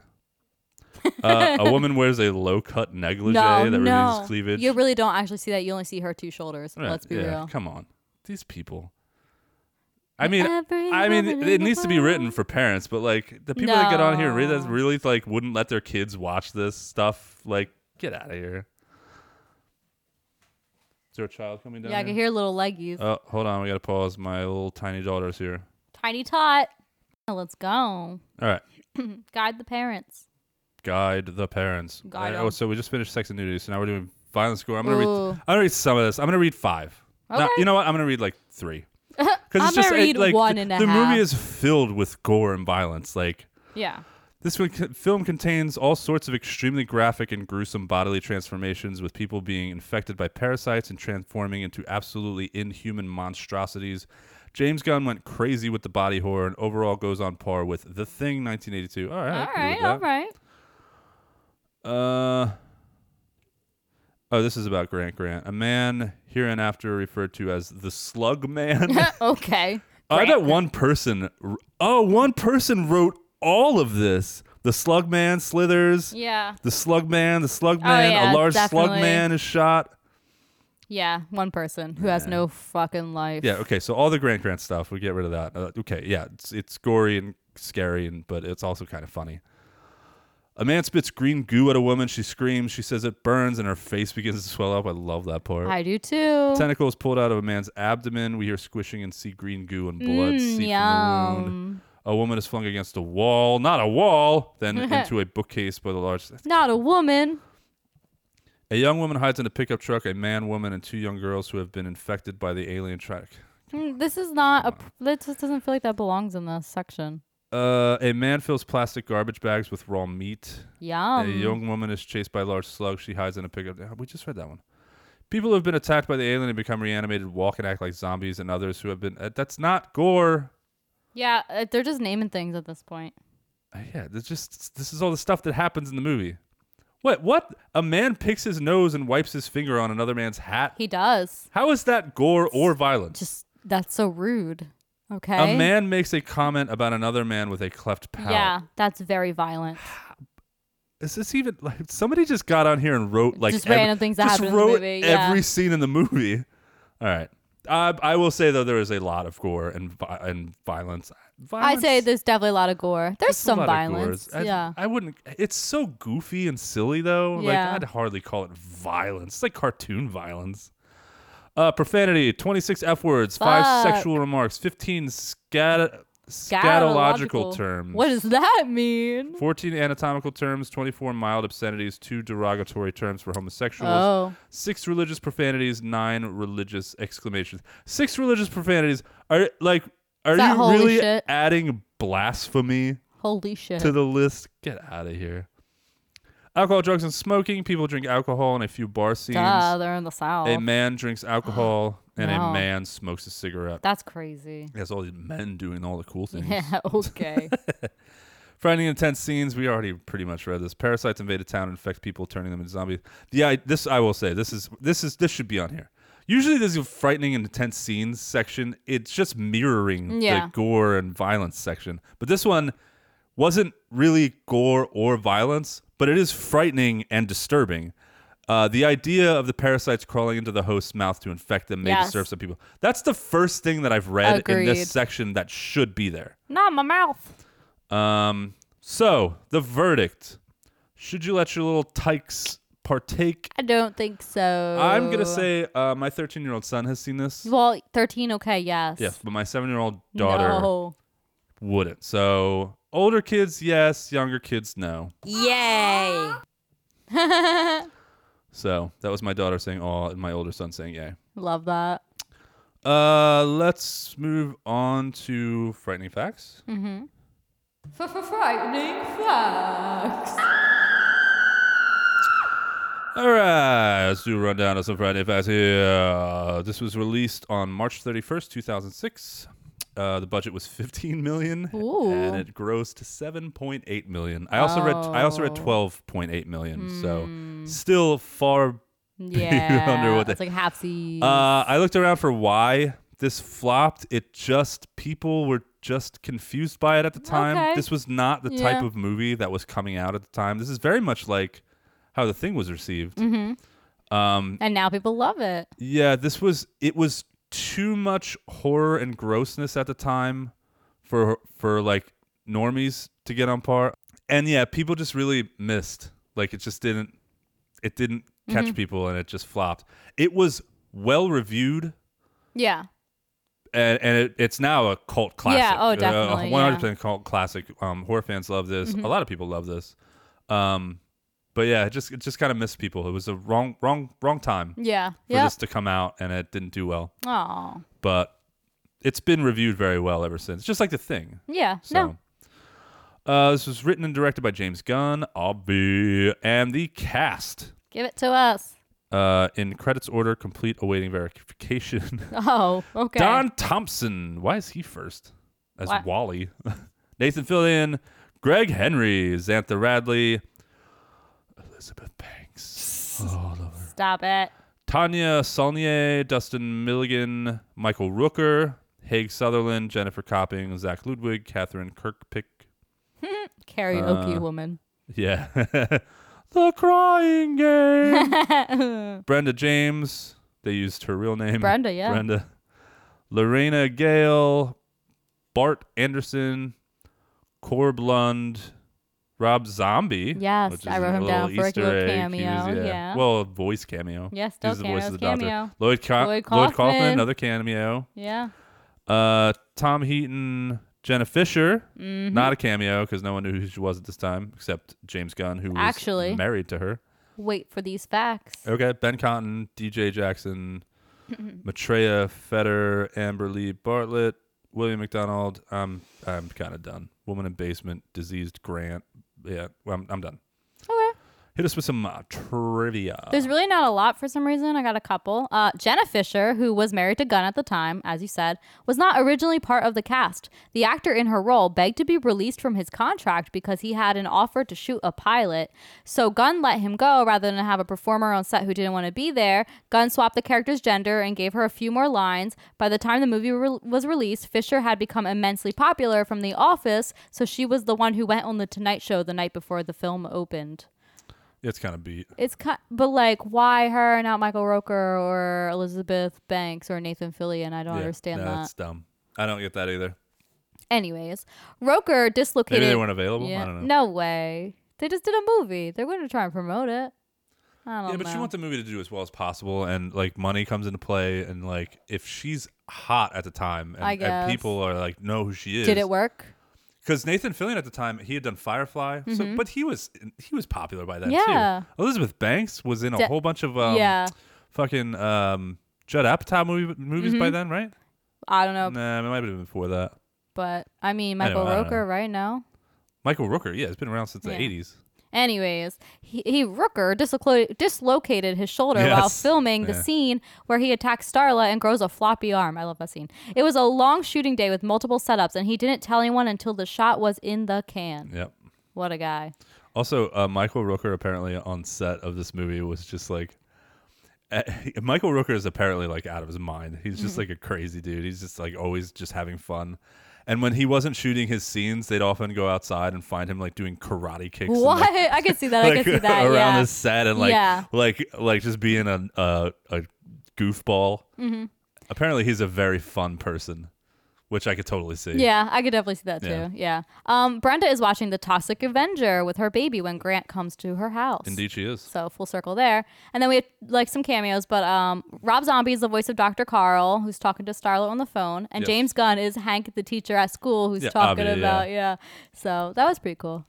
Speaker 1: Uh,
Speaker 2: <laughs>
Speaker 1: a woman wears a low cut negligee
Speaker 2: no,
Speaker 1: that
Speaker 2: no.
Speaker 1: reveals cleavage.
Speaker 2: You really don't actually see that. You only see her two shoulders.
Speaker 1: Right,
Speaker 2: Let's be
Speaker 1: yeah,
Speaker 2: real.
Speaker 1: Come on, these people. I mean,
Speaker 2: Every
Speaker 1: I mean,
Speaker 2: woman
Speaker 1: it,
Speaker 2: in the
Speaker 1: needs to be written
Speaker 2: world.
Speaker 1: for parents, but like the people that get on here and read that
Speaker 2: No.
Speaker 1: really like wouldn't let their kids watch this stuff. Like, get out of here. Is there a child coming down?
Speaker 2: Yeah, I can hear little leggies.
Speaker 1: Oh, hold on. We got to pause. My little tiny daughter's here.
Speaker 2: Tiny tot. Now let's go.
Speaker 1: All right.
Speaker 2: Guide the parents.
Speaker 1: Guide the parents.
Speaker 2: Guide
Speaker 1: Uh,
Speaker 2: 'em.
Speaker 1: Oh, so we just finished Sex and Nudity. So now we're doing Violent Score. I'm gonna
Speaker 2: Ooh.
Speaker 1: read. I'm gonna read some of this. I'm gonna read five. No,
Speaker 2: Okay.
Speaker 1: you know what? I'm gonna read like three. Because
Speaker 2: <laughs> I'm gonna read one and a
Speaker 1: the
Speaker 2: half.
Speaker 1: movie is filled with gore and violence. Like
Speaker 2: Yeah.
Speaker 1: This one- film contains all sorts of extremely graphic and gruesome bodily transformations, with people being infected by parasites and transforming into absolutely inhuman monstrosities. James Gunn went crazy with the body horror and overall goes on par with The Thing 1982. All right. I
Speaker 2: All
Speaker 1: agree
Speaker 2: right.
Speaker 1: with
Speaker 2: All
Speaker 1: that.
Speaker 2: right.
Speaker 1: Uh, oh, this is about Grant Grant, a man hereinafter referred to as the Slug
Speaker 2: <laughs>
Speaker 1: Man.
Speaker 2: okay.
Speaker 1: I bet one person. Oh, one person wrote all of this. The Slug Man slithers.
Speaker 2: Yeah.
Speaker 1: The Slug Man. The Slug
Speaker 2: Oh,
Speaker 1: Man.
Speaker 2: yeah,
Speaker 1: a large Slug
Speaker 2: definitely.
Speaker 1: Man is shot.
Speaker 2: Yeah. One person who has no fucking life.
Speaker 1: Yeah. Okay. So all the Grant Grant stuff. We get rid of that. Uh, okay. Yeah. It's it's gory and scary, and but it's also kind of funny. A man spits green goo at a woman. She screams. She says it burns, and her face begins to swell up. I love that part.
Speaker 2: I do too.
Speaker 1: Tentacles pulled out of a man's abdomen. We hear squishing and see green goo and blood seep from the wound. A woman is flung against a wall, not a wall, then into a bookcase by the large.
Speaker 2: Not a woman.
Speaker 1: A young woman hides in a pickup truck. A man, woman, and two young girls who have been infected by the alien track.
Speaker 2: Mm, This is not a. pr- This just doesn't feel like that belongs in this section.
Speaker 1: Uh, a man fills plastic garbage bags with raw meat.
Speaker 2: Yum.
Speaker 1: a young woman is chased by a large slug. She hides in a pickup. Yeah, We just read that one. People who have been attacked by the alien and become reanimated walk and act like zombies, and others who have been. Uh, that's not gore.
Speaker 2: Yeah, uh, they're just naming things at this point.
Speaker 1: Uh, yeah, this just this is all the stuff that happens in the movie. What what? A man picks his nose and wipes his finger on another man's hat.
Speaker 2: He does.
Speaker 1: How is that gore or violence?
Speaker 2: Just that's so rude. Okay.
Speaker 1: a man makes a comment about another man with a cleft palate.
Speaker 2: Yeah, that's very violent.
Speaker 1: Is this even like somebody just got on here and wrote like
Speaker 2: Just random things that
Speaker 1: just
Speaker 2: happen in the
Speaker 1: wrote
Speaker 2: movie, yeah.
Speaker 1: every scene in the movie. All right. I I will say though there is a lot of gore and vi- and violence.
Speaker 2: I'd
Speaker 1: violence?
Speaker 2: say there's definitely a lot of gore. There's
Speaker 1: It's a
Speaker 2: some
Speaker 1: lot of gores.
Speaker 2: violence.
Speaker 1: I,
Speaker 2: yeah.
Speaker 1: I wouldn't. It's so goofy and silly, though.
Speaker 2: Yeah.
Speaker 1: Like I'd hardly call it violence. It's like cartoon violence. Uh, profanity, twenty-six f words, five
Speaker 2: Fuck.
Speaker 1: sexual remarks, fifteen scat-
Speaker 2: Scatological.
Speaker 1: scatological terms,
Speaker 2: What does that mean?
Speaker 1: fourteen anatomical terms, twenty-four mild obscenities, two derogatory terms for homosexuals,
Speaker 2: Oh.
Speaker 1: six religious profanities, nine religious exclamations. Six religious profanities are like, are
Speaker 2: that
Speaker 1: you
Speaker 2: holy
Speaker 1: really
Speaker 2: shit?
Speaker 1: adding blasphemy?
Speaker 2: Holy shit.
Speaker 1: to the list. Get out of here. Alcohol, drugs, and smoking. People drink alcohol in a few bar scenes.
Speaker 2: Duh, they're in the south.
Speaker 1: A man drinks
Speaker 2: <gasps>
Speaker 1: alcohol and
Speaker 2: No.
Speaker 1: a man smokes a cigarette.
Speaker 2: That's crazy.
Speaker 1: That's all these men doing all the cool things.
Speaker 2: Yeah, <laughs> okay.
Speaker 1: Finding intense scenes. We already pretty much read this. Parasites invade a town, and infect people, turning them into zombies. Yeah, I, this I will say. This is this is this should be on here. Usually, there's a frightening and intense scenes section. It's just mirroring
Speaker 2: Yeah.
Speaker 1: the gore and violence section. But this one wasn't really gore or violence, but it is frightening and disturbing. Uh, the idea of the parasites crawling into the host's mouth to infect them may
Speaker 2: Yes.
Speaker 1: disturb some people. That's the first thing that I've read in
Speaker 2: Agreed.
Speaker 1: this section that should be there.
Speaker 2: Not my mouth.
Speaker 1: Um, so the verdict: Should you let your little tykes partake?
Speaker 2: I don't think so.
Speaker 1: I'm gonna say uh, my 13 year old son has seen this.
Speaker 2: Well, 13, okay, yes.
Speaker 1: Yes, but my seven year old daughter
Speaker 2: No.
Speaker 1: wouldn't. So older kids, yes. Younger kids, no.
Speaker 5: Yay.
Speaker 1: So that was my daughter saying "aw" and my older son saying "yay."
Speaker 2: Love that.
Speaker 1: Uh, let's move on to frightening facts.
Speaker 2: Mm-hmm. Frightening facts.
Speaker 1: All right, let's do a rundown of some Friday Facts here. Uh, This was released on March 31st, 2006. Uh, the budget was 15 million,
Speaker 2: Ooh.
Speaker 1: and it grossed to 7.8 million. I also read I also read
Speaker 2: Oh. Hmm.
Speaker 1: 12.8 million, so still far. <laughs>
Speaker 2: Yeah.
Speaker 1: wonder what
Speaker 2: It's like hapsy.
Speaker 1: Uh, I looked around for why this flopped. It just people were just confused by it at the time.
Speaker 2: Okay.
Speaker 1: This was not the type
Speaker 2: Yeah.
Speaker 1: of movie that was coming out at the time. This is very much like how the thing was received.
Speaker 2: Mm-hmm.
Speaker 1: Um,
Speaker 2: and now people love it.
Speaker 1: Yeah, this was it was too much horror and grossness at the time for for like normies to get on par. And yeah, people just really
Speaker 2: Mm-hmm.
Speaker 1: missed. Like it just didn't it didn't catch people and it just flopped. It was well reviewed,
Speaker 2: Yeah.
Speaker 1: and, and it, it's now a cult classic.
Speaker 2: Yeah, Mm-hmm. oh,
Speaker 1: Uh,
Speaker 2: definitely,
Speaker 1: one hundred percent cult classic. Um, horror fans love this. A lot of people love this. Um, but yeah, it just it just kind of missed people. It was a wrong wrong wrong time for
Speaker 2: Yeah. Yep.
Speaker 1: this to come out, and it didn't do well.
Speaker 2: Aw.
Speaker 1: But it's been reviewed very well ever since. Just like the thing.
Speaker 2: Yeah.
Speaker 1: So, uh, this was written and directed by James Gunn, Obby, and the cast.
Speaker 2: Give it to us.
Speaker 1: Uh, in credits order, complete awaiting verification. <laughs>
Speaker 2: Oh, okay.
Speaker 1: Don Thompson. Why is he first? As
Speaker 2: Why-
Speaker 1: Wally. <laughs> Nathan Fillion, Greg Henry, Xantha Radley, Elizabeth Banks, all over.
Speaker 2: Stop it.
Speaker 1: Tanya Saulnier, Dustin Milligan, Michael Rooker, Haig Sutherland, Jennifer Copping, Zach Ludwig, Catherine Kirkpick,
Speaker 2: Karaoke woman.
Speaker 1: Yeah. <laughs> the crying game.
Speaker 2: <laughs>
Speaker 1: Brenda James. They used her real name.
Speaker 2: Brenda, yeah.
Speaker 1: Brenda. Lorena Gale, Bart Anderson, Corb Lund, Rob Zombie.
Speaker 2: Yes,
Speaker 1: which
Speaker 2: I
Speaker 1: is
Speaker 2: wrote him
Speaker 1: little
Speaker 2: down for a
Speaker 1: Easter
Speaker 2: little
Speaker 1: egg. He
Speaker 2: cameo, yeah.
Speaker 1: Well, voice cameo.
Speaker 2: Yeah,
Speaker 1: He's
Speaker 2: still
Speaker 1: the
Speaker 2: cameo,
Speaker 1: voice of
Speaker 2: it's
Speaker 1: the doctor.
Speaker 2: cameo.
Speaker 1: Lloyd, Co-
Speaker 2: Lloyd
Speaker 1: Lloyd Kaufman,
Speaker 2: Kaufman.
Speaker 1: another cameo.
Speaker 2: Yeah.
Speaker 1: Uh, Tom Heaton, Jenna Fisher,
Speaker 2: Mm-hmm.
Speaker 1: not a cameo because no one knew who she was at this time except James Gunn, who was
Speaker 2: Actually.
Speaker 1: married to her.
Speaker 2: Wait for these facts.
Speaker 1: Okay, Ben Cotton, DJ
Speaker 2: <laughs>
Speaker 1: Jackson, Maitreya Feder, Amber Lee Bartlett, William McDonald. I'm I'm kind of done. Woman in Basement, Diseased Grant. Yeah, well, I'm I'm done.
Speaker 2: Okay.
Speaker 1: Hit us with some uh, trivia.
Speaker 2: There's really not a lot for some reason. I got a couple. Uh, Jenna Fisher, who was married to Gunn at the time, as you said, was not originally part of the cast. The actor in her role begged to be released from his contract because he had an offer to shoot a pilot. So Gunn let him go rather than have a performer on set who didn't want to be there. Gunn swapped the character's gender and gave her a few more lines. By the time the movie re- was released, Fisher had become immensely popular from The Office, so she was the one who went on The Tonight Show the night before the film opened
Speaker 1: it's kind of beat.
Speaker 2: it's kind, but like, why her, and not Michael Roker or Elizabeth Banks or Nathan Fillion? I don't
Speaker 1: Yeah,
Speaker 2: understand
Speaker 1: no,
Speaker 2: that.
Speaker 1: It's dumb. I don't get that either.
Speaker 2: Anyways, Roker dislocated.
Speaker 1: Maybe they weren't available. I don't know.
Speaker 2: No way. They just did a movie. They're going to try and promote it. I don't
Speaker 1: Yeah, but
Speaker 2: know.
Speaker 1: you want the movie to do as well as possible, and like money comes into play, and like if she's hot at the time, and,
Speaker 2: I
Speaker 1: and
Speaker 2: guess.
Speaker 1: people are like know who she is.
Speaker 2: did it work?
Speaker 1: Because Nathan Fillion at the time he had done Firefly, so but he was he was popular by then
Speaker 2: Mm-hmm. Yeah.
Speaker 1: too. Elizabeth Banks was in a
Speaker 2: De-
Speaker 1: whole bunch of um,
Speaker 2: yeah.
Speaker 1: fucking um, Judd Apatow movie, movies
Speaker 2: Mm-hmm.
Speaker 1: by then, right?
Speaker 2: I don't know,
Speaker 1: Nah, it might have been before that.
Speaker 2: but I mean, Michael
Speaker 1: I don't
Speaker 2: Roker
Speaker 1: know.
Speaker 2: right now.
Speaker 1: Michael Rooker, yeah, it's been around since
Speaker 2: Yeah.
Speaker 1: the eighties.
Speaker 2: Anyways, he, he Rooker dislocated, dislocated his shoulder while
Speaker 1: Yes.
Speaker 2: filming the
Speaker 1: Yeah.
Speaker 2: scene where he attacks Starla and grows a floppy arm. I love that scene. It was a long shooting day with multiple setups, and he didn't tell anyone until the shot was in the can.
Speaker 1: Yep.
Speaker 2: What a guy!
Speaker 1: Also, uh, Michael Rooker apparently on set of this movie was just like. Uh, <laughs> Michael Rooker is apparently like out of his mind. He's
Speaker 2: Mm-hmm.
Speaker 1: just like a crazy dude. He's just like always just having fun. And when he wasn't shooting his scenes, they'd often go outside and find him like doing karate kicks. and,
Speaker 2: What?
Speaker 1: like,
Speaker 2: <laughs> I can see that. I
Speaker 1: like
Speaker 2: can see that.
Speaker 1: <laughs> around
Speaker 2: yeah.
Speaker 1: his set and like
Speaker 2: Yeah.
Speaker 1: like like just being a a, a goofball.
Speaker 2: Mm-hmm.
Speaker 1: Apparently, he's a very fun person, which I could totally see.
Speaker 2: Yeah, I could definitely see that too.
Speaker 1: Yeah.
Speaker 2: Yeah. Um, Brenda is watching The Toxic Avenger with her baby when Grant comes to her house.
Speaker 1: indeed, she is.
Speaker 2: So full circle there. And then we have like some cameos, but um, Rob Zombie is the voice of Dr. Carl, who's talking to Starla on the phone, and
Speaker 1: Yes.
Speaker 2: James Gunn is Hank, the teacher at school, who's
Speaker 1: Yeah,
Speaker 2: talking
Speaker 1: Abby, yeah.
Speaker 2: about yeah. So that was pretty cool.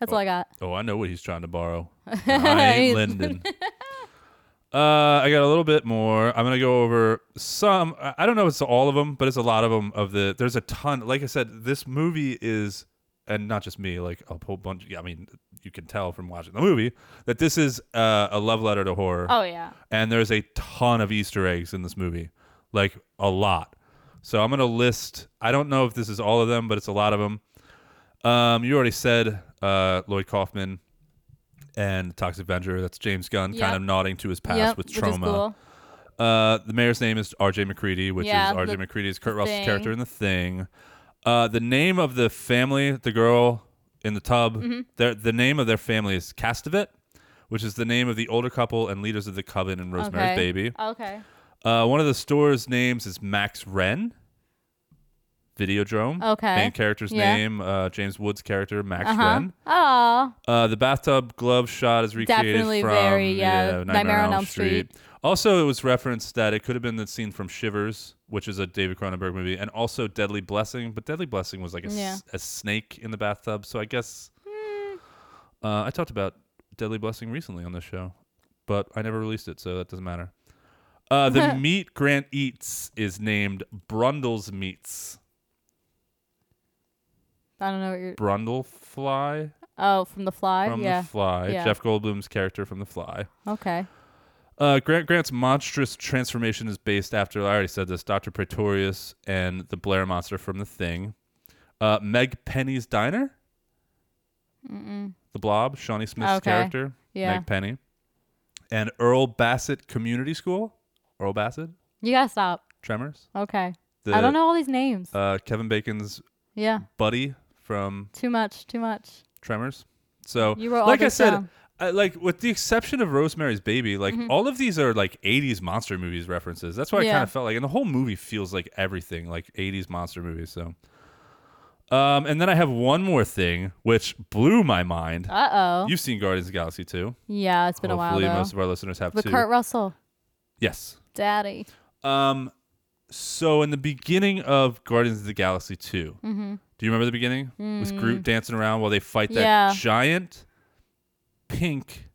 Speaker 2: That's all I got.
Speaker 1: Oh, I know what he's trying to borrow. And I ain't lending. Uh, I got a little bit more. I'm gonna go over some. I I don't know if it's all of them, but it's a lot of them. Of the there's a ton. Like I said, this movie is, and not just me. Like a whole bunch. I mean, you can tell from watching the movie that this is uh, a love letter to horror
Speaker 2: Oh yeah,
Speaker 1: and there's a ton of Easter eggs in this movie, like a lot. So I'm gonna list. I don't know if this is all of them, but it's a lot of them. Um, you already said uh, Lloyd Kaufman and Toxic Avenger. That's James Gunn,
Speaker 2: Yep.
Speaker 1: kind of nodding to his past
Speaker 2: Yep,
Speaker 1: with
Speaker 2: which is
Speaker 1: trauma.
Speaker 2: cool.
Speaker 1: Uh, the mayor's name is R.J. McCready, which
Speaker 2: Yeah,
Speaker 1: is R.J.
Speaker 2: the
Speaker 1: McCready is Kurt Russell's
Speaker 2: Thing.
Speaker 1: character in The Thing. Uh, the name of the family, the girl in the tub,
Speaker 2: Mm-hmm.
Speaker 1: their the name of their family is Castavet, which is the name of the older couple and leaders of the coven in Rosemary's
Speaker 2: okay.
Speaker 1: Baby.
Speaker 2: Okay.
Speaker 1: Uh, one of the store's names is Max Wren. Videodrome.
Speaker 2: Okay.
Speaker 1: Main character's
Speaker 2: Yeah.
Speaker 1: name, uh, James Wood's character, Max
Speaker 2: Uh-huh.
Speaker 1: Wren.
Speaker 2: Oh,
Speaker 1: Uh, the bathtub glove shot is recreated
Speaker 2: Definitely
Speaker 1: from
Speaker 2: very, yeah, Nightmare on Elm Street.
Speaker 1: Also, it was referenced that it could have been the scene from Shivers, which is a David Cronenberg movie, and also Deadly Blessing. But Deadly Blessing was like a, s-
Speaker 2: Yeah. Hmm.
Speaker 1: a snake in the bathtub. So I guess uh, I talked about Deadly Blessing recently on this show, but I never released it, so that doesn't matter. Uh,
Speaker 2: <laughs>
Speaker 1: the meat Grant eats is named Brundle's Meats.
Speaker 2: I don't know what you're.
Speaker 1: Brundle fly
Speaker 2: Oh, from the fly.
Speaker 1: from
Speaker 2: yeah.
Speaker 1: the fly.
Speaker 2: Yeah.
Speaker 1: Jeff Goldblum's character from the fly.
Speaker 2: Okay.
Speaker 1: Uh, Grant Grant's monstrous transformation is based after I already said this Dr. Pretorius and the Blair monster from The Thing. Uh, Meg Penny's Diner. Mm-mm. The Blob, Shawnee Smith's
Speaker 2: Okay.
Speaker 1: character.
Speaker 2: Yeah.
Speaker 1: Meg Penny. And Earl Bassett Community School. Earl Bassett,
Speaker 2: You gotta stop.
Speaker 1: Tremors.
Speaker 2: Okay. I
Speaker 1: The-
Speaker 2: don't know all these names.
Speaker 1: Uh, Kevin Bacon's
Speaker 2: yeah.
Speaker 1: buddy from
Speaker 2: Too much. Too much.
Speaker 1: Tremors. So,
Speaker 2: You wrote all um,
Speaker 1: like I
Speaker 2: this
Speaker 1: said,
Speaker 2: down.
Speaker 1: I, like with the exception of Rosemary's Baby, like all of these are like '80s monster movies references. That's why I
Speaker 2: Mm-hmm. Yeah.
Speaker 1: kind of felt like, and the whole movie feels like everything like '80s monster movies. So, um, and then I have one more thing which blew my mind.
Speaker 2: Uh oh.
Speaker 1: You've seen Guardians of the Galaxy too.
Speaker 2: Yeah, it's been
Speaker 1: Hopefully,
Speaker 2: a while though.
Speaker 1: most of our listeners have
Speaker 2: With
Speaker 1: too.
Speaker 2: Kurt Russell,
Speaker 1: yes.
Speaker 2: Daddy.
Speaker 1: Um, so in the beginning of Guardians of the Galaxy 2
Speaker 2: Mm-hmm.
Speaker 1: do you remember the beginning with Groot dancing around while they fight that
Speaker 2: Hmm. Yeah.
Speaker 1: giant pink,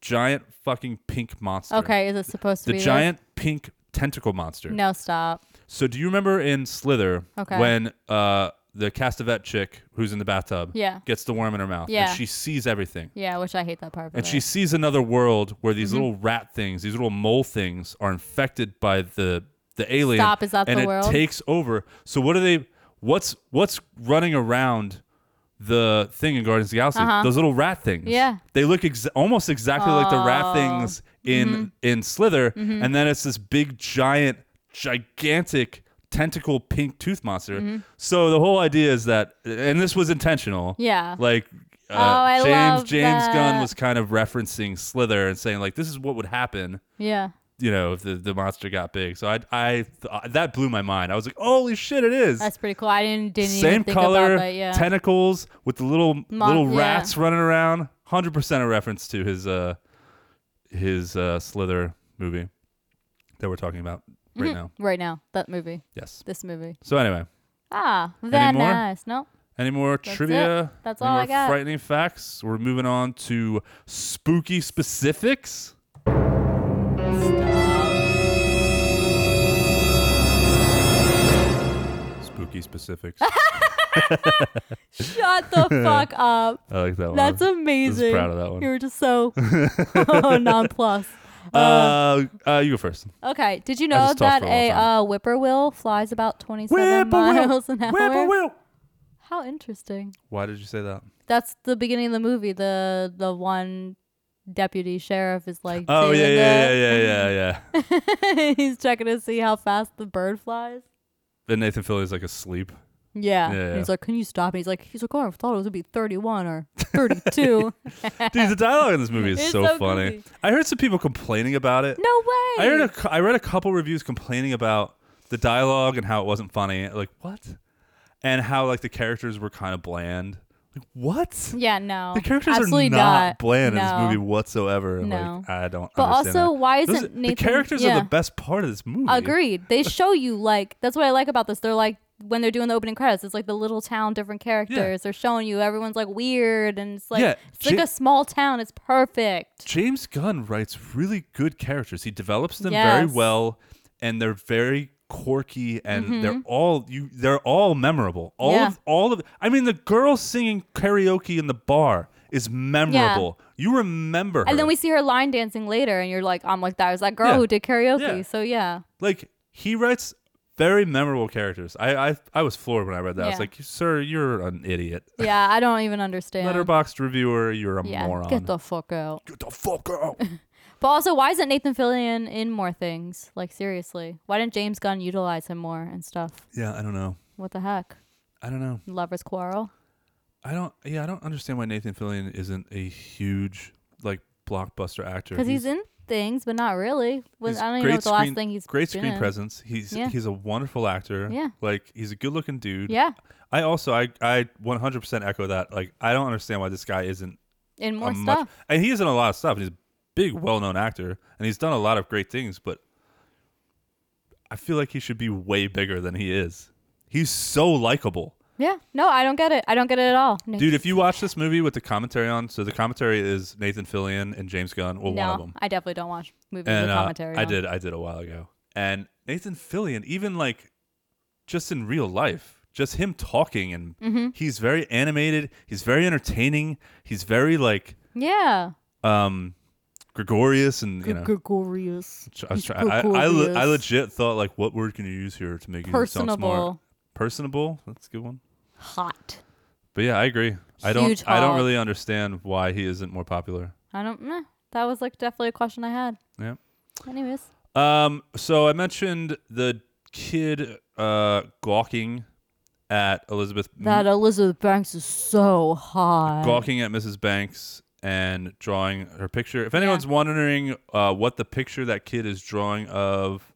Speaker 1: giant fucking pink monster?
Speaker 2: Okay, is it supposed to
Speaker 1: the
Speaker 2: be this?
Speaker 1: giant pink tentacle monster.
Speaker 2: No, stop.
Speaker 1: So do you remember in Slither
Speaker 2: Okay.
Speaker 1: when uh the Castavet chick who's in the bathtub
Speaker 2: Yeah.
Speaker 1: gets the worm in her mouth
Speaker 2: Yeah.
Speaker 1: and she sees everything.
Speaker 2: Yeah, which I hate that part. but
Speaker 1: And she sees another world where
Speaker 2: Mm-hmm.
Speaker 1: these little rat things, these little mole things, are infected by the the alien.
Speaker 2: Stop, is that
Speaker 1: and
Speaker 2: the
Speaker 1: it
Speaker 2: world?
Speaker 1: takes over. So what are they? What's what's running around the thing in Guardians of the Galaxy? Those little rat things.
Speaker 2: Uh-huh. Yeah. Oh.
Speaker 1: they look ex- almost exactly like the rat things in
Speaker 2: Mm-hmm.
Speaker 1: in Slither, and then it's this big giant, gigantic tentacle pink tooth monster.
Speaker 2: Mm-hmm.
Speaker 1: So the whole idea is that, and this was intentional.
Speaker 2: Yeah.
Speaker 1: like. Uh,
Speaker 2: Oh, I
Speaker 1: James
Speaker 2: love
Speaker 1: James Gunn
Speaker 2: that.
Speaker 1: was kind of referencing Slither and saying like this is what would happen,
Speaker 2: Yeah.
Speaker 1: you know, if the, the monster got big. So I I th- that blew my mind. I was like, holy shit, it is
Speaker 2: That's pretty cool. I didn't didn't
Speaker 1: same
Speaker 2: even think
Speaker 1: color,
Speaker 2: about that. Yeah.
Speaker 1: tentacles with the little
Speaker 2: Mon-
Speaker 1: little
Speaker 2: yeah.
Speaker 1: rats running around. Hundred percent a reference to his uh his uh Slither movie that we're talking about right now.
Speaker 2: right now, that movie,
Speaker 1: Yes.
Speaker 2: this movie.
Speaker 1: So anyway,
Speaker 2: Ah, that
Speaker 1: more?
Speaker 2: nice. No.
Speaker 1: any more
Speaker 2: it.
Speaker 1: trivia?
Speaker 2: That's
Speaker 1: Any
Speaker 2: all
Speaker 1: more
Speaker 2: I got.
Speaker 1: Frightening facts. We're moving on to spooky specifics. Spooky specifics. <laughs>
Speaker 2: Shut the fuck up.
Speaker 1: I like
Speaker 2: <laughs>
Speaker 1: that one.
Speaker 2: That's
Speaker 1: I was
Speaker 2: amazing.
Speaker 1: proud of that one.
Speaker 2: You were
Speaker 1: <laughs>
Speaker 2: just so <laughs> nonplussed.
Speaker 1: Uh, uh, you go first.
Speaker 2: Okay. Did you
Speaker 1: I
Speaker 2: know
Speaker 1: just talked
Speaker 2: that
Speaker 1: for a long
Speaker 2: a
Speaker 1: time.
Speaker 2: uh, whippoorwill flies about 27 miles an hour? How interesting.
Speaker 1: Why did you say that?
Speaker 2: That's the beginning of the movie. The the one deputy sheriff is like,
Speaker 1: Oh
Speaker 2: doing
Speaker 1: yeah, yeah,
Speaker 2: the-
Speaker 1: yeah,
Speaker 2: <laughs>
Speaker 1: yeah, yeah, yeah.
Speaker 2: he's checking to see how fast the bird flies.
Speaker 1: Then Nathan Fillion's like
Speaker 2: <laughs>
Speaker 1: asleep.
Speaker 2: Yeah.
Speaker 1: Yeah,
Speaker 2: And He's
Speaker 1: yeah.
Speaker 2: like, can you stop? And he's like, he's like, oh, I thought it was gonna be thirty-one or
Speaker 1: <laughs>
Speaker 2: thirty-two.
Speaker 1: Dude, the dialogue in this movie is
Speaker 2: It's
Speaker 1: so,
Speaker 2: so
Speaker 1: funny.
Speaker 2: goofy.
Speaker 1: I heard some people complaining about it.
Speaker 2: no way.
Speaker 1: I read a, cou- I read a couple reviews complaining about the dialogue and how it wasn't funny. Like what? And how like the characters were kind of bland. Like what?
Speaker 2: yeah, no.
Speaker 1: The characters
Speaker 2: Absolutely
Speaker 1: are not, bland in
Speaker 2: No.
Speaker 1: this movie whatsoever. I'm
Speaker 2: No.
Speaker 1: Like I don't.
Speaker 2: But
Speaker 1: understand
Speaker 2: also,
Speaker 1: that.
Speaker 2: why
Speaker 1: Those-
Speaker 2: isn't
Speaker 1: the
Speaker 2: Nathan-
Speaker 1: characters are
Speaker 2: yeah.
Speaker 1: the best part of this movie?
Speaker 2: Agreed. They show you like that's what I like about this. They're like when they're doing the opening credits, it's like the little town, different characters. They're showing you everyone's like weird, and it's like
Speaker 1: Yeah,
Speaker 2: it's like
Speaker 1: Ja-
Speaker 2: a small town. It's perfect.
Speaker 1: James Gunn writes really good characters. He develops them very
Speaker 2: Yes.
Speaker 1: well, and they're very quirky, and they're all you. They're all memorable. All
Speaker 2: Mm-hmm. Yeah.
Speaker 1: of all of. I mean, the girl singing karaoke in the bar is memorable. You remember, her.
Speaker 2: And then we see her line dancing later, and you're like, I'm like that was that girl
Speaker 1: Yeah.
Speaker 2: who did karaoke.
Speaker 1: Yeah.
Speaker 2: So yeah,
Speaker 1: like he writes very memorable characters. I I, I was floored when I read that. I was
Speaker 2: Yeah.
Speaker 1: like, sir, you're an idiot.
Speaker 2: yeah. I don't even understand.
Speaker 1: Letterboxed reviewer, you're a
Speaker 2: yeah,
Speaker 1: moron.
Speaker 2: get the fuck out.
Speaker 1: Get the fuck
Speaker 2: <laughs>
Speaker 1: out.
Speaker 2: But also, why isn't Nathan Fillion in more things? Like seriously, why didn't James Gunn utilize him more and stuff?
Speaker 1: yeah, I don't know.
Speaker 2: What the heck?
Speaker 1: I don't know.
Speaker 2: Lovers quarrel.
Speaker 1: I don't. Yeah, I don't understand why Nathan Fillion isn't a huge like blockbuster actor.
Speaker 2: Because he's, in things, but not really. Was
Speaker 1: he's
Speaker 2: I don't even
Speaker 1: great
Speaker 2: know what the last
Speaker 1: screen-
Speaker 2: thing he's
Speaker 1: great
Speaker 2: been
Speaker 1: screen
Speaker 2: in.
Speaker 1: presence. He's
Speaker 2: Yeah.
Speaker 1: he's a wonderful actor.
Speaker 2: Yeah.
Speaker 1: like he's a good looking dude.
Speaker 2: Yeah,
Speaker 1: I also I I 100% echo that. Like I don't understand why this guy isn't
Speaker 2: in
Speaker 1: a
Speaker 2: more
Speaker 1: much.
Speaker 2: stuff.
Speaker 1: And he is in a lot of stuff. and He's big, well known actor, and he's done a lot of great things, but I feel like he should be way bigger than he is. He's so likable.
Speaker 2: Yeah. No, I don't get it. I don't get it at all. No,
Speaker 1: Dude, if you watch this movie with the commentary on, so the commentary is Nathan Fillion and James Gunn, well, one of
Speaker 2: no
Speaker 1: them.
Speaker 2: I definitely don't watch movies
Speaker 1: And
Speaker 2: with
Speaker 1: uh,
Speaker 2: commentary.
Speaker 1: I
Speaker 2: on.
Speaker 1: did, I did a while ago. And Nathan Fillion, even like just in real life, just him talking, and
Speaker 2: Mm-hmm.
Speaker 1: he's very animated. He's very entertaining. He's very like
Speaker 2: Yeah.
Speaker 1: um gregarious and you know
Speaker 2: Gregorious.
Speaker 1: I, was try- I, I, le- I legit thought like what word can you use here to make you sound smart
Speaker 2: Personable.
Speaker 1: personable that's a good one
Speaker 2: Hot.
Speaker 1: but yeah i agree i don't
Speaker 2: Huge
Speaker 1: i don't
Speaker 2: hog.
Speaker 1: really understand why he isn't more popular
Speaker 2: I don't know. That was like definitely a question I had.
Speaker 1: yeah
Speaker 2: Anyways.
Speaker 1: um so i mentioned the kid uh gawking at elizabeth
Speaker 2: That Elizabeth Banks is so hot.
Speaker 1: gawking at Mrs. Banks and drawing her picture. If anyone's wondering uh, what the picture that kid is drawing of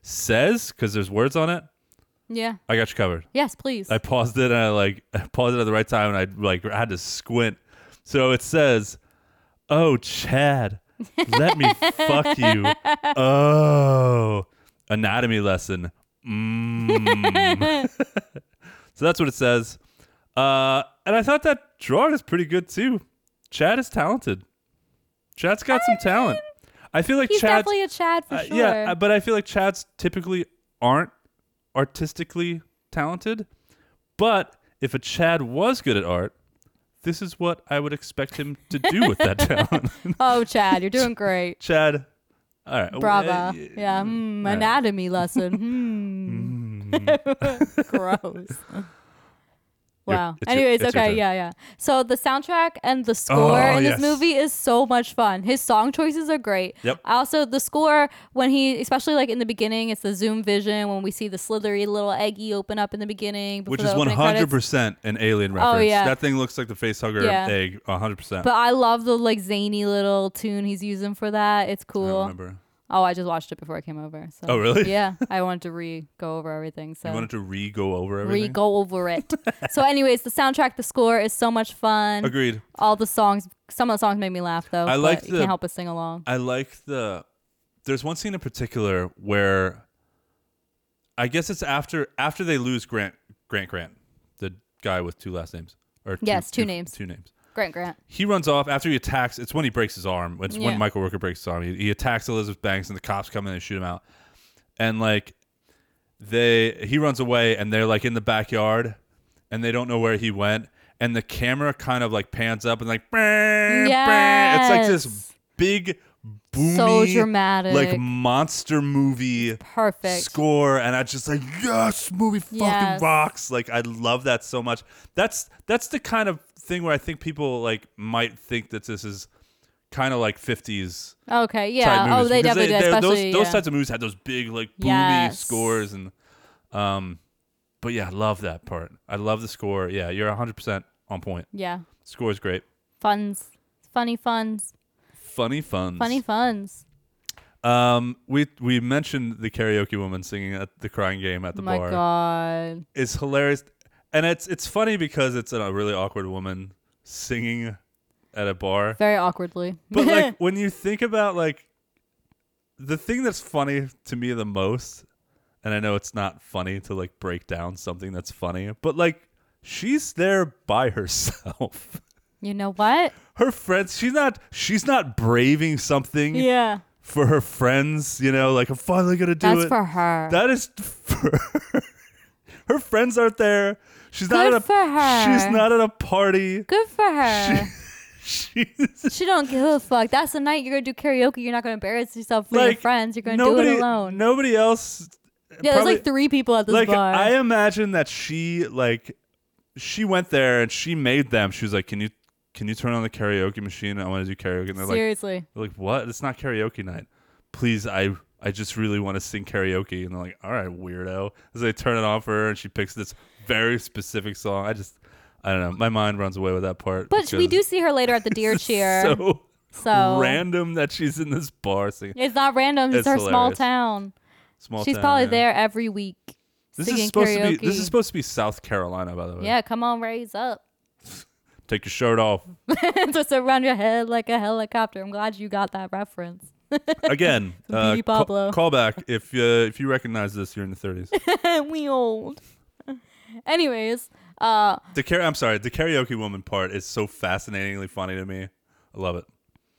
Speaker 1: says, because there's words on it,
Speaker 2: Yeah.
Speaker 1: I got you covered.
Speaker 2: Yes, please.
Speaker 1: I paused it and I like <laughs> I paused it at the right time and I like had to squint. So it says, "Oh Chad, let me fuck you."
Speaker 2: <laughs>
Speaker 1: Oh, anatomy lesson.
Speaker 2: <laughs>
Speaker 1: Mm. <laughs> so that's what it says. Uh, and I thought that drawing is pretty good too. Chad is talented. Chad's got some talent. I feel like
Speaker 2: He's
Speaker 1: Chad's
Speaker 2: definitely a Chad for
Speaker 1: uh,
Speaker 2: sure.
Speaker 1: Yeah, uh, but I feel like Chads typically aren't artistically talented. But if a Chad was good at art, this is what I would expect him to do with
Speaker 2: <laughs>
Speaker 1: that talent. <laughs>
Speaker 2: oh, Chad, you're doing great.
Speaker 1: Chad, all right.
Speaker 2: Brava.
Speaker 1: Uh,
Speaker 2: yeah. Mm, anatomy lesson.
Speaker 1: Mm.
Speaker 2: Hmm. <laughs> Gross. Wow.
Speaker 1: it's your-
Speaker 2: Anyways,
Speaker 1: it's your
Speaker 2: okay,
Speaker 1: turn.
Speaker 2: yeah, yeah. So the soundtrack and the score
Speaker 1: Oh,
Speaker 2: in this
Speaker 1: yes.
Speaker 2: movie is so much fun. His song choices are great.
Speaker 1: Yep.
Speaker 2: Also, the score when he, especially like in the beginning, it's the zoom vision when we see the slithery little eggy open up in the beginning,
Speaker 1: Which
Speaker 2: before
Speaker 1: is
Speaker 2: the opening credits.
Speaker 1: 100% an alien reference.
Speaker 2: Oh, yeah.
Speaker 1: That thing looks like the facehugger
Speaker 2: Yeah.
Speaker 1: egg, 100%.
Speaker 2: But I love the like zany little tune he's using for that. It's
Speaker 1: I
Speaker 2: cool.
Speaker 1: don't remember.
Speaker 2: Oh, I just watched it before I came over. So.
Speaker 1: Oh, really?
Speaker 2: Yeah, I wanted to re go over everything. So
Speaker 1: You wanted to re go over everything?
Speaker 2: re go
Speaker 1: <laughs>
Speaker 2: over it. so, anyways, the soundtrack, the score is so much fun.
Speaker 1: Agreed.
Speaker 2: All the songs, some of the songs made me laugh though.
Speaker 1: I
Speaker 2: but
Speaker 1: like
Speaker 2: you
Speaker 1: the-
Speaker 2: can't help but sing along.
Speaker 1: I like the. There's one scene in particular where, I guess it's after after they lose Grant Grant Grant, the guy with two last names or
Speaker 2: Yes, two names.
Speaker 1: two names.
Speaker 2: Grant Grant.
Speaker 1: He runs off after he attacks. It's when he breaks his arm. It's
Speaker 2: Yeah.
Speaker 1: when Michael Rooker breaks his arm. He, he attacks Elizabeth Banks and the cops come in and shoot him out. And like, they he runs away and they're like in the backyard, and they don't know where he went. And the camera kind of like pans up and like, it's like this
Speaker 2: Yes.
Speaker 1: big boomy,
Speaker 2: dramatic.
Speaker 1: like monster movie
Speaker 2: Perfect.
Speaker 1: score, and I just like yes, movie fucking
Speaker 2: Yes.
Speaker 1: rocks. Like I love that so much. That's that's the kind of thing where I think people like might think that this is kind of like fifties
Speaker 2: Okay, yeah.
Speaker 1: type movies.
Speaker 2: Oh, they
Speaker 1: because
Speaker 2: definitely did,
Speaker 1: they're-
Speaker 2: especially
Speaker 1: those, those
Speaker 2: yeah.
Speaker 1: types of movies had those big like boomy
Speaker 2: Yes.
Speaker 1: scores and um, but yeah, I love that part. I love the score. Yeah, you're hundred percent on point.
Speaker 2: yeah,
Speaker 1: Score is great.
Speaker 2: funs, funny funs,
Speaker 1: Funny fun.
Speaker 2: funny funs.
Speaker 1: Um, we we mentioned the karaoke woman singing at the crying game at the
Speaker 2: Oh My
Speaker 1: bar.
Speaker 2: God.
Speaker 1: It's hilarious, and it's it's funny because it's a really awkward woman singing at a
Speaker 2: <laughs>
Speaker 1: bar.
Speaker 2: Very awkwardly.
Speaker 1: But like when you think about like the thing that's funny to me the most, and I know it's not funny to like break down something that's funny, but like she's there by herself.
Speaker 2: <laughs>
Speaker 1: <laughs>
Speaker 2: you know what?
Speaker 1: Her friends, she's not she's not braving something
Speaker 2: Yeah.
Speaker 1: for her friends, you know, like I'm finally gonna do
Speaker 2: That's
Speaker 1: it.
Speaker 2: for her.
Speaker 1: That is for <laughs> her. Her friends aren't there. She's not
Speaker 2: Good
Speaker 1: at a
Speaker 2: for her.
Speaker 1: she's not at a party.
Speaker 2: Good for her.
Speaker 1: <laughs> She's
Speaker 2: She don't give a fuck. That's the night you're gonna do karaoke. You're not gonna embarrass yourself for your
Speaker 1: like
Speaker 2: friends. You're gonna
Speaker 1: nobody,
Speaker 2: do it alone.
Speaker 1: Nobody else.
Speaker 2: yeah,
Speaker 1: probably-
Speaker 2: there's like three people at this
Speaker 1: like,
Speaker 2: bar.
Speaker 1: I imagine that she like she went there and she made them. She was like, "Can you can you turn on the karaoke machine? I want to do karaoke." And they're like,
Speaker 2: Seriously,
Speaker 1: They're like, what? It's not karaoke night. Please, I I just really want to sing karaoke. And they're like, all right, weirdo. As they turn it on for her, and she picks this very specific song. I just, I don't know. My mind runs away with that part.
Speaker 2: but we do
Speaker 1: because
Speaker 2: see
Speaker 1: <laughs>
Speaker 2: her later at the deer
Speaker 1: it's
Speaker 2: cheer. So,
Speaker 1: So, random that she's in this bar singing.
Speaker 2: it's not random. It's,
Speaker 1: It's
Speaker 2: her small
Speaker 1: hilarious. uh,
Speaker 2: town.
Speaker 1: Small
Speaker 2: She's
Speaker 1: town,
Speaker 2: probably
Speaker 1: yeah.
Speaker 2: there every week
Speaker 1: This
Speaker 2: singing
Speaker 1: is supposed
Speaker 2: karaoke.
Speaker 1: to be. This is supposed to be South Carolina, by the way.
Speaker 2: <laughs> yeah, come on, raise up.
Speaker 1: Take your shirt
Speaker 2: <laughs>
Speaker 1: off.
Speaker 2: Just around your head like a helicopter. I'm glad you got that reference.
Speaker 1: Again, uh,
Speaker 2: Petey
Speaker 1: ca-
Speaker 2: Pablo.
Speaker 1: call back if uh, if you recognize this. You're in the
Speaker 2: <laughs>
Speaker 1: 30s.
Speaker 2: we old. Anyways, uh,
Speaker 1: The car- I'm sorry. The karaoke woman part is so fascinatingly funny to me. I love it.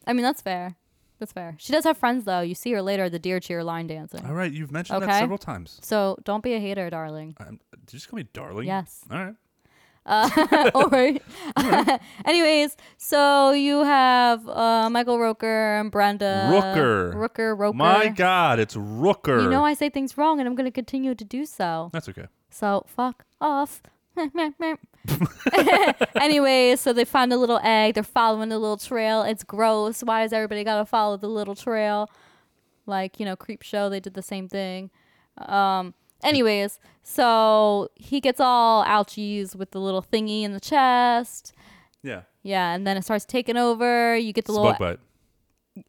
Speaker 2: I mean that's fair. That's fair. She does have friends though. You see her later at the deer cheer line dancing.
Speaker 1: All right, you've mentioned that
Speaker 2: Okay.
Speaker 1: several times.
Speaker 2: So don't be a hater,
Speaker 1: <laughs>
Speaker 2: darling.
Speaker 1: Um, did you just call me darling?
Speaker 2: Yes.
Speaker 1: All right.
Speaker 2: <laughs> All right. <laughs> Anyways, so you have uh, Michael Roker and Brenda
Speaker 1: Rooker.
Speaker 2: Uh, Rooker Roker.
Speaker 1: My God, it's Rooker.
Speaker 2: You know I say things wrong, and I'm gonna continue to do so.
Speaker 1: That's okay.
Speaker 2: So fuck off. <laughs> Meh, meh, meh. anyway, so they find a little egg. They're following the little trail. It's gross. Why has everybody got to follow the little trail? Like, you know, Creep Show, they did the same thing. Um, anyways, so he gets all ouchies with the little thingy in the chest.
Speaker 1: Yeah.
Speaker 2: Yeah, and then it starts taking over. You get the
Speaker 1: It's a
Speaker 2: little
Speaker 1: bug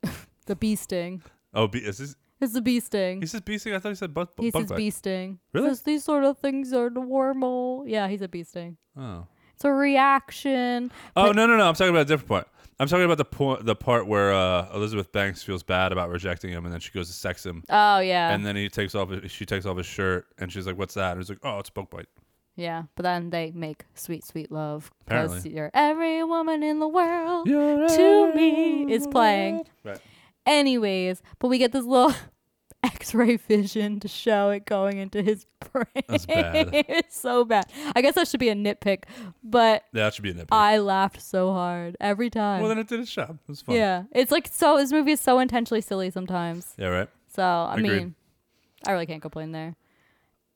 Speaker 1: bite.
Speaker 2: the bee sting.
Speaker 1: Oh, be- is this?
Speaker 2: It's the bee sting.
Speaker 1: He says bee sting? I thought he said bug,
Speaker 2: He
Speaker 1: bug
Speaker 2: says
Speaker 1: bite.
Speaker 2: bee sting.
Speaker 1: Really?
Speaker 2: Says these sort of things are normal. Yeah, <laughs> he's a bee sting.
Speaker 1: Oh.
Speaker 2: It's a reaction.
Speaker 1: Oh no no no! I'm talking about a different part. I'm talking about the point, the part where uh, Elizabeth Banks feels bad about rejecting him, and then she goes to sex him,
Speaker 2: Oh yeah.
Speaker 1: and then he takes off. She takes off his shirt, and she's like, "What's that?" And he's like, "Oh, it's bug bite."
Speaker 2: yeah. But then they make sweet, sweet love. Because
Speaker 1: Apparently.
Speaker 2: you're every woman in the world
Speaker 1: You're
Speaker 2: to me is playing.
Speaker 1: Right.
Speaker 2: Anyways, but we get this little <laughs> X-ray vision to show it going into his brain. <laughs>
Speaker 1: That's bad.
Speaker 2: it's so bad. I guess that should be a nitpick, but
Speaker 1: Yeah, that should be an epic.
Speaker 2: I laughed so hard every time.
Speaker 1: well, then it did its job. It was fun.
Speaker 2: yeah, it's like so. This movie is so intentionally silly sometimes.
Speaker 1: Yeah. Right.
Speaker 2: So I
Speaker 1: Agreed.
Speaker 2: mean, I really can't complain there.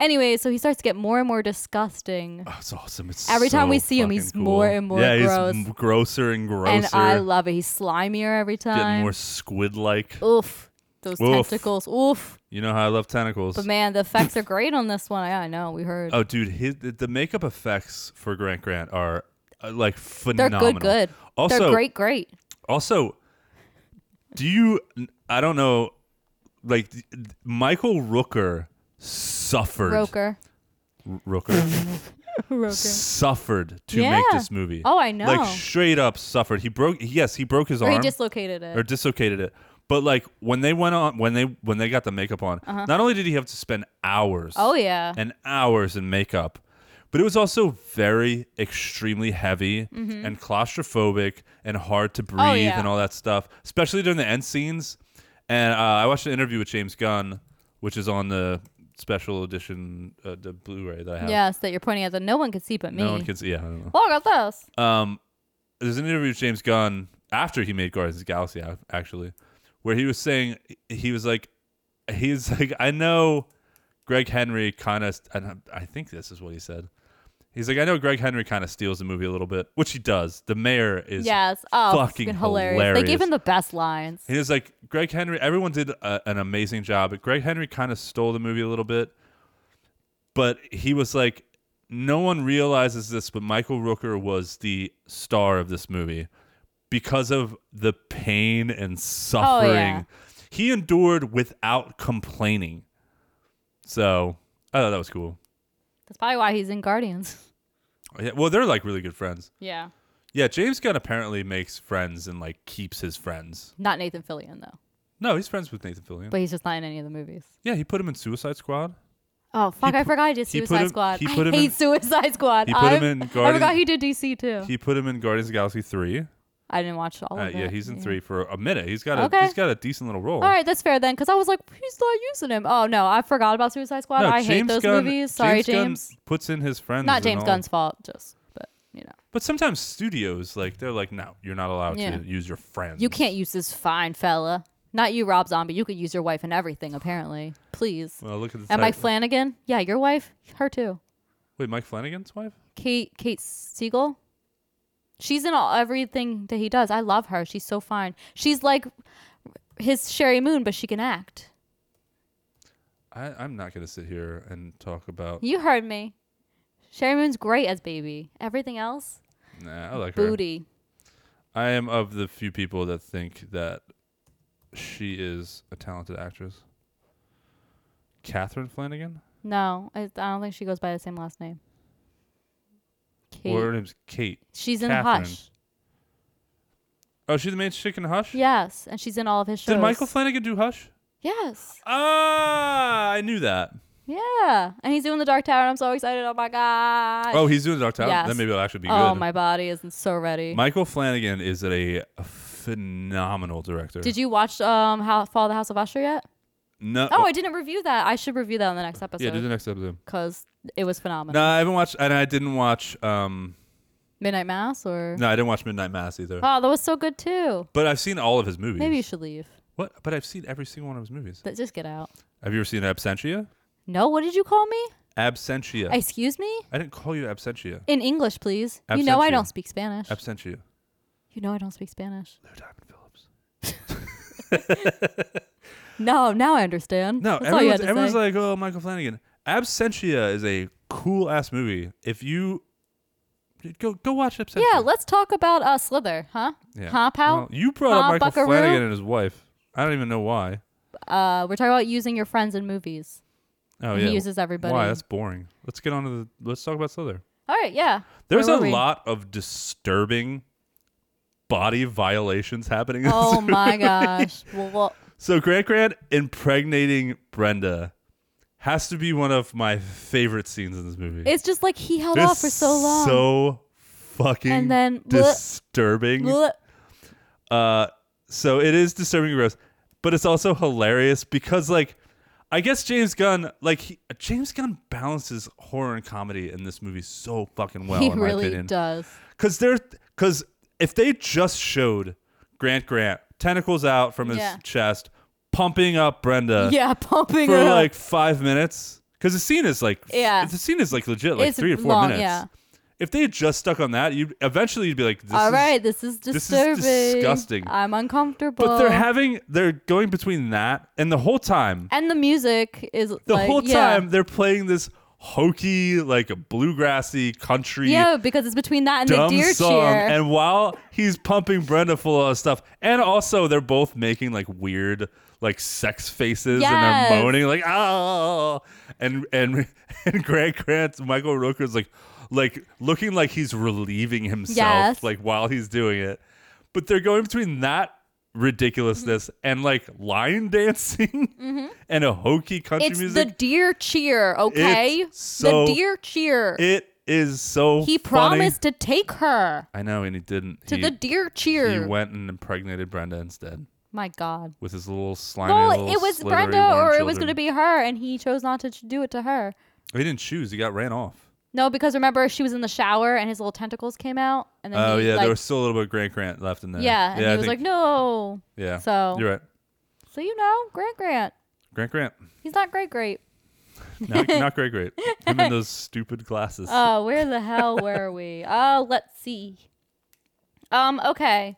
Speaker 2: Anyway, so he starts to get more and more disgusting,
Speaker 1: Oh, it's awesome. It's
Speaker 2: Every time we
Speaker 1: so
Speaker 2: see him,
Speaker 1: fucking
Speaker 2: he's more
Speaker 1: cool.
Speaker 2: and more
Speaker 1: yeah,
Speaker 2: gross.
Speaker 1: he's m- grosser and grosser.
Speaker 2: and I love it. He's slimier every
Speaker 1: getting
Speaker 2: time.
Speaker 1: more squid-like.
Speaker 2: Oof, those
Speaker 1: Oof.
Speaker 2: tentacles. Oof.
Speaker 1: You know how I love tentacles.
Speaker 2: But man, the effects are great on this one. Yeah, I know. We heard.
Speaker 1: Oh, dude, his the- the makeup effects for Grant Grant are uh, like
Speaker 2: They're
Speaker 1: phenomenal.
Speaker 2: good, good.
Speaker 1: Also,
Speaker 2: They're great, great.
Speaker 1: Also, do you? I don't know. Like th- th- Michael Rooker suffered.
Speaker 2: Roker.
Speaker 1: Rooker
Speaker 2: <laughs> Roker.
Speaker 1: suffered to
Speaker 2: Yeah.
Speaker 1: make this movie.
Speaker 2: Oh, I know.
Speaker 1: Like straight up suffered. He broke. Yes, he broke his
Speaker 2: Or
Speaker 1: arm
Speaker 2: he dislocated it.
Speaker 1: or dislocated it. But like when they went on, when they when they got the makeup on, not only did he have to spend hours.
Speaker 2: Uh-huh. oh yeah.
Speaker 1: and hours in makeup. But it was also very extremely heavy and claustrophobic and hard to breathe
Speaker 2: Mm-hmm. Oh, yeah.
Speaker 1: and all that stuff, especially during the end scenes. And uh, I watched an interview with James Gunn, which is on the special edition, uh, the Blu-ray that I have.
Speaker 2: yes, that you're pointing at that no one could see but me.
Speaker 1: no one can see. Yeah, I don't know.
Speaker 2: Look at this.
Speaker 1: Um, there's an interview with James Gunn after he made Guardians of the Galaxy, ac- actually, where he was saying he was like, he's <laughs> like, I know Greg Henry kind of, I think this is what he said. He's like, I know Greg Henry kind of steals the movie a little bit, which he does. The mayor is
Speaker 2: yes. Oh,
Speaker 1: fucking
Speaker 2: fucking hilarious. They gave
Speaker 1: hilarious.
Speaker 2: him the best lines.
Speaker 1: he was like, Greg Henry, everyone did a, an amazing job, but Greg Henry kind of stole the movie a little bit. But he was like, no one realizes this, but Michael Rooker was the star of this movie because of the pain
Speaker 2: Oh,
Speaker 1: and suffering he endured without complaining. So I thought that was cool.
Speaker 2: That's probably why he's in Guardians. <laughs>
Speaker 1: Yeah, well, they're like really good friends.
Speaker 2: yeah.
Speaker 1: Yeah, James Gunn apparently makes friends and like keeps his friends.
Speaker 2: Not Nathan Fillion though.
Speaker 1: No, he's friends with Nathan Fillion.
Speaker 2: But he's just not in any of the movies.
Speaker 1: yeah, he put him in Suicide Squad.
Speaker 2: Oh fuck! I
Speaker 1: pu-
Speaker 2: forgot he did
Speaker 1: he put
Speaker 2: Suicide
Speaker 1: him-
Speaker 2: Squad.
Speaker 1: he
Speaker 2: I
Speaker 1: put him
Speaker 2: hate
Speaker 1: in-
Speaker 2: Suicide Squad.
Speaker 1: he put him
Speaker 2: I'm-
Speaker 1: in
Speaker 2: I forgot
Speaker 1: Guardian-
Speaker 2: he did DC too.
Speaker 1: He put him in Guardians of the Galaxy three.
Speaker 2: I didn't watch all
Speaker 1: Uh,
Speaker 2: of it.
Speaker 1: yeah, he's in three for a minute. He's got a
Speaker 2: Okay.
Speaker 1: he's got a decent little role.
Speaker 2: All right, that's fair then, because I was like, he's not using him. Oh no, I forgot about Suicide Squad. I hate those movies. Sorry,
Speaker 1: Gunn
Speaker 2: James.
Speaker 1: puts in his friends.
Speaker 2: Not
Speaker 1: and
Speaker 2: James
Speaker 1: all.
Speaker 2: Gunn's fault, just but you know,
Speaker 1: But sometimes studios like they're like, no, you're not allowed
Speaker 2: Yeah.
Speaker 1: to use your friends.
Speaker 2: you can't use this fine fella. Not you, Rob Zombie. You could use your wife and everything, apparently. Please.
Speaker 1: Well, look at the
Speaker 2: and Mike
Speaker 1: title.
Speaker 2: Flanagan. Yeah, your wife, her too.
Speaker 1: Wait, Mike Flanagan's wife?
Speaker 2: Kate Kate Siegel. She's in all everything that he does. I love her. She's so fine. She's like his Sherry Moon, but she can act.
Speaker 1: I, I'm not gonna sit here and talk about.
Speaker 2: You heard me. Sherry Moon's great as baby. Everything else,
Speaker 1: Nah, I like her.
Speaker 2: booty.
Speaker 1: I am of the few people that think that she is a talented actress. Catherine Flanagan.
Speaker 2: No, I, I don't think she goes by the same last name. Kate.
Speaker 1: Well, her name's Kate.
Speaker 2: She's in
Speaker 1: Catherine.
Speaker 2: Hush.
Speaker 1: Oh, she's the main chick in Hush.
Speaker 2: Yes, and she's in all of his shows.
Speaker 1: Did Michael Flanagan do Hush?
Speaker 2: Yes.
Speaker 1: Ah, I knew that.
Speaker 2: Yeah, and he's doing the Dark Tower. and I'm so excited. Oh my god.
Speaker 1: Oh, he's doing Dark Tower.
Speaker 2: Yes.
Speaker 1: Then maybe it'll actually be
Speaker 2: Oh,
Speaker 1: good.
Speaker 2: my body isn't so ready.
Speaker 1: Michael Flanagan is a phenomenal director.
Speaker 2: Did you watch um How Fall of the House of Usher yet?
Speaker 1: No.
Speaker 2: Oh, I didn't review that. I should review that on the next episode.
Speaker 1: yeah, do the next episode.
Speaker 2: because it was phenomenal.
Speaker 1: No, I haven't watched, and I didn't watch. Um,
Speaker 2: Midnight Mass or
Speaker 1: no, I didn't watch Midnight Mass either.
Speaker 2: oh, that was so good too.
Speaker 1: But I've seen all of his movies.
Speaker 2: Maybe you should leave.
Speaker 1: What? But I've seen every single one of his movies.
Speaker 2: Th- Just get out.
Speaker 1: Have you ever seen Absentia?
Speaker 2: No, what did you call me?
Speaker 1: Absentia. I,
Speaker 2: Excuse me?
Speaker 1: didn't call you Absentia.
Speaker 2: In English, please. You know I
Speaker 1: Absentia.
Speaker 2: don't speak Spanish.
Speaker 1: Absentia.
Speaker 2: you know I don't speak Spanish.
Speaker 1: Lou Diamond Phillips.
Speaker 2: <laughs> No, now I understand.
Speaker 1: No,
Speaker 2: That's all you had
Speaker 1: everyone's, everyone's
Speaker 2: to say.
Speaker 1: like, oh, Michael Flanagan. Absentia is a cool ass movie. If you dude, go go watch Absentia.
Speaker 2: yeah, let's talk about uh, Slither, huh?
Speaker 1: Yeah.
Speaker 2: Huh, pal?
Speaker 1: Well, you brought up
Speaker 2: Huh,
Speaker 1: Michael
Speaker 2: buckaroo?
Speaker 1: Flanagan and his wife. I don't even know why.
Speaker 2: Uh, we're talking about using your friends in movies.
Speaker 1: Oh
Speaker 2: He
Speaker 1: yeah,
Speaker 2: uses everybody.
Speaker 1: Why? That's boring. Let's get on to the. Let's talk about Slither.
Speaker 2: All right, yeah.
Speaker 1: There's
Speaker 2: Where
Speaker 1: a
Speaker 2: were we?
Speaker 1: lot of disturbing body violations happening. In
Speaker 2: Oh
Speaker 1: this movie.
Speaker 2: my gosh. Well, well,
Speaker 1: <laughs> So Grant Grant impregnating Brenda has to be one of my favorite scenes in this movie.
Speaker 2: it's just like he held
Speaker 1: They're
Speaker 2: off for so long.
Speaker 1: So fucking
Speaker 2: And then-
Speaker 1: disturbing.
Speaker 2: Blech.
Speaker 1: Uh, so it is disturbing and gross, but it's also hilarious because like I guess James Gunn like he, James Gunn balances horror and comedy in this movie so fucking well.
Speaker 2: he
Speaker 1: Oh, in my
Speaker 2: really
Speaker 1: opinion.
Speaker 2: does.
Speaker 1: Because they're because if they just showed Grant Grant tentacles out from his
Speaker 2: Yeah.
Speaker 1: chest, pumping up Brenda
Speaker 2: yeah, <laughs> pumping
Speaker 1: Uh, for
Speaker 2: it up.
Speaker 1: like five minutes. Because the scene is like
Speaker 2: Yeah.
Speaker 1: the scene is like legit like
Speaker 2: It's
Speaker 1: three or four
Speaker 2: long,
Speaker 1: minutes.
Speaker 2: yeah.
Speaker 1: If they had just stuck on that, you eventually you'd be like, this
Speaker 2: All
Speaker 1: is-
Speaker 2: right, this is
Speaker 1: this is
Speaker 2: disturbing.
Speaker 1: disgusting.
Speaker 2: I'm uncomfortable.
Speaker 1: But they're having they're going between that and the whole time.
Speaker 2: and the music is
Speaker 1: The
Speaker 2: like,
Speaker 1: whole
Speaker 2: yeah.
Speaker 1: time they're playing this hokey like bluegrassy country
Speaker 2: Yeah, because it's between that and
Speaker 1: dumb
Speaker 2: the deer
Speaker 1: song.
Speaker 2: cheer.
Speaker 1: And while he's pumping Brenda full of stuff, and also they're both making like weird like sex faces and
Speaker 2: Yes.
Speaker 1: they're moaning like oh and and <laughs> and Grant Grant's Michael Rooker's like like looking like he's relieving himself
Speaker 2: Yes.
Speaker 1: like while he's doing it. But they're going between that ridiculousness
Speaker 2: Mm-hmm.
Speaker 1: and like line <laughs> dancing and a hokey country
Speaker 2: it's
Speaker 1: music.
Speaker 2: the deer cheer, okay?
Speaker 1: It's so-
Speaker 2: the deer cheer.
Speaker 1: it is so
Speaker 2: he
Speaker 1: funny.
Speaker 2: promised to take her
Speaker 1: I know and he didn't
Speaker 2: to
Speaker 1: He-
Speaker 2: the deer
Speaker 1: He
Speaker 2: cheer.
Speaker 1: went and impregnated Brenda instead
Speaker 2: My God.
Speaker 1: with his little slimy.
Speaker 2: Well,
Speaker 1: little
Speaker 2: it was
Speaker 1: slithery
Speaker 2: Brenda
Speaker 1: worm
Speaker 2: or it was
Speaker 1: children.
Speaker 2: going to be her, and he chose not to ch- do it to her.
Speaker 1: He didn't choose. He got ran off.
Speaker 2: No, because remember, she was in the shower and his little tentacles came out. And then
Speaker 1: Oh
Speaker 2: he,
Speaker 1: yeah,
Speaker 2: like,
Speaker 1: there was still a little bit of Grant Grant left in there.
Speaker 2: Yeah, and
Speaker 1: I
Speaker 2: he was like,
Speaker 1: think-
Speaker 2: no.
Speaker 1: Yeah,
Speaker 2: so-
Speaker 1: you're right.
Speaker 2: So, you know, Grant Grant.
Speaker 1: Grant Grant,
Speaker 2: He's not great, great. <laughs>
Speaker 1: not, not Grant Grant. Him in those stupid glasses.
Speaker 2: Oh, where the hell were we? Oh, let's see. Um, okay.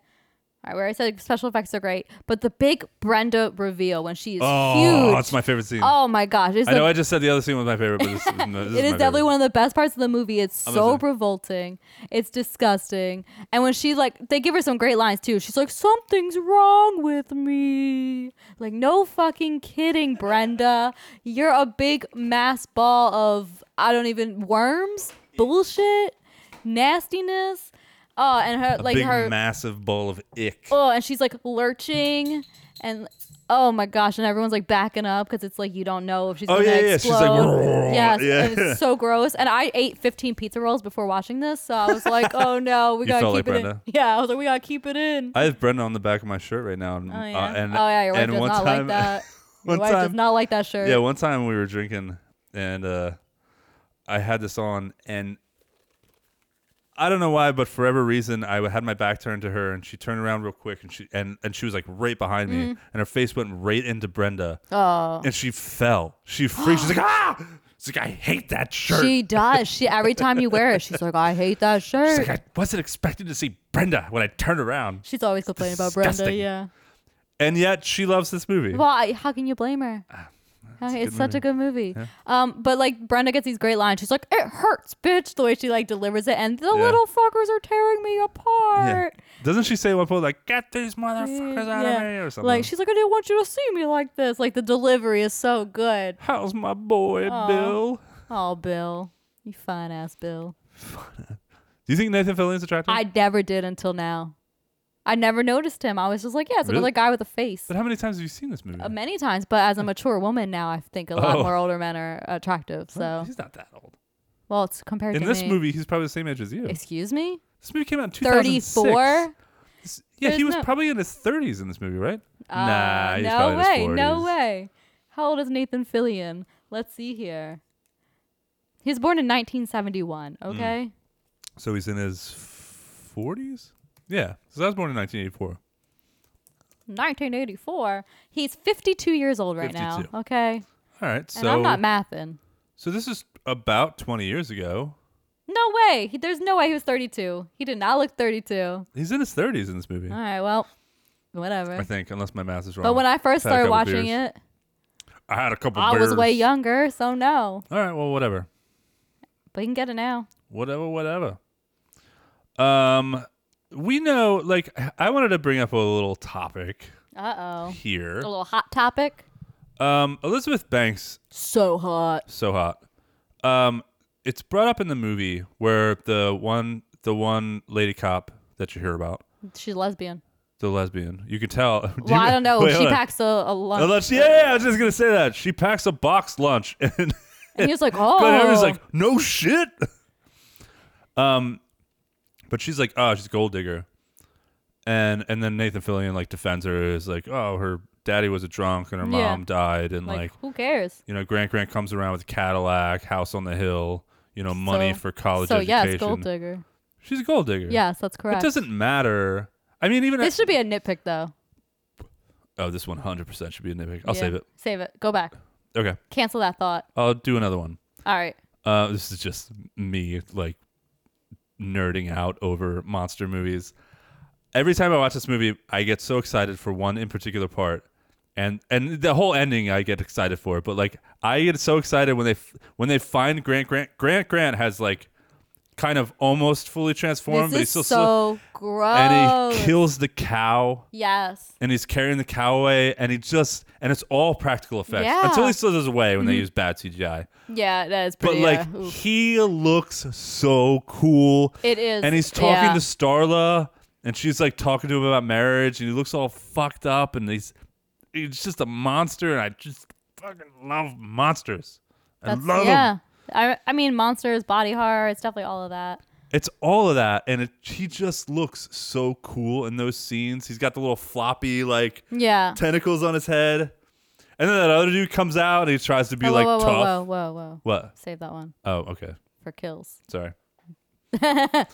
Speaker 2: All right, where I said special effects are great, but the big Brenda reveal when she is
Speaker 1: oh,
Speaker 2: huge.
Speaker 1: that's my favorite scene.
Speaker 2: oh my gosh. It's
Speaker 1: I know.
Speaker 2: the-
Speaker 1: I just said the other scene was my favorite, but this, is my- this
Speaker 2: <laughs> it is
Speaker 1: my
Speaker 2: definitely
Speaker 1: favorite.
Speaker 2: one of the best parts of the movie. It's
Speaker 1: I'm
Speaker 2: so
Speaker 1: listening.
Speaker 2: revolting. It's disgusting. And when she like they give her some great lines too. She's like, Something's wrong with me. Like, no fucking kidding, Brenda. You're a big mass ball of I don't even worms, bullshit, nastiness. Oh, and her
Speaker 1: A
Speaker 2: like
Speaker 1: big
Speaker 2: her
Speaker 1: massive bowl of ick.
Speaker 2: oh, and she's like lurching and oh my gosh, and everyone's like backing up because it's like you don't know if she's
Speaker 1: Oh,
Speaker 2: gonna
Speaker 1: yeah, yeah, she's
Speaker 2: explode.
Speaker 1: like, <laughs> "Roar."
Speaker 2: yes,
Speaker 1: Yeah.
Speaker 2: it was so gross. And I ate 15 pizza rolls before watching this, so I was like,
Speaker 1: <laughs>
Speaker 2: oh no, we
Speaker 1: You
Speaker 2: gotta
Speaker 1: felt
Speaker 2: keep
Speaker 1: like
Speaker 2: it
Speaker 1: Brenda.
Speaker 2: in. Yeah, I was like, we gotta keep it in.
Speaker 1: <laughs> I have Brenda on the back of my shirt right now, and
Speaker 2: oh yeah,
Speaker 1: uh, and
Speaker 2: oh yeah, your wife
Speaker 1: and
Speaker 2: does
Speaker 1: one
Speaker 2: not
Speaker 1: time, <laughs>
Speaker 2: like that. Your
Speaker 1: one
Speaker 2: wife does
Speaker 1: time-
Speaker 2: not like that shirt.
Speaker 1: Yeah, one time we were drinking and uh I had this on and I don't know why, but for whatever reason I had my back turned to her and she turned around real quick and she and, and she was like right behind me
Speaker 2: Mm-hmm.
Speaker 1: and her face went right into Brenda. Oh. And she fell. She freaked. She's
Speaker 2: <gasps>
Speaker 1: like, ah She's like, I hate that shirt.
Speaker 2: She does. She every time you wear it, she's like, I
Speaker 1: <laughs>
Speaker 2: hate that
Speaker 1: She's like,
Speaker 2: shirt.
Speaker 1: I wasn't expecting to see Brenda when I turned around.
Speaker 2: she's always complaining about Brenda.
Speaker 1: disgusting.
Speaker 2: Yeah.
Speaker 1: And yet she loves this movie.
Speaker 2: Well, I, how can you blame her?
Speaker 1: Ah,
Speaker 2: Okay, it's such a good movie. Um, but like Brenda gets these great lines. She's like, "It hurts, bitch," the way she like delivers it, and the little fuckers are tearing me
Speaker 1: Yeah.
Speaker 2: apart.
Speaker 1: Doesn't she say at one point like, get these motherfuckers out
Speaker 2: Yeah.
Speaker 1: of here or something?
Speaker 2: Like she's like, "I didn't want you to see me like this." Like the delivery is so good.
Speaker 1: How's my boy, Bill?
Speaker 2: Oh, Bill, you fine ass Bill.
Speaker 1: Do you think Nathan Fillion's attractive?
Speaker 3: I never did until now. I never noticed him. I was just like, yeah, it's another
Speaker 1: Really?
Speaker 3: guy with a face.
Speaker 1: but how many times have you seen this movie?
Speaker 3: Uh, many times, but as a mature woman now, I think a lot
Speaker 1: Oh.
Speaker 3: more older men are attractive. So,
Speaker 1: He's not that old.
Speaker 3: well, it's compared
Speaker 1: In
Speaker 3: to
Speaker 1: this
Speaker 3: me.
Speaker 1: movie, he's probably the same age as you.
Speaker 3: Excuse me,
Speaker 1: This movie came out in 2006.
Speaker 3: thirty-four.
Speaker 1: This- Yeah,
Speaker 3: There's
Speaker 1: he was
Speaker 3: no-
Speaker 1: probably in his 30s in this movie, right?
Speaker 3: Uh,
Speaker 1: nah, he's probably
Speaker 3: no
Speaker 1: in his
Speaker 3: way, no
Speaker 1: 40s.
Speaker 3: way. How old is Nathan Fillion? Let's see here. He was born in 1971.
Speaker 1: Hmm.
Speaker 3: Okay,
Speaker 1: So he's in his 40s? Yeah. So I was born in 1984.
Speaker 3: 1984. He's 52 years old right now.
Speaker 1: 52.
Speaker 3: Okay,
Speaker 1: All right.
Speaker 3: and
Speaker 1: So
Speaker 3: I'm not mathing.
Speaker 1: so this is about 20 years ago.
Speaker 3: No way. He, there's no way he was 32. He did not look 32. All
Speaker 1: He's in his 30s in this movie.
Speaker 3: right, well, whatever.
Speaker 1: I think, unless my math is wrong.
Speaker 3: But when I first
Speaker 1: Had a
Speaker 3: started
Speaker 1: couple
Speaker 3: watching
Speaker 1: beers.
Speaker 3: it,
Speaker 1: I had a couple.
Speaker 3: I was way
Speaker 1: beers.
Speaker 3: younger, so no.
Speaker 1: All right. Well, whatever.
Speaker 3: But you can get it now.
Speaker 1: whatever, whatever. Um, we know. Like, I wanted to bring up a little topic
Speaker 3: Uh oh.
Speaker 1: here.
Speaker 3: A little hot topic.
Speaker 1: Um, Elizabeth Banks,
Speaker 3: So hot.
Speaker 1: so hot. Um, it's brought up in the movie where the one, the one lady cop that you hear about,
Speaker 3: She's
Speaker 1: <laughs>
Speaker 3: lesbian.
Speaker 1: the lesbian. You could tell. <laughs> Do
Speaker 3: well,
Speaker 1: you-
Speaker 3: I don't know.
Speaker 1: Wait,
Speaker 3: she
Speaker 1: hold on.
Speaker 3: packs a,
Speaker 1: <laughs>
Speaker 3: a lunch.
Speaker 1: A lunch. Yeah, I was just gonna say that she packs a box lunch, <laughs> and
Speaker 3: and he was like, oh.
Speaker 1: Glenn Henry's like, no shit. <laughs> um, but she's like, oh, she's a gold digger, and and then Nathan Fillion like defends her is like, oh, her daddy was a drunk and her
Speaker 3: Yeah.
Speaker 1: mom died, and
Speaker 3: Like,
Speaker 1: like,
Speaker 3: who cares?
Speaker 1: you know, Grant Grant comes around with a Cadillac, house on the hill, you know, money
Speaker 3: So-
Speaker 1: for college
Speaker 3: So,
Speaker 1: "Oh,
Speaker 3: yeah,
Speaker 1: education.
Speaker 3: it's gold digger.
Speaker 1: She's a gold digger.
Speaker 3: Yes, that's
Speaker 1: it
Speaker 3: correct.
Speaker 1: doesn't matter. I mean, even
Speaker 3: This should be a nitpick, though.
Speaker 1: oh, this one hundred percent should be a nitpick. I'll
Speaker 3: Yeah.
Speaker 1: save it.
Speaker 3: Save it. Go back.
Speaker 1: Okay,
Speaker 3: Cancel that thought.
Speaker 1: I'll do another one.
Speaker 3: All right.
Speaker 1: Uh, this is just me like nerding out over monster movies. Every time I watch this movie, I get so excited for one in particular part, and and the whole ending I get excited for. But like I get so excited when they f- when they find Grant Grant Grant Grant has like kind of almost fully transformed, but
Speaker 3: this
Speaker 1: he's
Speaker 3: is
Speaker 1: still
Speaker 3: so
Speaker 1: sli-
Speaker 3: gross.
Speaker 1: and he kills the cow
Speaker 3: yes.
Speaker 1: and he's carrying the cow away and he just and it's all practical effects
Speaker 3: Yeah. Mm-hmm.
Speaker 1: until he slithers away when they use bad CGI.
Speaker 3: Yeah, that is
Speaker 1: But
Speaker 3: pretty.
Speaker 1: like
Speaker 3: uh, oof.
Speaker 1: he looks so cool.
Speaker 3: It is,
Speaker 1: And he's talking
Speaker 3: yeah.
Speaker 1: to Starla and she's like talking to him about marriage and he looks all fucked up and he's he's just a monster and I just fucking love monsters. I
Speaker 3: That's,
Speaker 1: love 'em.
Speaker 3: yeah. I, I mean, monsters, body horror, it's definitely all of that.
Speaker 1: It's all of that and it, he just looks so cool in those scenes. He's got the little floppy like
Speaker 3: Yeah.
Speaker 1: tentacles on his head. And then that other dude comes out and he tries to be
Speaker 3: Oh,
Speaker 1: like
Speaker 3: whoa, whoa,
Speaker 1: tough.
Speaker 3: whoa, whoa, whoa, whoa.
Speaker 1: What?
Speaker 3: Save that one
Speaker 1: Oh, okay.
Speaker 3: for kills. <laughs>
Speaker 1: Sorry. but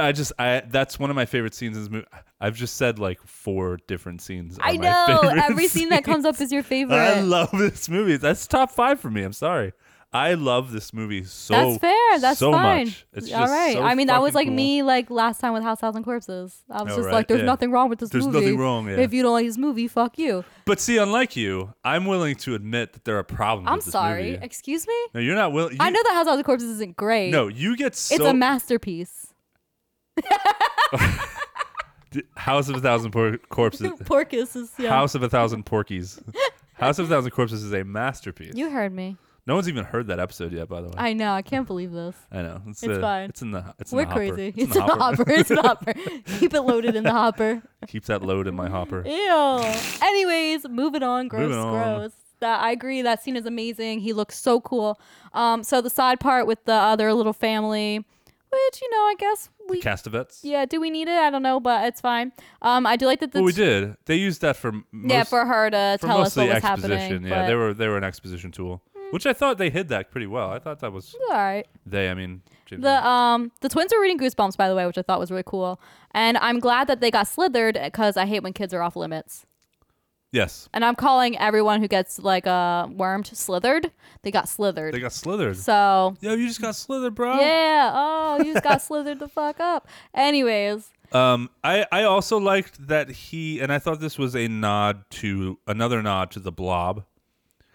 Speaker 1: I just I that's one of my favorite scenes in this movie. I've just said like four different scenes. are
Speaker 3: I
Speaker 1: my
Speaker 3: know.
Speaker 1: favorite <laughs>
Speaker 3: Every scene that comes up is your favorite.
Speaker 1: I love this movie. That's top five for me. I'm sorry. I love this movie so.
Speaker 3: That's fair. That's
Speaker 1: so
Speaker 3: fine.
Speaker 1: Much. It's
Speaker 3: all
Speaker 1: just
Speaker 3: right.
Speaker 1: so
Speaker 3: I mean, that was
Speaker 1: fucking
Speaker 3: like
Speaker 1: cool.
Speaker 3: me like last time with House, Thousand Corpses. I was
Speaker 1: Oh,
Speaker 3: just
Speaker 1: right,
Speaker 3: like, "There's
Speaker 1: yeah.
Speaker 3: nothing wrong with this
Speaker 1: There's
Speaker 3: movie.
Speaker 1: nothing wrong, yeah.
Speaker 3: If you don't like this movie, fuck you."
Speaker 1: But see, unlike you, I'm willing to admit that there are problems.
Speaker 3: I'm
Speaker 1: with this
Speaker 3: sorry.
Speaker 1: movie.
Speaker 3: Excuse me.
Speaker 1: No, you're not willing.
Speaker 3: I know that House, Thousand Corpses isn't great.
Speaker 1: No, you get so.
Speaker 3: it's
Speaker 1: <laughs>
Speaker 3: a masterpiece.
Speaker 1: House of a Thousand Por-
Speaker 3: <laughs>
Speaker 1: Corpses.
Speaker 3: Porcus is yeah.
Speaker 1: House of a Thousand
Speaker 3: <laughs>
Speaker 1: Porkies. House of a Thousand Corpses is a masterpiece.
Speaker 3: You heard me.
Speaker 1: no one's even heard that episode yet, by the way.
Speaker 3: I know. I can't believe this.
Speaker 1: I know. It's,
Speaker 3: It's
Speaker 1: uh,
Speaker 3: fine.
Speaker 1: It's in the. It's in
Speaker 3: We're
Speaker 1: the hopper.
Speaker 3: crazy.
Speaker 1: It's, in the hopper.
Speaker 3: It's
Speaker 1: <laughs>
Speaker 3: in the hopper. Keep it loaded in the hopper.
Speaker 1: Keep that load in my
Speaker 3: <laughs>
Speaker 1: hopper.
Speaker 3: Ew. Anyways, moving on. Gross,
Speaker 1: Moving on.
Speaker 3: gross. That I agree. That scene is amazing. He looks so cool. Um, so the side part with the other little family, which you know, I guess we.
Speaker 1: Castavets.
Speaker 3: yeah, do we need it? I don't know, but it's fine. Um, I do like that. The
Speaker 1: Well, we
Speaker 3: t-
Speaker 1: did. They used that for m- most,
Speaker 3: yeah, for her to
Speaker 1: for
Speaker 3: tell us
Speaker 1: mostly
Speaker 3: what was
Speaker 1: exposition.
Speaker 3: happening.
Speaker 1: yeah,
Speaker 3: but Hmm.
Speaker 1: they were they were an exposition tool, which I thought they hid that pretty well. I thought that was
Speaker 3: all right.
Speaker 1: they. I mean, James
Speaker 3: The um the twins were reading Goosebumps by the way, which I thought was really cool, and I'm glad that they got slithered because I hate when kids are off limits.
Speaker 1: yes,
Speaker 3: And I'm calling everyone who gets like uh wormed slithered. They got slithered.
Speaker 1: they got slithered.
Speaker 3: so
Speaker 1: Yo, you just got slithered, bro.
Speaker 3: yeah, oh, you just got slithered the fuck up. Anyways,
Speaker 1: Um, I I also liked that he and I thought this was a nod to another nod to the Blob,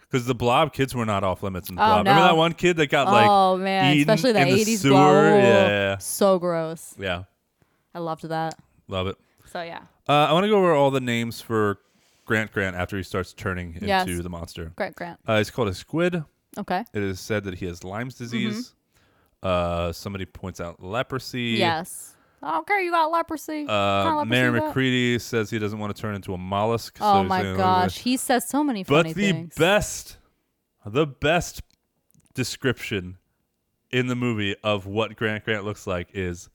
Speaker 1: because the Blob kids were not off limits in the
Speaker 3: Oh,
Speaker 1: Blob. Remember
Speaker 3: no.
Speaker 1: that one kid that got like
Speaker 3: oh man,
Speaker 1: eaten
Speaker 3: especially the
Speaker 1: in the
Speaker 3: 80s
Speaker 1: sewer?
Speaker 3: blow.
Speaker 1: Yeah,
Speaker 3: so gross.
Speaker 1: yeah,
Speaker 3: I loved that.
Speaker 1: love it.
Speaker 3: So yeah,
Speaker 1: Uh, I want to go over all the names for Grant Grant after he starts turning into
Speaker 3: Yes.
Speaker 1: the monster.
Speaker 3: Grant Grant.
Speaker 1: Uh, it's called a squid.
Speaker 3: Okay, Mm-hmm.
Speaker 1: It is said that he has Lyme's disease. Uh, somebody points out leprosy.
Speaker 3: Yes. I don't care. You got leprosy.
Speaker 1: Uh,
Speaker 3: What kind of leprosy
Speaker 1: Mayor
Speaker 3: you got?
Speaker 1: McCready says he doesn't want to turn into a mollusk. so
Speaker 3: Oh
Speaker 1: he's
Speaker 3: my
Speaker 1: gonna-
Speaker 3: gosh, he says so many
Speaker 1: But
Speaker 3: funny
Speaker 1: the
Speaker 3: things.
Speaker 1: best, the best description in the movie of what Grant Grant looks like is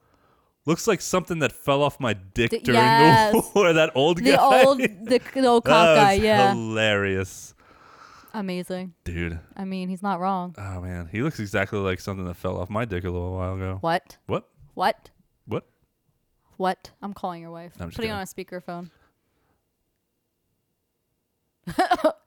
Speaker 1: looks like something that fell off my dick
Speaker 3: D-
Speaker 1: during
Speaker 3: yes.
Speaker 1: the <laughs> war. that old
Speaker 3: the
Speaker 1: guy. <laughs>
Speaker 3: old the, the old cop
Speaker 1: that
Speaker 3: guy,
Speaker 1: was
Speaker 3: yeah,
Speaker 1: hilarious,
Speaker 3: amazing.
Speaker 1: dude.
Speaker 3: I mean, he's not wrong.
Speaker 1: Oh man, he looks exactly like something that fell off my dick a little while ago.
Speaker 3: What?
Speaker 1: What?
Speaker 3: What?
Speaker 1: What?
Speaker 3: What? I'm calling your wife.
Speaker 1: I'm just
Speaker 3: Putting
Speaker 1: kidding.
Speaker 3: on a speakerphone. <laughs>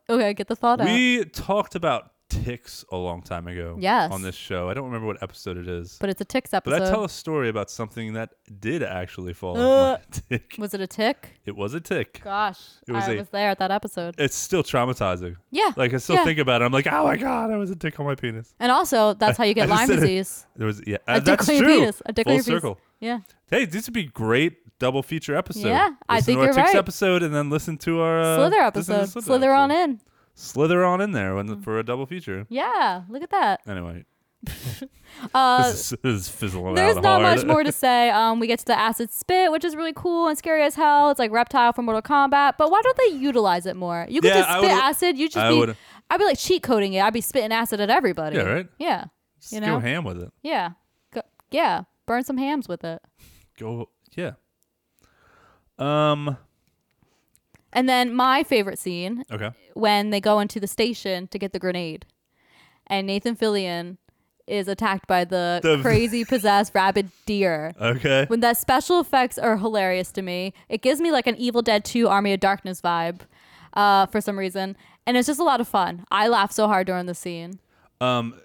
Speaker 3: okay, get the thought out.
Speaker 1: We talked about ticks a long time ago.
Speaker 3: Yes.
Speaker 1: On this show, I don't remember what episode it is.
Speaker 3: But it's a ticks
Speaker 1: But
Speaker 3: episode.
Speaker 1: I tell a story about something that did actually fall
Speaker 3: Uh.
Speaker 1: off my <laughs> dick.
Speaker 3: was it a tick?
Speaker 1: It was a tick.
Speaker 3: Gosh,
Speaker 1: It was
Speaker 3: I
Speaker 1: a-
Speaker 3: was there at that episode.
Speaker 1: It's still traumatizing.
Speaker 3: Yeah,
Speaker 1: Like I still
Speaker 3: yeah.
Speaker 1: think about it. I'm like, oh my god, I was a dick on my penis.
Speaker 3: and also, that's how you get
Speaker 1: <laughs> I just
Speaker 3: Lyme
Speaker 1: said it.
Speaker 3: disease.
Speaker 1: There was yeah,
Speaker 3: A
Speaker 1: uh,
Speaker 3: dick
Speaker 1: that's
Speaker 3: on your
Speaker 1: true.
Speaker 3: penis. A dick
Speaker 1: Full
Speaker 3: on your penis.
Speaker 1: circle.
Speaker 3: Yeah.
Speaker 1: Hey, this would be great double feature episode.
Speaker 3: Yeah, I
Speaker 1: Listen
Speaker 3: think
Speaker 1: to our
Speaker 3: you're
Speaker 1: Ticks
Speaker 3: right.
Speaker 1: episode and then listen to our uh,
Speaker 3: Slither
Speaker 1: listen to the
Speaker 3: episode. Slither on Mm.
Speaker 1: episode.
Speaker 3: in.
Speaker 1: Slither on in there when, for a double feature.
Speaker 3: Yeah, look at that.
Speaker 1: Anyway,
Speaker 3: <laughs> Uh,
Speaker 1: this, is, this is fizzling
Speaker 3: There's
Speaker 1: out
Speaker 3: not
Speaker 1: hard.
Speaker 3: much more to say. Um, we get to the acid spit, which is really cool and scary as hell. It's like reptile from Mortal Kombat. But why don't they utilize it more? You could
Speaker 1: Yeah,
Speaker 3: just
Speaker 1: I
Speaker 3: spit
Speaker 1: would've-
Speaker 3: acid. You just
Speaker 1: I
Speaker 3: be.
Speaker 1: would've-
Speaker 3: I'd be like cheat coding it. I'd be spitting acid at
Speaker 1: <laughs>
Speaker 3: everybody.
Speaker 1: Yeah, right?
Speaker 3: Yeah.
Speaker 1: Just
Speaker 3: You
Speaker 1: go
Speaker 3: know.
Speaker 1: ham with it.
Speaker 3: yeah. Go, yeah. Burn some hams with it.
Speaker 1: Go yeah. Um.
Speaker 3: And then my favorite scene
Speaker 1: Okay.
Speaker 3: when they go into the station to get the grenade, and Nathan Fillion is attacked by the,
Speaker 1: The- Uh
Speaker 3: crazy possessed rabid
Speaker 1: <laughs>
Speaker 3: deer.
Speaker 1: Okay.
Speaker 3: when the special effects are hilarious to me. It gives me like an Evil Dead 2 Army of Darkness vibe uh, for some reason. And it's just a lot of fun. I laughed so hard during the scene.
Speaker 1: Um.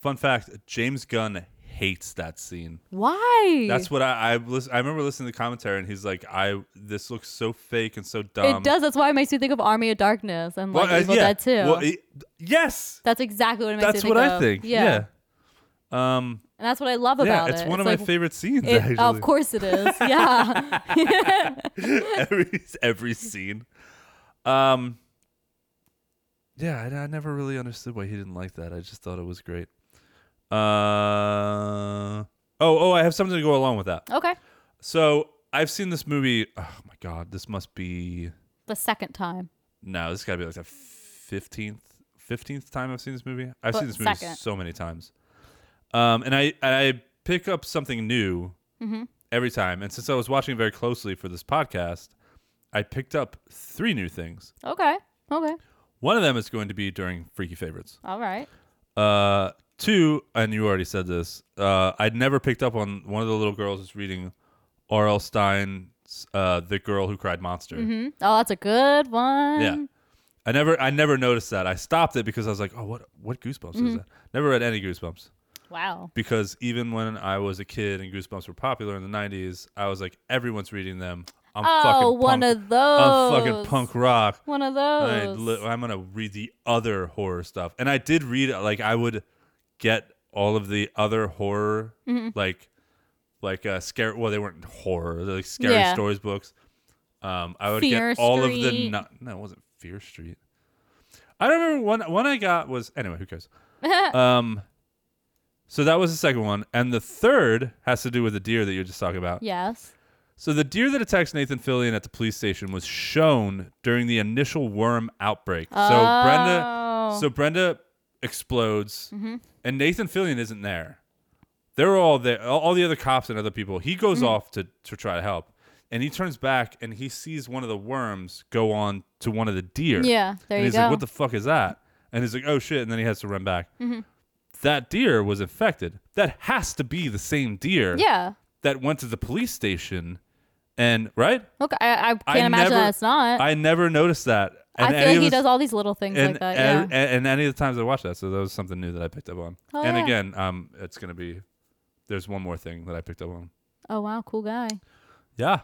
Speaker 1: Fun fact: James Gunn hates that scene.
Speaker 3: Why?
Speaker 1: That's what I I, lis- I remember listening to the commentary, and he's like, "I this looks so fake and so dumb."
Speaker 3: it does. That's why it makes me think of Army of Darkness and
Speaker 1: Well,
Speaker 3: like
Speaker 1: uh,
Speaker 3: Evil
Speaker 1: yeah.
Speaker 3: Dead 2.
Speaker 1: Well, it- yes,
Speaker 3: that's exactly what it makes me
Speaker 1: that's
Speaker 3: think
Speaker 1: what I
Speaker 3: of.
Speaker 1: think. Yeah. Um.
Speaker 3: And that's what I love
Speaker 1: Yeah,
Speaker 3: about
Speaker 1: it's
Speaker 3: it.
Speaker 1: one of
Speaker 3: like,
Speaker 1: my favorite scenes.
Speaker 3: it-
Speaker 1: actually,
Speaker 3: Of course
Speaker 1: <laughs>
Speaker 3: it is. Yeah.
Speaker 1: every every scene. Um. Yeah, I, I never really understood why he didn't like that. I just thought it was great. Uh. Oh, oh, I have something to go along with that.
Speaker 3: okay.
Speaker 1: So I've seen this movie. Oh my god, this must be
Speaker 3: The second time.
Speaker 1: No, this got to be like the fifteenth fifteenth time I've seen this movie. I've
Speaker 3: But
Speaker 1: seen this movie
Speaker 3: second.
Speaker 1: so many times, um, and I and I pick up something new
Speaker 3: Mm-hmm.
Speaker 1: every time. And since I was watching very closely for this podcast, I picked up three new things.
Speaker 3: Okay. Okay.
Speaker 1: One of them is going to be during Freaky Favorites.
Speaker 3: All right.
Speaker 1: Uh, two, and you already said this. Uh, I'd never picked up on one of the little girls is reading R.L. Stein's uh, "The Girl Who Cried Monster."
Speaker 3: Hmm? Oh, that's a good one.
Speaker 1: Yeah. I never I never noticed that. I stopped it because I was like, oh, what what Goosebumps is
Speaker 3: Mm-hmm.
Speaker 1: that? Never read any Goosebumps
Speaker 3: Wow.
Speaker 1: because even when I was a kid and Goosebumps were popular in the 90s, I was like, everyone's reading them. I'm
Speaker 3: Oh,
Speaker 1: fucking
Speaker 3: one
Speaker 1: punk,
Speaker 3: of
Speaker 1: I'm fucking
Speaker 3: those.
Speaker 1: punk rock.
Speaker 3: One of
Speaker 1: I
Speaker 3: those.
Speaker 1: li- I'm gonna read the other horror stuff, and I did read like I would get all of the other horror
Speaker 3: Mm-hmm.
Speaker 1: like like uh scare. Well, they weren't horror. They're like scary
Speaker 3: Yeah.
Speaker 1: stories books. Um, I would
Speaker 3: Fear
Speaker 1: get all of the
Speaker 3: Street.
Speaker 1: no, no, it wasn't Fear Street. I don't remember one. One I got was anyway. Who
Speaker 3: <laughs>
Speaker 1: cares? um, so that was the second one, and the third has to do with the deer that you were just talking about.
Speaker 3: Yes.
Speaker 1: So the deer that attacks Nathan Fillion at the police station was shown during the initial worm outbreak. So Brenda
Speaker 3: Oh. Mm-hmm.
Speaker 1: so Brenda explodes and Nathan Fillion isn't there. They're all there all all the other cops and other people. He goes
Speaker 3: Mm-hmm.
Speaker 1: off to to try to help. And he turns back and he sees one of the worms go on to one of the deer.
Speaker 3: Yeah, there
Speaker 1: and
Speaker 3: you
Speaker 1: he's like,
Speaker 3: go.
Speaker 1: What the fuck is that? And he's like, Oh shit, and then he has to run back.
Speaker 3: Mm-hmm.
Speaker 1: That deer was infected. That has to be the same deer
Speaker 3: Yeah.
Speaker 1: that went to the police station and right
Speaker 3: Okay. I, I can't imagine that it's not. I,
Speaker 1: i never noticed that
Speaker 3: feel
Speaker 1: any
Speaker 3: like
Speaker 1: of
Speaker 3: he
Speaker 1: the-
Speaker 3: does all these little things
Speaker 1: and,
Speaker 3: like that. Yeah.
Speaker 1: and, and any of the times i watched that so that was something new that i picked up on
Speaker 3: Oh,
Speaker 1: and
Speaker 3: yeah.
Speaker 1: again um it's gonna be there's one more thing that i picked up on
Speaker 3: oh wow, cool guy.
Speaker 1: yeah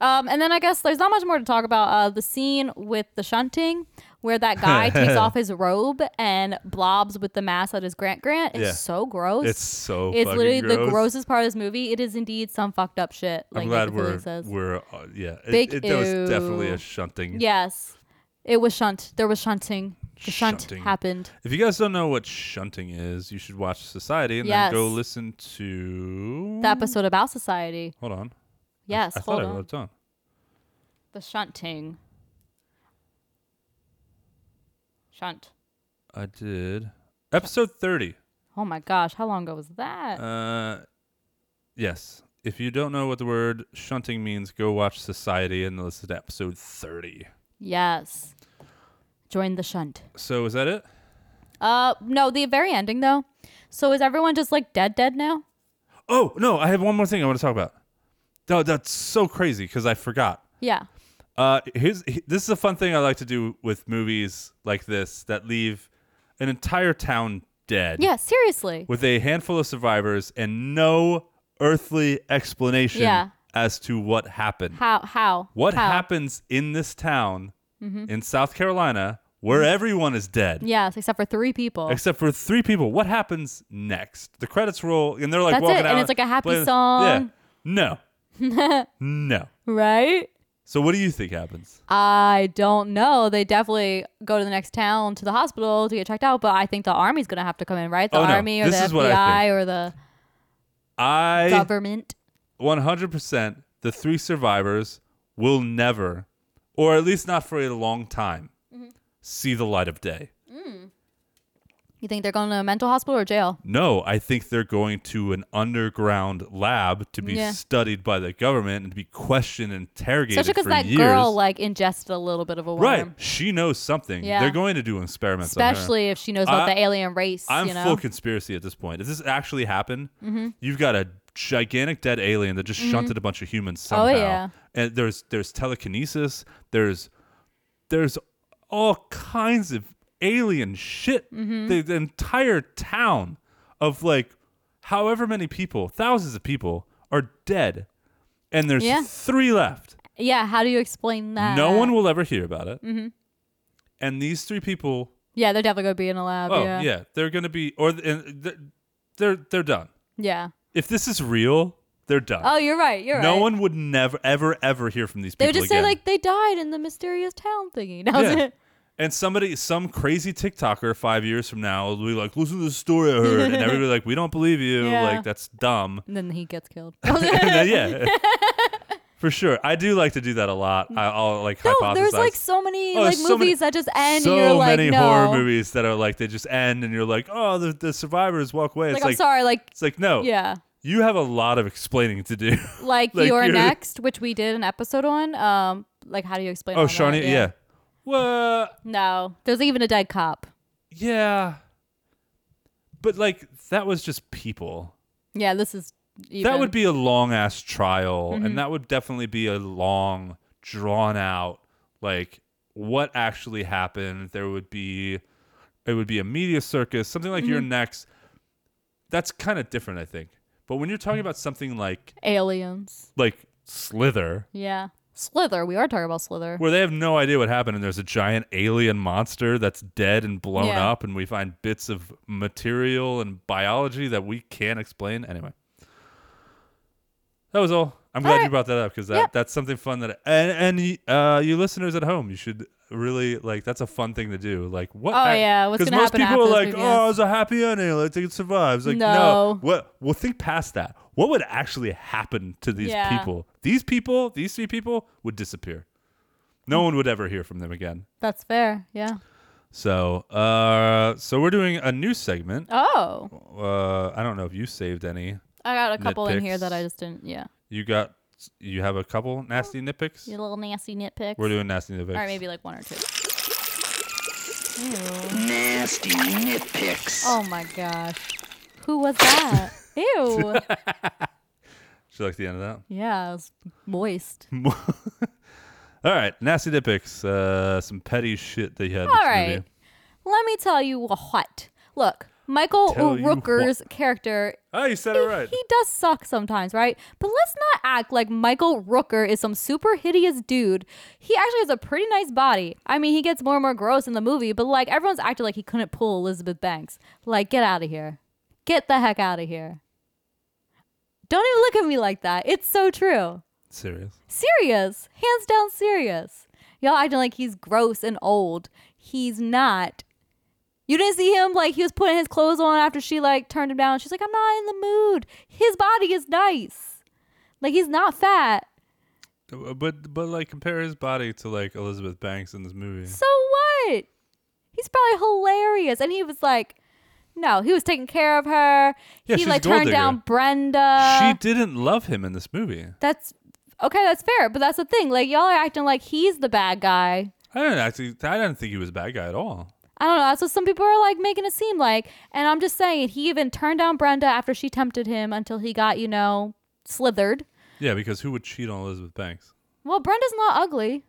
Speaker 3: Um, and then I guess there's not much more to talk about. Uh, the scene with the shunting, where that
Speaker 1: <laughs>
Speaker 3: guy takes off his robe and blobs with the mask that is Grant Grant. It's
Speaker 1: Yeah.
Speaker 3: so gross.
Speaker 1: It's so
Speaker 3: It's
Speaker 1: fucking
Speaker 3: literally the
Speaker 1: gross.
Speaker 3: grossest part of this movie. It is indeed some fucked up shit. Like
Speaker 1: i'm glad
Speaker 3: Nathan
Speaker 1: we're
Speaker 3: Fillion says.
Speaker 1: we're uh, yeah
Speaker 3: Big
Speaker 1: it, it, that was definitely
Speaker 3: ew.
Speaker 1: a shunting
Speaker 3: Yes. It was shunt. There was shunting. The shunt
Speaker 1: Shunting.
Speaker 3: happened.
Speaker 1: If you guys don't know what shunting is, you should watch Society and
Speaker 3: Yes.
Speaker 1: then go listen to
Speaker 3: The episode about society.
Speaker 1: Hold on.
Speaker 3: Yes,
Speaker 1: I
Speaker 3: hold
Speaker 1: thought I
Speaker 3: on.
Speaker 1: wrote it down.
Speaker 3: The shunting. Shunt.
Speaker 1: I did. Episode 30.
Speaker 3: Oh my gosh, how long ago was that?
Speaker 1: Uh, yes. If you don't know what the word shunting means, go watch Society and listen to episode 30.
Speaker 3: yes. Join the shunt.
Speaker 1: So is that it?
Speaker 3: Uh, no, the very ending though. So is everyone just like dead, dead now?
Speaker 1: Oh, no, I have one more thing I want to talk about. No, that's so crazy because I forgot.
Speaker 3: Yeah.
Speaker 1: Uh, here's he- this is a fun thing I like to do with movies like this that leave an entire town dead.
Speaker 3: Yeah, seriously.
Speaker 1: With a handful of survivors and no earthly explanation
Speaker 3: Yeah.
Speaker 1: as to what happened.
Speaker 3: How? How?
Speaker 1: what
Speaker 3: how? Mm-hmm.
Speaker 1: happens in this town in South Carolina where everyone is dead
Speaker 3: Yes, except for three people.
Speaker 1: except for three people? What happens next? The credits roll and they're like
Speaker 3: That's
Speaker 1: walking
Speaker 3: it,
Speaker 1: out
Speaker 3: and it's like a happy
Speaker 1: playing- Yeah.
Speaker 3: song.
Speaker 1: No.
Speaker 3: <laughs>
Speaker 1: no.
Speaker 3: right?
Speaker 1: So what do you think happens?
Speaker 3: I don't know. They definitely go to the next town to the hospital to get checked out, but I think the army's going to have to come in, right? The
Speaker 1: Oh, no.
Speaker 3: army or
Speaker 1: This
Speaker 3: the
Speaker 1: is what I
Speaker 3: FBI
Speaker 1: think.
Speaker 3: or the
Speaker 1: I
Speaker 3: government.
Speaker 1: 100% the three survivors will never, or at least not for a long time,
Speaker 3: Mm-hmm.
Speaker 1: see the light of day.
Speaker 3: You think they're going to a mental hospital or jail?
Speaker 1: No, I think they're going to an underground lab to be
Speaker 3: Yeah.
Speaker 1: studied by the government and to be questioned and interrogated
Speaker 3: Especially because
Speaker 1: for
Speaker 3: that
Speaker 1: years.
Speaker 3: girl like ingested a little bit of a worm.
Speaker 1: right, she knows something.
Speaker 3: Yeah.
Speaker 1: They're going to do experiments.
Speaker 3: Especially if she knows about
Speaker 1: I-
Speaker 3: the alien race.
Speaker 1: on her. I'm
Speaker 3: you know? Mm-hmm.
Speaker 1: full conspiracy at this point. If this actually happened, you've got a gigantic dead alien that just shunted a bunch of humans somehow.
Speaker 3: Oh, yeah.
Speaker 1: And there's there's telekinesis. There's there's all kinds of alien shit.
Speaker 3: Mm-hmm.
Speaker 1: The, the entire town of like however many people, thousands of people are dead, and there's
Speaker 3: Yeah. Uh,
Speaker 1: three left.
Speaker 3: Yeah, how do you explain that?
Speaker 1: no one will ever hear about it.
Speaker 3: mm-hmm.
Speaker 1: And these three people,
Speaker 3: Yeah, they're definitely going to be in a lab.
Speaker 1: oh yeah,
Speaker 3: yeah.
Speaker 1: they're gonna be or th- and th- they're they're done.
Speaker 3: Yeah.
Speaker 1: If this is real, they're done.
Speaker 3: Oh, you're right. You're
Speaker 1: no
Speaker 3: right.
Speaker 1: one would never ever ever hear from these
Speaker 3: They
Speaker 1: people
Speaker 3: would just
Speaker 1: again.
Speaker 3: say like they died in the mysterious town thingy. <laughs> That was
Speaker 1: Yeah.
Speaker 3: it.
Speaker 1: And somebody, some crazy TikToker five years from now will be like, listen to the story I heard. And everybody's
Speaker 3: <laughs>
Speaker 1: like, we don't believe you.
Speaker 3: Yeah.
Speaker 1: Like, that's dumb. <laughs>
Speaker 3: And then he gets killed. <laughs>
Speaker 1: And then, yeah. For sure. I do like to do that a lot. I, I'll like
Speaker 3: no,
Speaker 1: hypothesize.
Speaker 3: there's like so many
Speaker 1: Oh,
Speaker 3: like
Speaker 1: so many-
Speaker 3: movies that just end
Speaker 1: so
Speaker 3: and you're like
Speaker 1: many
Speaker 3: no.
Speaker 1: horror movies that are like, they just end and you're like, oh, the, the survivors walk away.
Speaker 3: Like,
Speaker 1: It's
Speaker 3: I'm
Speaker 1: like,
Speaker 3: sorry, like
Speaker 1: It's like, no.
Speaker 3: yeah.
Speaker 1: You have a lot of explaining to do. <laughs>
Speaker 3: Like,
Speaker 1: Like,
Speaker 3: you're
Speaker 1: you're-
Speaker 3: next, which we did an episode on. Um, like how do you explain?
Speaker 1: oh,
Speaker 3: all
Speaker 1: Shawnee?
Speaker 3: that?
Speaker 1: Yeah. Well,
Speaker 3: No, there's even a dead cop.
Speaker 1: yeah. But like, that was just people.
Speaker 3: Yeah, this is. Even.
Speaker 1: That would be a long ass trial, and that would definitely be a long, drawn out, like what actually happened. There would be, it would be a media circus, something like your next. That's kind of different, I think. But when you're talking about something like
Speaker 3: aliens.
Speaker 1: like Slither,
Speaker 3: Yeah, Slither. We are talking about Slither.
Speaker 1: where they have no idea what happened, and there's a giant alien monster that's dead and blown
Speaker 3: Yeah.
Speaker 1: up, and we find bits of material and biology that we can't explain. Anyway, that was all. I'm glad
Speaker 3: right.
Speaker 1: you brought that up because that,
Speaker 3: Yep.
Speaker 1: that's something fun that and and uh, you listeners at home, you should really like. That's a fun thing to do. Like what?
Speaker 3: Oh, yeah, what's
Speaker 1: Because
Speaker 3: gonna
Speaker 1: most
Speaker 3: happen
Speaker 1: people are
Speaker 3: after
Speaker 1: like,
Speaker 3: this movie
Speaker 1: oh,
Speaker 3: ends?"
Speaker 1: it's a happy ending. Like it survives. Like
Speaker 3: No.
Speaker 1: no. What? Well, think past that. What would actually happen to these
Speaker 3: Yeah.
Speaker 1: people? These people, these three people, would disappear. No one would ever hear from them again.
Speaker 3: That's fair. Yeah.
Speaker 1: So, uh, so we're doing a new segment.
Speaker 3: Oh,
Speaker 1: Uh, I don't know if you saved any.
Speaker 3: I got a couple in here
Speaker 1: Nitpicks.
Speaker 3: that I just didn't. Yeah,
Speaker 1: You got, you have a couple nasty nitpicks.
Speaker 3: your little nasty nitpicks.
Speaker 1: We're doing nasty nitpicks.
Speaker 3: All right, maybe like one or two.
Speaker 6: Nasty nitpicks.
Speaker 3: Oh my gosh, who was
Speaker 1: <laughs>
Speaker 3: that? Ew.
Speaker 1: Should you like the end of
Speaker 3: yeah, it was moist.
Speaker 1: Hmm, that. All right, nasty nitpicks. Uh, some petty shit that you had. in
Speaker 3: All
Speaker 1: this
Speaker 3: right.
Speaker 1: movie.
Speaker 3: Let me tell you what. Look, Michael
Speaker 1: Tell you
Speaker 3: Rooker's character,
Speaker 1: Oh, you said it right.
Speaker 3: <laughs> he does suck sometimes, right? But let's not act like Michael Rooker is some super hideous dude. He actually has a pretty nice body. I mean, he gets more and more gross in the movie, but like everyone's acting like he couldn't pull Elizabeth Banks. Like, get out of here. Get the heck out of here. Don't even look at me like that. It's so true.
Speaker 1: Serious.
Speaker 3: serious, hands down serious. Y'all acting like he's gross and old. He's not. You didn't see him like he was putting his clothes on after she like turned him down. She's like, I'm not in the mood. His body is nice. Like he's not fat.
Speaker 1: Uh, But but like compare his body to like Elizabeth Banks in this movie.
Speaker 3: So what? He's probably hilarious. And he was like, no, he was taking care of her.
Speaker 1: Yeah,
Speaker 3: he
Speaker 1: she's a
Speaker 3: like
Speaker 1: gold
Speaker 3: turned down
Speaker 1: digger.
Speaker 3: Brenda.
Speaker 1: she didn't love him in this movie.
Speaker 3: that's okay. That's fair. But that's the thing. Like y'all are acting like he's the bad guy.
Speaker 1: I didn't actually. I didn't think he was a bad guy at all.
Speaker 3: I don't know. That's what some people are like making it seem like. And I'm just saying, he even turned down Brenda after she tempted him until he got, you know, slithered.
Speaker 1: Yeah, because who would cheat on Elizabeth Banks?
Speaker 3: Well, Brenda's not ugly.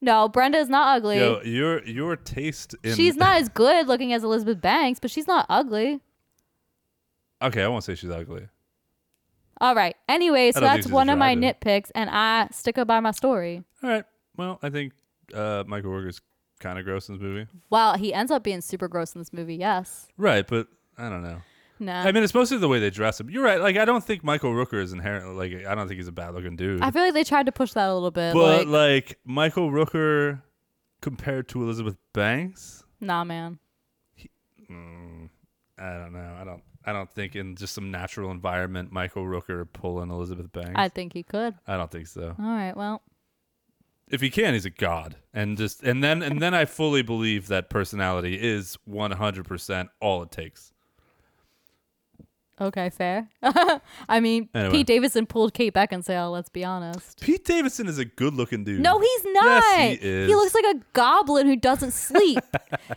Speaker 3: No, Brenda is not ugly.
Speaker 1: Yo, your your taste in
Speaker 3: she's not as good looking as Elizabeth Banks, but she's not ugly.
Speaker 1: <laughs> okay. I won't say she's ugly.
Speaker 3: All right. Anyway, so
Speaker 1: don't think
Speaker 3: that's
Speaker 1: she's
Speaker 3: one of my
Speaker 1: attractive.
Speaker 3: nitpicks, and I stick up by my story.
Speaker 1: All right. Well, I think uh, Michael Rooker's kind of gross in this movie.
Speaker 3: Well, he ends up being super gross in this movie. Yes.
Speaker 1: Right, but I don't know.
Speaker 3: No.
Speaker 1: I mean, it's mostly the way they dress him. You're right. Like, I don't think Michael Rooker is inherently like. I don't think he's a bad looking dude.
Speaker 3: I feel like they tried to push that a little bit.
Speaker 1: but
Speaker 3: Like,
Speaker 1: like, Michael Rooker compared to Elizabeth Banks,
Speaker 3: nah, man.
Speaker 1: I don't know. I don't. I don't think in just some natural environment, Michael Rooker pulling Elizabeth Banks.
Speaker 3: I think he could.
Speaker 1: I don't think so.
Speaker 3: All right. Well,
Speaker 1: if he can, he's a god. And just and then and then I fully believe that personality is one hundred percent all it takes.
Speaker 3: Okay, fair. <laughs> I mean,
Speaker 1: Anyway.
Speaker 3: Pete Davidson pulled Kate Beckinsale. Let's be honest.
Speaker 1: Pete Davidson is a good looking dude.
Speaker 3: No, he's not.
Speaker 1: Yes, he is.
Speaker 3: looks like a goblin who
Speaker 1: <laughs>
Speaker 3: doesn't sleep.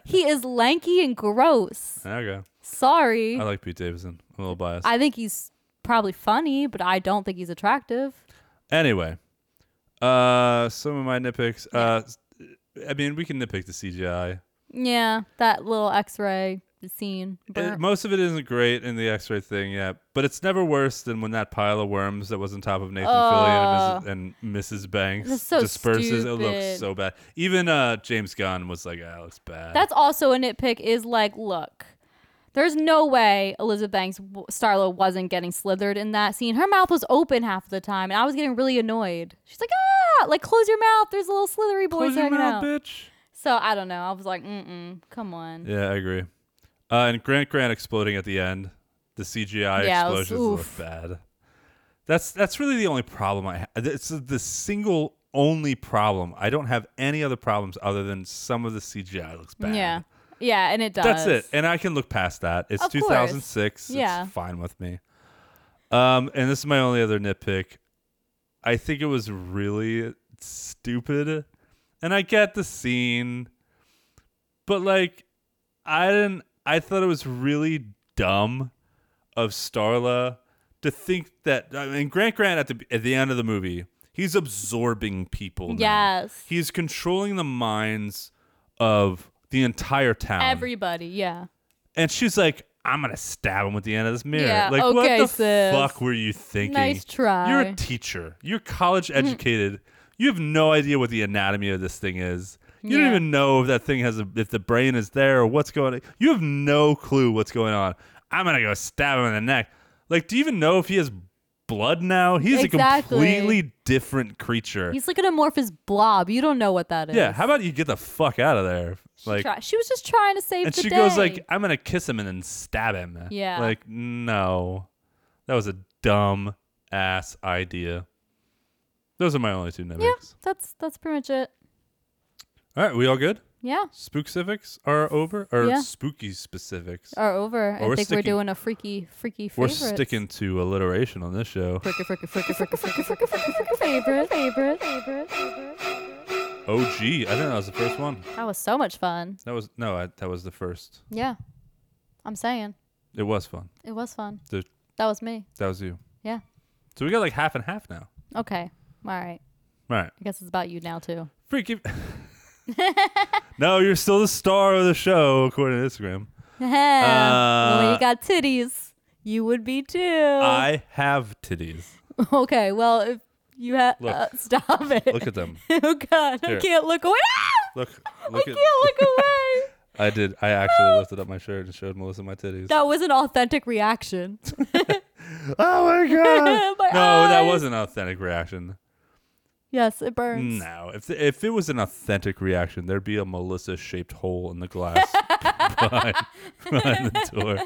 Speaker 3: he is lanky and gross.
Speaker 1: Okay.
Speaker 3: Sorry.
Speaker 1: I
Speaker 3: I,
Speaker 1: like Pete Davidson. I'm a little biased.
Speaker 3: think he's probably funny, but I don't think he's attractive.
Speaker 1: anyway. Uh some of my nitpicks. Uh I mean we can nitpick the CGI.
Speaker 3: Yeah, that little X-ray scene.
Speaker 1: Uh,
Speaker 3: Burp.
Speaker 1: most of it isn't great in the X-ray thing, yeah, but it's never worse than when that pile of worms that was on top of Nathan Fillion and Mrs., and Mrs. Banks
Speaker 3: Oh. That's so
Speaker 1: disperses. It
Speaker 3: stupid.
Speaker 1: looks so bad. Even uh, James Gunn was like, "Ah, it looks bad."
Speaker 3: That's also a nitpick. Is like, look, there's no way Elizabeth Banks w- Starla wasn't getting slithered in that scene. Her mouth was open half the time, and I was getting really annoyed. She's like, ah, like close your mouth. There's a little slithery boy
Speaker 1: Close your
Speaker 3: hanging
Speaker 1: mouth,
Speaker 3: out.
Speaker 1: bitch.
Speaker 3: So I don't know. I was like, mm mm, come on.
Speaker 1: Yeah, I agree. Uh, and Grant Grant exploding at the end, the CGI
Speaker 3: Yeah, it was-
Speaker 1: explosions look
Speaker 3: oof.
Speaker 1: bad. That's that's really the only problem I have. It's the single only problem. I don't have any other problems other than some of the CGI looks bad.
Speaker 3: Yeah, yeah, and it does.
Speaker 1: That's it. And I can look past that. It's
Speaker 3: Of course.
Speaker 1: 2006.
Speaker 3: Yeah.
Speaker 1: It's fine with me. Um, and this is my only other nitpick. I think it was really stupid. And I get the scene, but like, I didn't, I thought it was really dumb of Starla to think that, I mean, Grant Grant at the, at the end of the movie, he's absorbing people. now.
Speaker 3: Yes.
Speaker 1: He's controlling the minds of the entire town.
Speaker 3: Everybody, yeah.
Speaker 1: And she's like, I'm gonna stab him with the end of this mirror.
Speaker 3: Yeah,
Speaker 1: like,
Speaker 3: okay,
Speaker 1: what the
Speaker 3: sis.
Speaker 1: fuck were you thinking?
Speaker 3: Nice try. Mm-hmm.
Speaker 1: You're a teacher. You're college educated. You have no idea what the anatomy of this thing is. You
Speaker 3: Yeah.
Speaker 1: don't even know if that thing has a, if the brain is there or what's going on. You have no clue what's going on. I'm gonna go stab him in the neck. Like, do you even know if he has blood now? He's
Speaker 3: Exactly.
Speaker 1: a completely different creature.
Speaker 3: He's like an amorphous blob. You don't know what that is.
Speaker 1: yeah. How about you get the fuck out of there? Like,
Speaker 3: Try- she was just trying to save
Speaker 1: and
Speaker 3: the
Speaker 1: she
Speaker 3: day.
Speaker 1: goes like i'm gonna kiss him and then stab him
Speaker 3: Yeah.
Speaker 1: like no that was a dumb ass idea those are my only two nitpicks
Speaker 3: yeah, that's that's pretty much it.
Speaker 1: all right we all good
Speaker 3: Yeah,
Speaker 1: spook civics are over or
Speaker 3: Yeah.
Speaker 1: spooky specifics
Speaker 3: are over. I
Speaker 1: we're
Speaker 3: think we're
Speaker 1: sticking-
Speaker 3: doing a freaky, freaky
Speaker 1: we're
Speaker 3: favorite.
Speaker 1: sticking to alliteration on this show
Speaker 3: Fricka, fricka, fricka, fricka, fricka, fricka, fricka, fricka, favorite, favorite, favorite, favorite.
Speaker 1: oh gee i think that was the first one
Speaker 3: That was so much fun.
Speaker 1: that was no I, that was the first
Speaker 3: Yeah, I'm saying
Speaker 1: it was fun
Speaker 3: it was fun.
Speaker 1: The-
Speaker 3: That was me.
Speaker 1: that was you
Speaker 3: Yeah.
Speaker 1: so we got like half and half now
Speaker 3: Okay. All right.
Speaker 1: all right
Speaker 3: I guess it's about you now too. <laughs>
Speaker 1: freaky <laughs> no you're still the star of the show according to instagram
Speaker 3: when
Speaker 1: Uh,
Speaker 3: you got titties, you would be too.
Speaker 1: I have titties.
Speaker 3: <laughs> okay. Well, if you have,
Speaker 1: Look.
Speaker 3: uh, stop it.
Speaker 1: Look at them.
Speaker 3: <laughs> oh God, I
Speaker 1: Here.
Speaker 3: can't look away. Ah!
Speaker 1: Look.
Speaker 3: <laughs> I
Speaker 1: Look
Speaker 3: can't
Speaker 1: at.
Speaker 3: look away.
Speaker 1: I did. I actually lifted up my shirt and showed Melissa my titties.
Speaker 3: That was an
Speaker 1: <laughs>
Speaker 3: authentic reaction.
Speaker 1: Oh
Speaker 3: <laughs>
Speaker 1: my god.
Speaker 3: My
Speaker 1: no, that
Speaker 3: eyes.
Speaker 1: was an authentic reaction.
Speaker 3: Yes, it
Speaker 1: Hmm.
Speaker 3: burns. <laughs>
Speaker 1: No, if if it was an authentic reaction, there'd be a Melissa shaped hole in the glass behind the door. All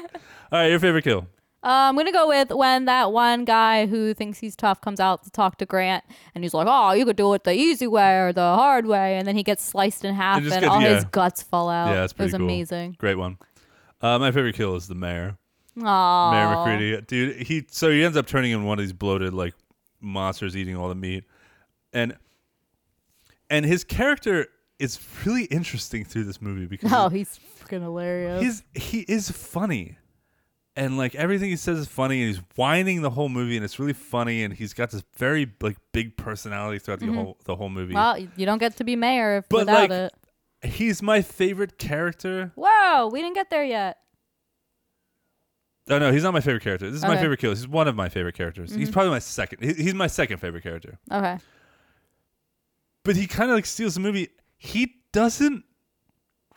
Speaker 1: right, your favorite kill.
Speaker 3: Uh, I'm gonna go with when that one guy who thinks he's tough comes out to talk to Grant, and he's like, "Oh, you could do it the easy way or the hard way," and then he gets sliced in half,
Speaker 1: It
Speaker 3: and,
Speaker 1: just gets-
Speaker 3: all
Speaker 1: yeah.
Speaker 3: his guts fall out.
Speaker 1: Yeah, that's
Speaker 3: it
Speaker 1: pretty
Speaker 3: Oh, was
Speaker 1: cool.
Speaker 3: amazing.
Speaker 1: Great one. Uh, my favorite kill is the mayor.
Speaker 3: Aww.
Speaker 1: Mayor McCready, dude. He so he ends up turning in one of these bloated like monsters eating all the meat, and and his character is really interesting through this movie because
Speaker 3: Oh, <laughs> he's freaking hilarious.
Speaker 1: Mm-hmm. he's he is funny, and like everything he says is funny, and he's whining the whole movie, and it's really funny, and he's got this very like big personality throughout the whole the whole movie.
Speaker 3: well, you don't get to be mayor if,
Speaker 1: But, like-
Speaker 3: without it.
Speaker 1: He's my favorite character.
Speaker 3: Whoa, we didn't get there yet.
Speaker 1: Oh no, he's not my favorite character. This is my
Speaker 3: Okay.
Speaker 1: favorite kill. He's one of my favorite characters. He's probably my second. he- He's my second favorite character.
Speaker 3: Okay.
Speaker 1: but he kind of like steals the movie. He doesn't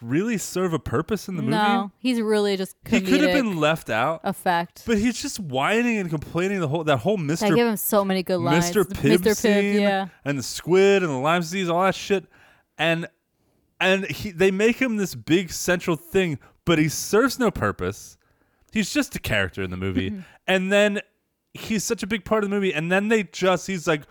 Speaker 1: really serve a purpose in the movie.
Speaker 3: No, he's really just
Speaker 1: he
Speaker 3: comedic Oh.
Speaker 1: could have been left out,
Speaker 3: effect.
Speaker 1: but he's just whining and complaining the whole that whole
Speaker 3: I give
Speaker 1: Mister
Speaker 3: him so many good lines.
Speaker 1: Mister Pibb
Speaker 3: Mr.
Speaker 1: scene
Speaker 3: Pibb, yeah.
Speaker 1: and the squid and the lime disease, all that shit, and and he they make him this big central thing, but he serves no purpose. He's just a character in the
Speaker 3: Mm-hmm.
Speaker 1: movie, and then he's such a big part of the movie, and then they just he's like.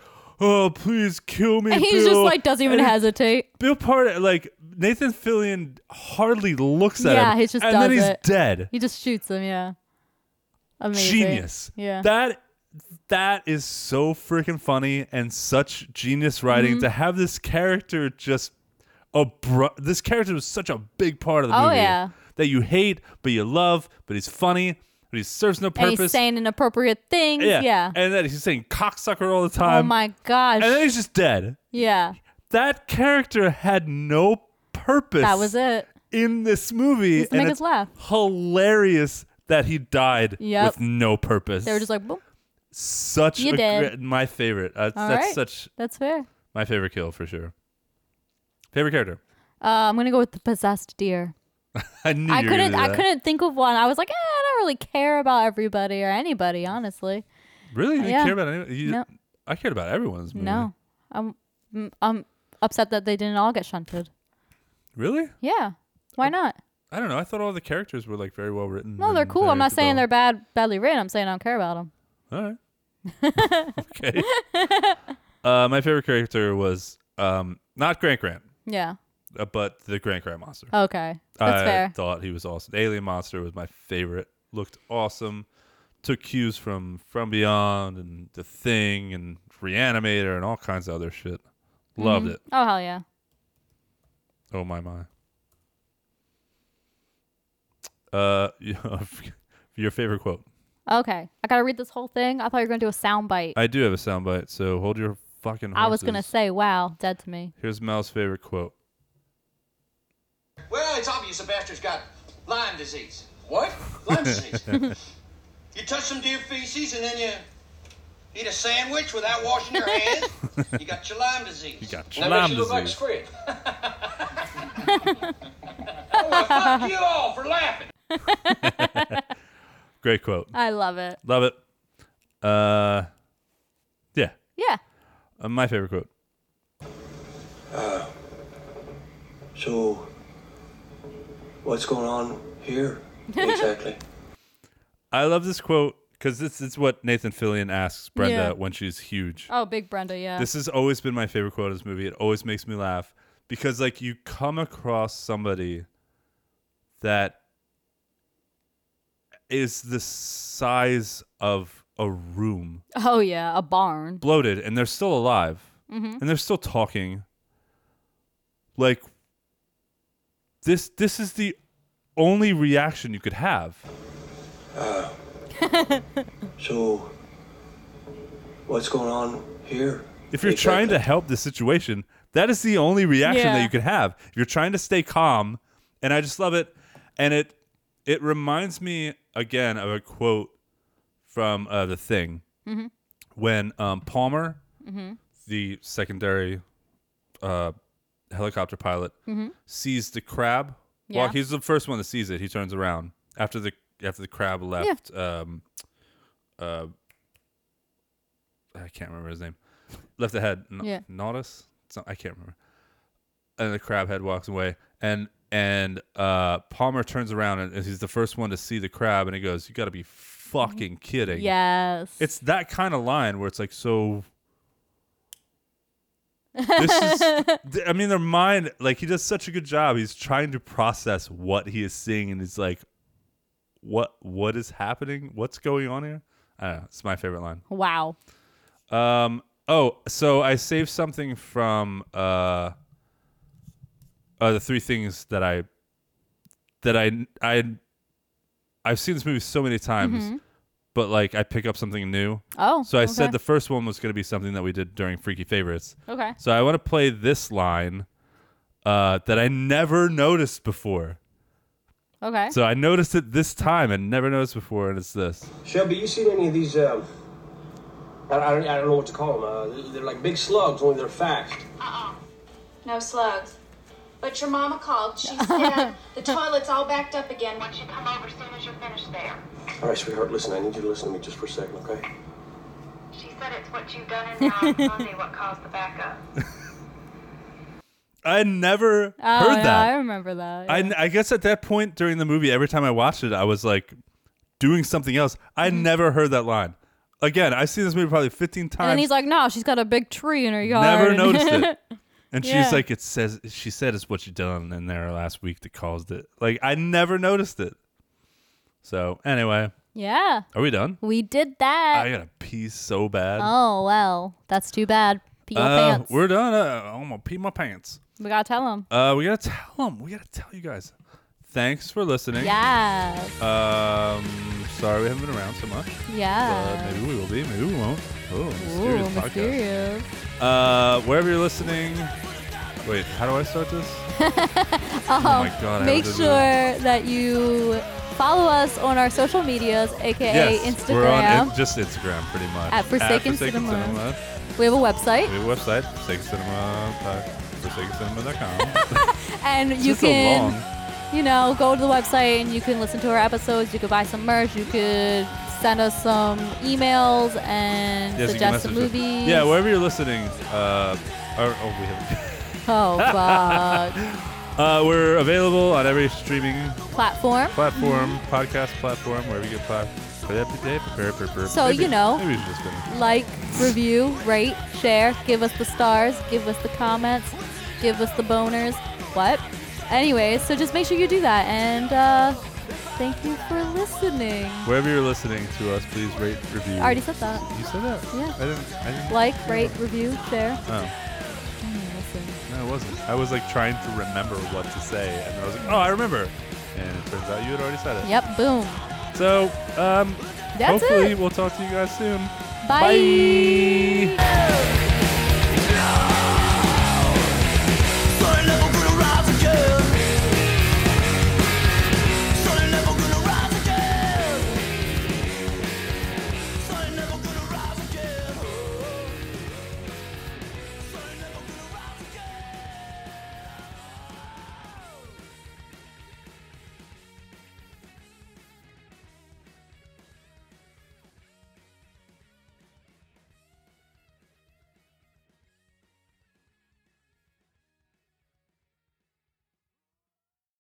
Speaker 1: Oh please kill me!
Speaker 3: <laughs> And he's just
Speaker 1: Bill."
Speaker 3: like doesn't even
Speaker 1: And he-
Speaker 3: hesitate.
Speaker 1: Bill Part like Nathan Fillion hardly looks at
Speaker 3: Yeah,
Speaker 1: him.
Speaker 3: he just
Speaker 1: and
Speaker 3: does
Speaker 1: then he's
Speaker 3: it.
Speaker 1: dead.
Speaker 3: He just shoots him, yeah. Amazing.
Speaker 1: Genius.
Speaker 3: Yeah.
Speaker 1: That that is so freaking funny and such genius writing
Speaker 3: Mm-hmm.
Speaker 1: to have this character just abru- this character was such a big part of the
Speaker 3: Oh,
Speaker 1: movie
Speaker 3: yeah.
Speaker 1: that you hate but you love but he's funny but he serves no
Speaker 3: and
Speaker 1: purpose
Speaker 3: he's saying inappropriate things. Yeah.
Speaker 1: and then he's saying cocksucker all the
Speaker 3: oh
Speaker 1: time
Speaker 3: my gosh.
Speaker 1: and then he's just dead
Speaker 3: yeah.
Speaker 1: that character had no purpose
Speaker 3: That was it.
Speaker 1: in this movie.
Speaker 3: Just to make
Speaker 1: and
Speaker 3: us
Speaker 1: it's
Speaker 3: laugh.
Speaker 1: Hilarious that he died
Speaker 3: Yep.
Speaker 1: with no purpose.
Speaker 3: They were just like, boom.
Speaker 1: such
Speaker 3: You
Speaker 1: a
Speaker 3: did.
Speaker 1: great- my favorite. Uh,
Speaker 3: All
Speaker 1: that's
Speaker 3: right.
Speaker 1: such
Speaker 3: That's fair.
Speaker 1: my favorite kill for sure. Favorite character. <laughs>
Speaker 3: Uh, I'm gonna go with the possessed deer.
Speaker 1: I knew
Speaker 3: I
Speaker 1: you were gonna
Speaker 3: couldn't.
Speaker 1: do
Speaker 3: I
Speaker 1: that.
Speaker 3: couldn't think of one. I was like, eh, I don't really care about everybody or anybody, honestly.
Speaker 1: Really? You didn't
Speaker 3: Yeah.
Speaker 1: care about anyone? You,
Speaker 3: No.
Speaker 1: I cared about everyone's movie.
Speaker 3: No, I'm. mm, I'm upset that they didn't all get shunted.
Speaker 1: Really?
Speaker 3: Yeah.
Speaker 1: Mm.
Speaker 3: Why not?
Speaker 1: I don't know. I thought all the characters were like very well written.
Speaker 3: No, they're
Speaker 1: and
Speaker 3: cool.
Speaker 1: very
Speaker 3: I'm not saying they're
Speaker 1: developed.
Speaker 3: bad, badly written. I'm saying I don't care about them.
Speaker 1: All right. <laughs>
Speaker 3: <laughs>
Speaker 1: okay. uh, my favorite character was um, not Grant Grant,
Speaker 3: Yeah.
Speaker 1: uh, but the Grant Grant monster.
Speaker 3: Okay. That's
Speaker 1: I
Speaker 3: fair.
Speaker 1: thought he was awesome. Alien Monster was my favorite. Looked awesome. Took cues from From Beyond and The Thing and Reanimator and all kinds of other shit. Loved it.
Speaker 3: Oh hell yeah.
Speaker 1: Oh my my. Uh, <laughs> your favorite quote.
Speaker 3: Okay. I gotta read this whole thing. I thought you were gonna do a sound bite.
Speaker 1: I do have a soundbite, so hold your fucking. Horses.
Speaker 3: I was gonna say, wow, dead to me.
Speaker 1: Here's Mal's favorite quote.
Speaker 7: Well, it's obvious the bastard's got Lyme disease. What? Lyme
Speaker 1: <laughs>
Speaker 7: disease. you touch some deer feces and then you eat a sandwich without washing your hands. you got your Lyme disease.
Speaker 1: You got
Speaker 7: Now,
Speaker 1: your Lyme
Speaker 7: you look like a
Speaker 1: disease.
Speaker 7: squid. <laughs> oh, well, fuck you all for laughing.
Speaker 1: Great quote.
Speaker 3: I love it.
Speaker 1: Love it. Uh, yeah,
Speaker 3: Yeah.
Speaker 1: uh, my favorite quote.
Speaker 8: So, what's going on
Speaker 3: <laughs>
Speaker 8: here exactly?
Speaker 1: I love this quote because this is what Nathan Fillion asks Brenda
Speaker 3: Yeah.
Speaker 1: when she's huge.
Speaker 3: Oh, big Brenda. Yeah.
Speaker 1: This has always been my favorite quote of this movie. It always makes me laugh because, like, you come across somebody that is the size of a room,
Speaker 3: oh yeah, a barn.
Speaker 1: bloated, and they're still alive and they're still talking. Like, this this is the only reaction you could have.
Speaker 8: Ah. <laughs> So, what's going on here?
Speaker 1: If you're trying to help the situation, that is the only reaction that
Speaker 3: Yeah.
Speaker 1: you can have. If you're trying to stay calm, and I just love it, and it it reminds me again of a quote from uh, the thing
Speaker 3: Mm-hmm.
Speaker 1: when um, Palmer, the secondary uh, helicopter pilot, sees the crab.
Speaker 3: Mm-hmm. Yeah.
Speaker 1: Walk. He's the first one that sees it. He turns around after the after the crab left. Um, uh, I can't remember his name. Left the head. N-
Speaker 3: Yeah.
Speaker 1: Nautis? It's not- I can't remember. And the crab head walks away, and and uh, Palmer turns around and he's the first one to see the crab, and he goes, "You got to be
Speaker 3: Mm-hmm.
Speaker 1: fucking kidding!"
Speaker 3: Yes.
Speaker 1: it's that kind of line where it's like, so. this is, th- I mean, their mind, like, he does such a good job. He's trying to process what he is seeing, and he's like, "What? What is happening? What's going on here?" I don't know. It's my favorite line.
Speaker 3: wow.
Speaker 1: Um. Oh, so I saved something from uh, uh the three things that I that I I I've seen this movie so many times, but like I pick up something new.
Speaker 3: Oh.
Speaker 1: So I
Speaker 3: okay.
Speaker 1: said the first one was going to be something that we did during Freaky Favorites.
Speaker 3: Okay.
Speaker 1: So I want to play this line uh, that I never noticed before.
Speaker 3: Okay.
Speaker 1: So I noticed it this time and never noticed before, and it's this.
Speaker 8: Shelby, you seen any of these? Um, I, I, don't- I don't know what to call them. Uh, they're, they're like big slugs, only they're fast.
Speaker 9: No slugs. But your mama called. She said the toilet's all backed up again. Why don't you come over as soon as you're finished there?
Speaker 8: All right, sweetheart, listen. I need you to listen to me just for a second, okay?
Speaker 9: She said it's what you've done in now on Sunday what caused the backup.
Speaker 1: I never
Speaker 3: oh,
Speaker 1: heard
Speaker 3: yeah,
Speaker 1: that.
Speaker 3: I remember that.
Speaker 1: I,
Speaker 3: yeah.
Speaker 1: I guess at that point during the movie, every time I watched it, I was like doing something else. I
Speaker 3: Mm-hmm.
Speaker 1: never heard that line. Again, I've seen this movie probably 15 times.
Speaker 3: and then he's like, "No, she's got a big tree in her yard."
Speaker 1: never
Speaker 3: and-
Speaker 1: noticed it. And
Speaker 3: Yeah.
Speaker 1: she's like, it says, she said it's what you done in there last week that caused it. Like, I never noticed it. So, anyway,
Speaker 3: <laughs> yeah,
Speaker 1: are we done?
Speaker 3: we did that.
Speaker 1: I gotta pee so bad.
Speaker 3: oh well, that's too bad. Pee your
Speaker 1: Uh,
Speaker 3: pants.
Speaker 1: We're done. Uh, I'm gonna pee my pants.
Speaker 3: We gotta tell him.
Speaker 1: Uh, we gotta tell them. We gotta tell you guys. Thanks for listening.
Speaker 3: Yes.
Speaker 1: Um, sorry we haven't been around so much. but
Speaker 3: Yeah.
Speaker 1: maybe we will be, maybe we won't. Oh, mysterious
Speaker 3: Uh. Ooh,
Speaker 1: podcast.
Speaker 3: mysterious.
Speaker 1: Uh, wherever you're listening. Wait, how do I start
Speaker 3: <laughs>
Speaker 1: this? oh my god! I
Speaker 3: Uh-huh. Make
Speaker 1: haven't
Speaker 3: sure
Speaker 1: done
Speaker 3: that you follow us on our social medias, aka
Speaker 1: this. Yes,
Speaker 3: Instagram.
Speaker 1: we're on in- just Instagram, pretty much.
Speaker 3: At Forsaken Cinema.
Speaker 1: Cinema.
Speaker 3: we have a website,
Speaker 1: We have a website, Forsaken Cinema. dot-
Speaker 3: <laughs>
Speaker 1: ForsakenCinema.com.
Speaker 3: and
Speaker 1: It's
Speaker 3: you
Speaker 1: just so
Speaker 3: can.
Speaker 1: long.
Speaker 3: you know, go to the website and you can listen to our episodes. You could buy some merch. You could send us some emails and
Speaker 1: Yes, you can
Speaker 3: suggest some
Speaker 1: message us.
Speaker 3: movies.
Speaker 1: Yeah, wherever you're listening. Uh, or, oh, we have. <laughs>
Speaker 3: Oh, fuck.
Speaker 1: Uh, we're available on every streaming
Speaker 3: Platform.
Speaker 1: platform,
Speaker 3: Mm-hmm.
Speaker 1: podcast platform, wherever you get podcast.
Speaker 3: So, you know.
Speaker 1: Maybe we should just finish.
Speaker 3: Like, review, rate, share, give us the stars, give us the comments, give us the boners. What? Anyways, so just make sure you do that. And uh, thank you for listening.
Speaker 1: Wherever you're listening to us, please rate, review.
Speaker 3: I already said that.
Speaker 1: You said that?
Speaker 3: Yeah.
Speaker 1: I didn't. I didn't
Speaker 3: Like, rate, review, share.
Speaker 1: Oh,
Speaker 3: Mm, listen.
Speaker 1: no, it wasn't. I was like trying to remember what to say, and I was like, oh, I remember. And it turns out you had already said it.
Speaker 3: Yep, boom.
Speaker 1: So, um,
Speaker 3: That's
Speaker 1: hopefully,
Speaker 3: it.
Speaker 1: we'll talk to you guys soon.
Speaker 3: Bye.